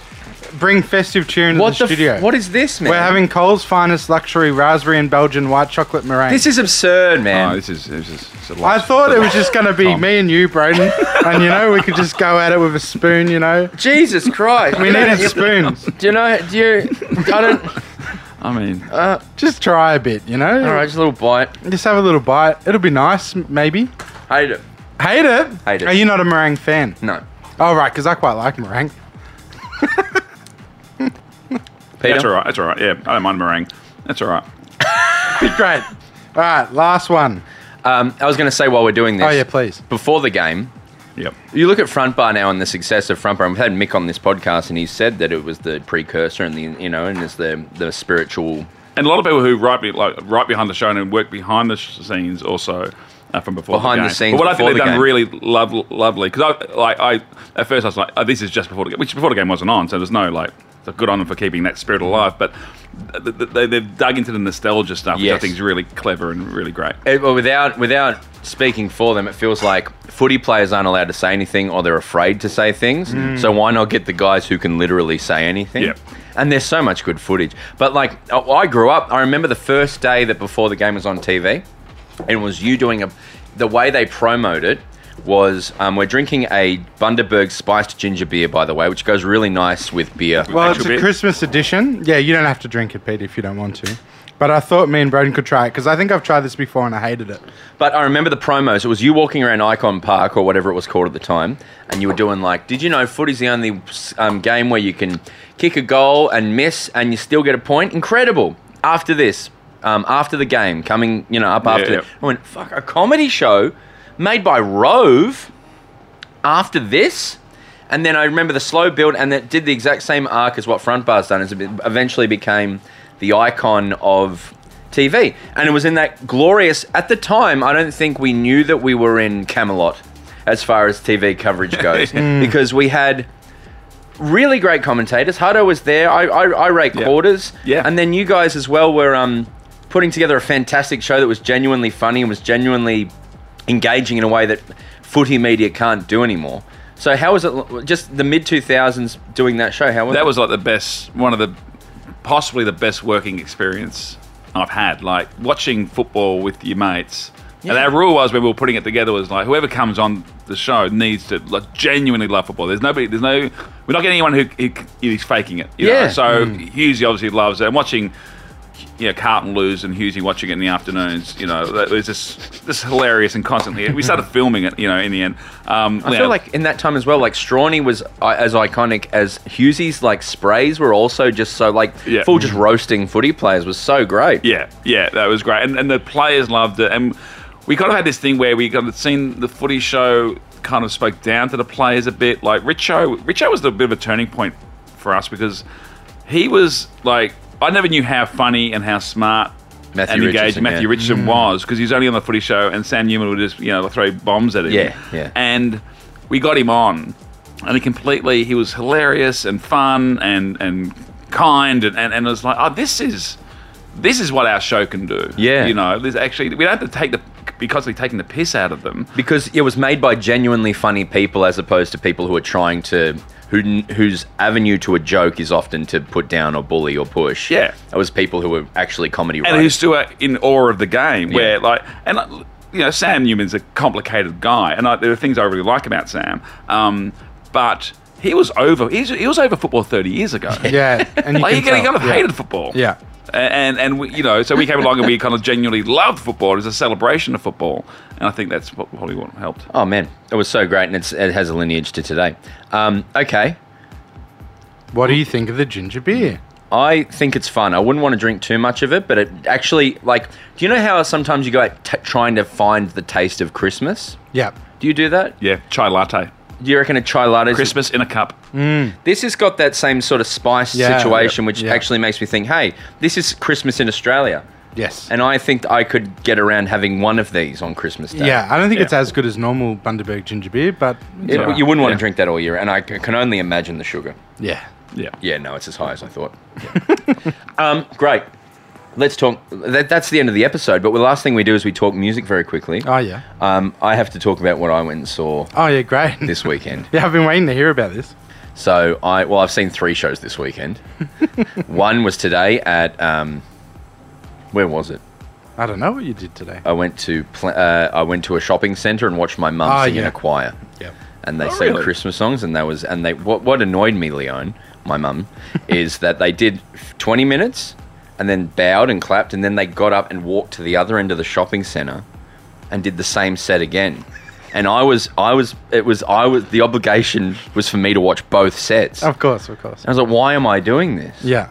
C: bring festive cheer into
A: what
C: the
A: the,
C: studio.
A: f- what is this, man?
C: We're having Cole's finest luxury raspberry and Belgian white chocolate meringue.
A: this is absurd, man.
D: Oh, this is this is. It's a
C: I
D: lot.
C: thought it was just going to be
D: Tom.
C: me and you, Broden, and you know we could just go at it with a spoon. You know,
A: Jesus Christ!
C: we needed spoons.
A: Do you know? Do you? I don't.
D: I mean,
C: Just try a bit. You know,
A: All right, just a little bite.
C: just have a little bite. It'll be nice, m- maybe.
A: Hate it.
C: Hate it.
A: Hate it.
C: Are you not a meringue fan?
A: No.
C: Oh right, because I quite like meringue.
A: Peter.
D: that's all right. That's all right. Yeah, I don't mind meringue. That's all right.
C: Great. All right, last one.
A: Um, I was going to say while we're doing this.
C: Oh yeah, please.
A: Before the game,
D: Yep.
A: you look at Front Bar now and the success of Front Bar. We've had Mick on this podcast, and he said that it was the precursor and the you know, and it's the the spiritual.
D: And a lot of people who write be, like, right behind the show and work behind the sh- scenes also uh, from before
A: Behind
D: the
A: the
D: game.
A: scenes
D: But what I
A: before
D: think
A: the
D: they've done
A: game.
D: really lov- lovely because I like I at first I was like, oh, this is just before the game, which before the game wasn't on, so there's no like. So good on them for keeping that spirit alive, but th- th- they, they've dug into the nostalgia stuff, which I
A: Yes.
D: think is really clever and really great.
A: It, Eh, well, without without speaking for them, it feels like footy players aren't allowed to say anything, or they're afraid to say things. So why not get the guys who can literally say anything?
D: Yep.
A: And there's so much good footage. But like, I I grew up. I remember the first day that before the game was on TV, and it was you doing a. The way they promote it was um, we're drinking a Bundaberg spiced ginger beer, by the way, which goes really nice with beer.
C: Well,
D: Actual
C: it's a
D: beer?
C: Christmas edition. Yeah, you don't have to drink it, Pete, if you don't want to. But I thought me and Broden could try it because I think I've tried this before and I hated it.
A: But I remember the promos. It was you walking around Icon Park or whatever it was called at the time, and you were doing like, did you know footy's the only um, game where you can kick a goal and miss and you still get a point? Incredible. After this, um, after the game, coming, you know, up
D: Yeah,
A: after
D: yeah.
A: it, I went, fuck, a comedy show made by Rove after this? And then I remember the slow build, and it did the exact same arc as what Front Bar's done. Is it be- eventually became the icon of TV, and it was in that glorious. At the time, I don't think we knew that we were in Camelot as far as TV coverage goes,
D: Mm.
A: because we had really great commentators. Hutto was there. I I, I rate
D: Yeah.
A: quarters.
D: Yeah.
A: and then you guys as well were um, putting together a fantastic show that was genuinely funny and was genuinely engaging in a way that footy media can't do anymore. So how was it? Just the mid two thousands doing that show. How was
D: That
A: it?
D: was like the best, one of the possibly the best working experience I've had. Like watching football with your mates. And our rule was when we were putting it together was like whoever comes on the show needs to like, genuinely love football. There's nobody. There's no. We're not getting anyone who, who is faking it. you know?
A: Yeah. Mm.
D: So Hughes obviously loves it. And watching. You know, Carlton lose and Husey watching it in the afternoons. You know, that was just this hilarious and constantly. We started filming it. You know, in the end. Um,
A: I feel like in that time as well, like Strawny was uh, as iconic as Hughesy's. Like sprays were also just so like
D: Yeah.
A: full just roasting footy players was so great.
D: Yeah, yeah, that was great, and, and the players loved it. And we kind of had this thing where we kind of seen the footy show kind of spoke down to the players a bit. Like Richo, Richo was a bit of a turning point for us because he was like I never knew how funny and how smart
A: Matthew
D: and engaged
A: Richardson,
D: Matthew
A: yeah. Mm.
D: Richardson was because he was only on the footy show, and Sam Newman would just you know throw bombs at him.
A: Yeah, yeah.
D: And we got him on, and he completely he was hilarious and fun and and kind and and, and it was like oh this is this is what our show can do.
A: Yeah.
D: you know, this actually we don't have to take the be constantly taking the piss out of them.
A: because it was made by genuinely funny people as opposed to people who are trying to who whose avenue to a joke is often to put down or bully or push.
D: Yeah.
A: it was people who were actually comedy
D: and who's
A: writers.
D: still uh, in awe of the game. Where
A: Yeah.
D: like, and uh, you know, Sam Newman's a complicated guy, and I, there are things I really like about Sam, um, but he was over. He's, he was over football thirty years ago.
C: Yeah, and you
D: like he
C: can tell.
D: kind of- he kind of
C: yeah.
D: hated football.
C: Yeah.
D: A- And and we, you know, so we came along and we kind of genuinely loved football. It was a celebration of football, and I think that's what probably what helped.
A: Oh man, it was so great, and it's, it has a lineage to today. Um, okay,
C: What do you think of the ginger beer?
A: I think it's fun. I wouldn't want to drink too much of it, but it actually like. Do you know how sometimes you go out t- trying to find the taste of Christmas?
C: Yeah.
A: Do you do that?
D: Yeah, chai latte,
A: Do you reckon a chai latte?
D: Christmas in a cup.
C: Mm.
A: This has got that same sort of spice
C: Yeah.
A: situation,
C: Yep.
A: which
C: Yeah.
A: actually makes me think, hey, this is Christmas in Australia.
C: Yes.
A: And I think I could get around having one of these on Christmas Day.
C: yeah, I don't think
D: Yeah.
C: it's as good as normal Bundaberg ginger beer, but
A: It-
D: Yeah.
A: You wouldn't want
D: Yeah.
A: to drink that all year. And I c- can only imagine the sugar.
C: yeah.
D: Yeah,
A: Yeah, no, it's as high as I thought. um, great. Let's talk. That, that's the end of the episode. But the last thing we do is we talk music very quickly.
C: Oh yeah.
A: Um, I have to talk about what I went and saw
C: Oh yeah, great.
A: this weekend.
C: yeah, I've been waiting to hear about this.
A: So I well, I've seen three shows this weekend. One was today at um, where was it?
C: I don't know what you did today.
A: I went to pl- uh, I went to a shopping center and watched my mum
C: Ah,
A: sing in
C: yeah.
A: a choir,
C: Yeah.
A: and they
D: Oh,
A: sang
D: really?
A: Christmas songs, and they was and they what what annoyed me, Leon, my mum, is that they did twenty minutes, and then bowed and clapped, and then they got up and walked to the other end of the shopping center, and did the same set again. And I was, I was, it was, I was. The obligation was for me to watch both sets.
C: Of course, of course.
A: I was like, why am I doing this?
C: Yeah.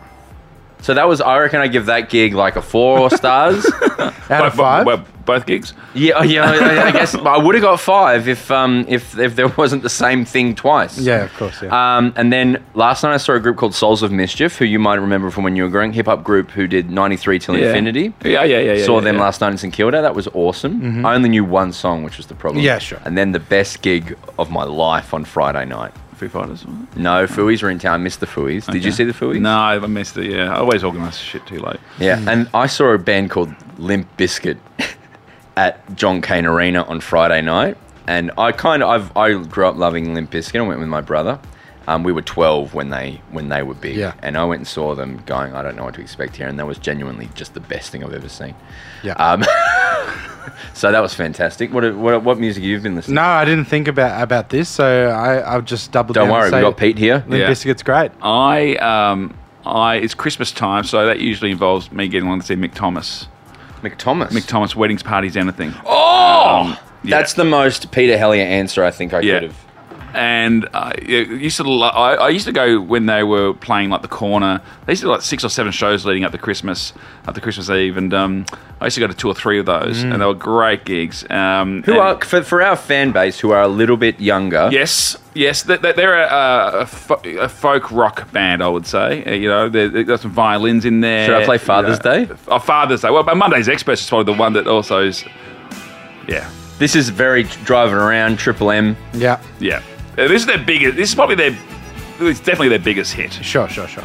A: So that was, I reckon I give that gig like a four stars.
C: Out of
D: Bo- bo-
C: five.
D: bo- both gigs.
A: yeah, yeah, I, I guess I would have got five if, um, if, if there wasn't the same thing twice.
C: yeah, of course. Yeah.
A: Um, and then last night I saw a group called Souls of Mischief, who you might remember from when you were growing hip hop group who did 93 Till Infinity.
D: Yeah, yeah, yeah. yeah
A: saw
D: yeah,
A: them
D: yeah. Mm-hmm.
A: last night in St Kilda. That was awesome. I only knew one song, which was the problem.
C: Yeah, sure.
A: And then the best gig of my life on Friday night.
D: Foo Fighters. wasn't it?
A: No, Fooies were in town. Missed the Fooies. Did you
D: Okay.
A: see the Fooies?
D: No, I missed it. Yeah, I always organise shit too late.
A: Yeah, and I saw a band called Limp Biscuit at John Cain Arena on Friday night, and I kind of I've, I grew up loving Limp Biscuit. I went with my brother. Um, we were twelve when they when they were big,
C: Yeah.
A: and I went and saw them going. I don't know what to expect here, and that was genuinely just the best thing I've ever seen.
C: yeah.
A: Um, so that was fantastic. What what, what music you've been listening?
C: no, I didn't think about about this, so I I've just doubled
A: to? Don't
C: down.
A: worry,
C: and
A: we
C: say
A: got Pete here.
C: Limp
D: Yeah. Uh,
C: Bizkit's great.
D: I um I it's Christmas time, so that usually involves me getting along to see Mick Thomas.
A: McThomas.
D: Mick Thomas weddings, parties, anything.
A: Oh,
D: Um, yeah.
A: that's the most Peter Hellier answer I think I
D: Yeah.
A: could have.
D: And I I used to lo- I, I used to go when they were playing like the corner. They used to do like six or seven shows leading up to Christmas, up to Christmas Eve, and um, I used to go to two or three of those, and they were great gigs. Um,
A: Who
D: and-
A: are for, for our fan base who are a little bit younger?
D: Yes, yes, they- they- they're a, a, fo- a folk rock band, I would say. Uh, You know, they- they've got some violins in there.
A: Should I play Father's
D: you know.
A: Day?
D: Oh, Father's Day. Well, but Monday's Express is probably the one that also is. Yeah,
A: This is very driving around Triple M.
C: Yeah.
D: yeah. Uh, This is their biggest. This is probably their. It's definitely their biggest hit.
C: Sure, sure, sure.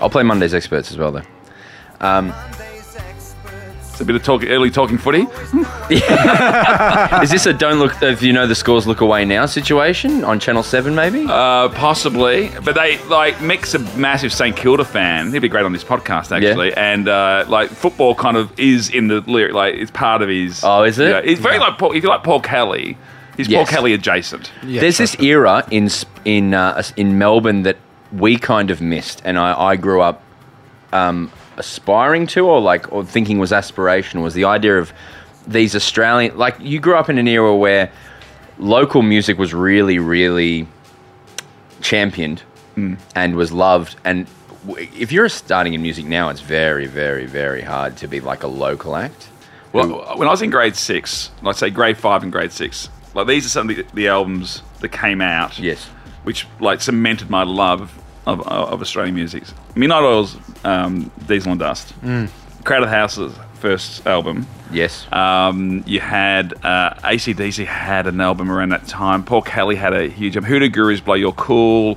A: I'll play Monday's Experts as well, though.
D: It's a bit of talk, early talking footy.
A: Is this a don't look if you know the scores, look away now situation on Channel Seven, maybe?
D: Uh, possibly, but they like Mick's a massive St Kilda fan. He'd be great on this podcast, actually. And uh, like football, kind of is in the lyric, like it's part of his.
A: Oh, is it?
D: Yeah, he's very like Paul, if you like Paul Kelly, He's
A: Yes.
D: Paul Kelly adjacent.
C: Yeah,
A: There's this era in s- in uh, in Melbourne that we kind of missed, and I, I grew up um, aspiring to, or like, or thinking was aspirational, was the idea of these Australian. Like, you grew up in an era where local music was really, really championed
D: Mm.
A: and was loved. And w- if you're starting in music now, it's very, very, very hard to be like a local act.
D: Well, when I was in grade six, like say grade five and grade six, like these are some of the, the albums that came out.
A: Yes.
D: Which like cemented my love of, of, of Australian music. Midnight Oil's um, Diesel and Dust. Mm. Crowded House's first album.
A: Yes.
D: Um, you had uh, ACDC had an album around that time. Paul Kelly had a huge album. Hoodoo Gurus Blow Your Cool.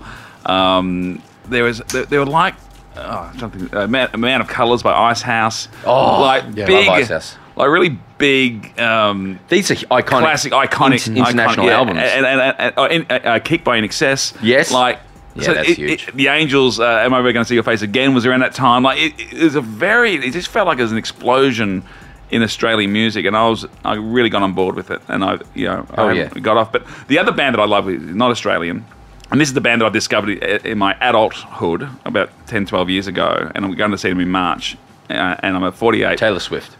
D: Um, there was there, there were like oh, something uh, Man, Man of Colors by Ice House.
A: Oh,
D: like
A: yeah,
D: big,
A: love Icehouse.
D: like really big. Um,
A: These are iconic,
D: classic, iconic,
A: in- international
D: iconic, yeah,
A: albums.
D: and, and, and, and- oh, and, uh, uh, Kick by In Excess.
A: Yes.
D: like
A: Yeah, that's huge.
D: the Angels, uh, Am I Ever Going to See Your Face Again? Was around that time. Like it, it was a very, it just felt like it was an explosion in Australian music, and I was, I really got on board with it, and I, you know,
A: Oh,
D: I
A: yeah.
D: got off. But the other band that I love is not Australian. And this is the band that I discovered i- in my adulthood about 10, 12 years ago, and I'm going to see them in March. Uh, and I'm a 48
A: Taylor Swift.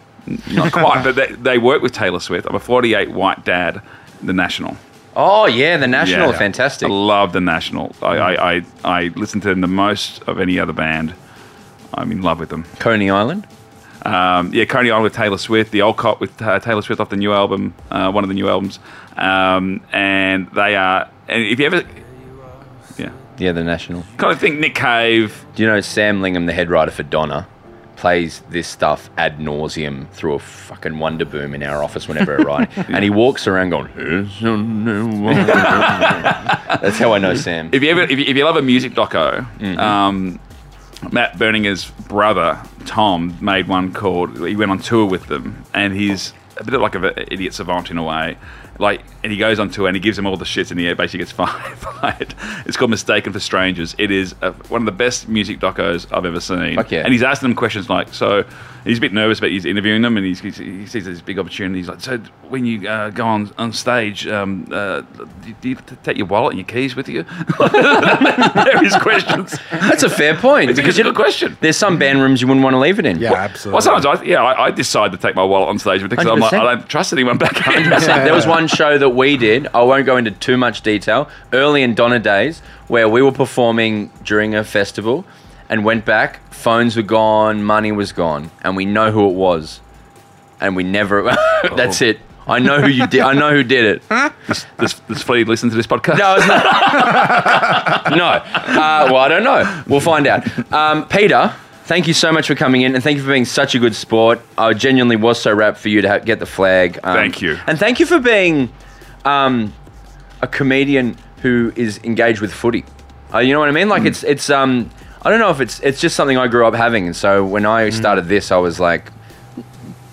D: not quite, but they, they work with Taylor Swift. I'm a 48 white dad, The National.
A: Oh yeah, the National
D: Yeah.
A: are fantastic.
D: I love The National. I, I, I, I listen to them the most of any other band. I'm in love with them.
A: Coney Island.
D: Um, yeah, Coney Island with Taylor Swift, the old cop with uh, Taylor Swift off the new album, uh, one of the new albums. Um, and they are, and if you ever, yeah,
A: Yeah, the National.
D: kind of think Nick Cave,
A: Do you know Sam Lingham, the head writer for Donna, plays this stuff ad nauseum through a fucking wonder boom in our office whenever we're writing, and he walks around going. "Here's a new one." That's how I know Sam.
D: if you ever if you, if you love a music doco,
A: Mm.
D: um, Matt Berninger's brother Tom made one called. He went on tour with them, and he's a bit like of an idiot savant in a way. Like, and he goes on tour and he gives them all the shits, and he basically gets fired. fired. It's called "Mistaken for Strangers." It is a, one of the best music docos I've ever seen.
A: Fuck yeah.
D: And he's asking them questions like, so he's a bit nervous, but he's interviewing them, and he's, he's, he sees this big opportunity. He's like, so when you uh, go on on stage, um, uh, do, do you t- take your wallet and your keys with you? there is questions.
A: That's a fair point.
D: It's a
A: because
D: good
A: you-
D: question.
A: There's some band rooms you wouldn't want to leave it in.
C: Yeah, absolutely.
D: Well, sometimes I yeah I, I decide to take my wallet on stage because I'm like
A: 100%.
D: I don't trust anyone back here.
A: There was one show that we did. I won't go into too much detail. Early in Donna days, where we were performing during a festival, and went back. Phones were gone, money was gone, and we know who it was, and we never. that's it. I know who you did. I know who did it.
D: Does, does Flea listen to this podcast?
A: No, it's not. no. Uh, well, I don't know. We'll find out. Um, Peter, thank you so much for coming in, and thank you for being such a good sport. I genuinely was so rapt for you to ha- get the flag. Um,
D: Thank you.
A: and thank you for being um, a comedian who is engaged with footy. Uh, you know what I
D: Mm.
A: mean? Like it's it's um, I don't know if it's it's just something I grew up having, and so when
D: Mm.
A: I started this, I was like,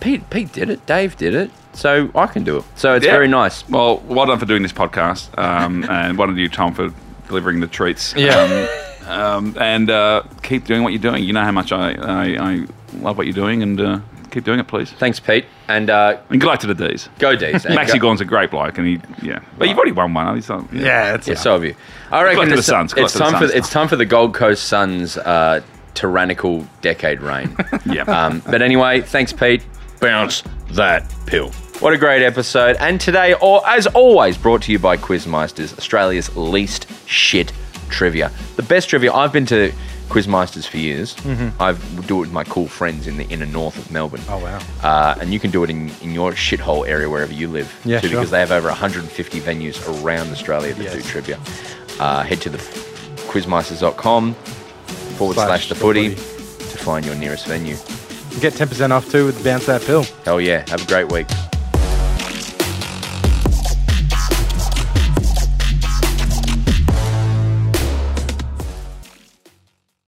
A: Pete, Pete did it, Dave did it. So I can do it. So it's
D: Yeah.
A: very nice.
D: Well, well done for doing this podcast, um, and well done to you, Tom, for delivering the treats.
C: Yeah.
D: Um, um, and uh, keep doing what you're doing. You know how much I, I, I love what you're doing, and uh, keep doing it, please.
A: Thanks, Pete, and uh,
D: And good luck to the D's.
A: Go D's. and
D: Maxi
A: go-
D: Gorn's a great bloke, and he, yeah. But you've already won one. He's not, yeah.
C: yeah, it's
A: Yeah, uh, so have you. I reckon
D: to the
A: it's,
D: Suns, good
A: it's
D: luck to the
A: time for
D: Suns.
A: it's time for the Gold Coast Suns' uh, tyrannical decade reign.
D: yeah.
A: um, but anyway, thanks, Pete.
B: Uh, Bounce that pill.
A: What a great episode! And today, or as always, brought to you by Quizmeisters, Australia's least shit trivia. The best trivia I've been to Quizmeisters for years. I do it with my cool friends in the inner north of Melbourne.
C: Mm-hmm. Oh, wow.
A: Uh, and you can do it in, in your shithole area wherever you live.
C: Yeah,
A: too,
C: sure.
A: Because they have over 150 venues around Australia that do
C: Yes.
A: trivia. Uh, head to the quizmeisters.com forward
C: Slash
A: slash the
C: the
A: footy
C: footy.
A: to find your nearest venue.
C: Get 10% off too with Bounce That Pill.
A: Hell yeah! Have a great week.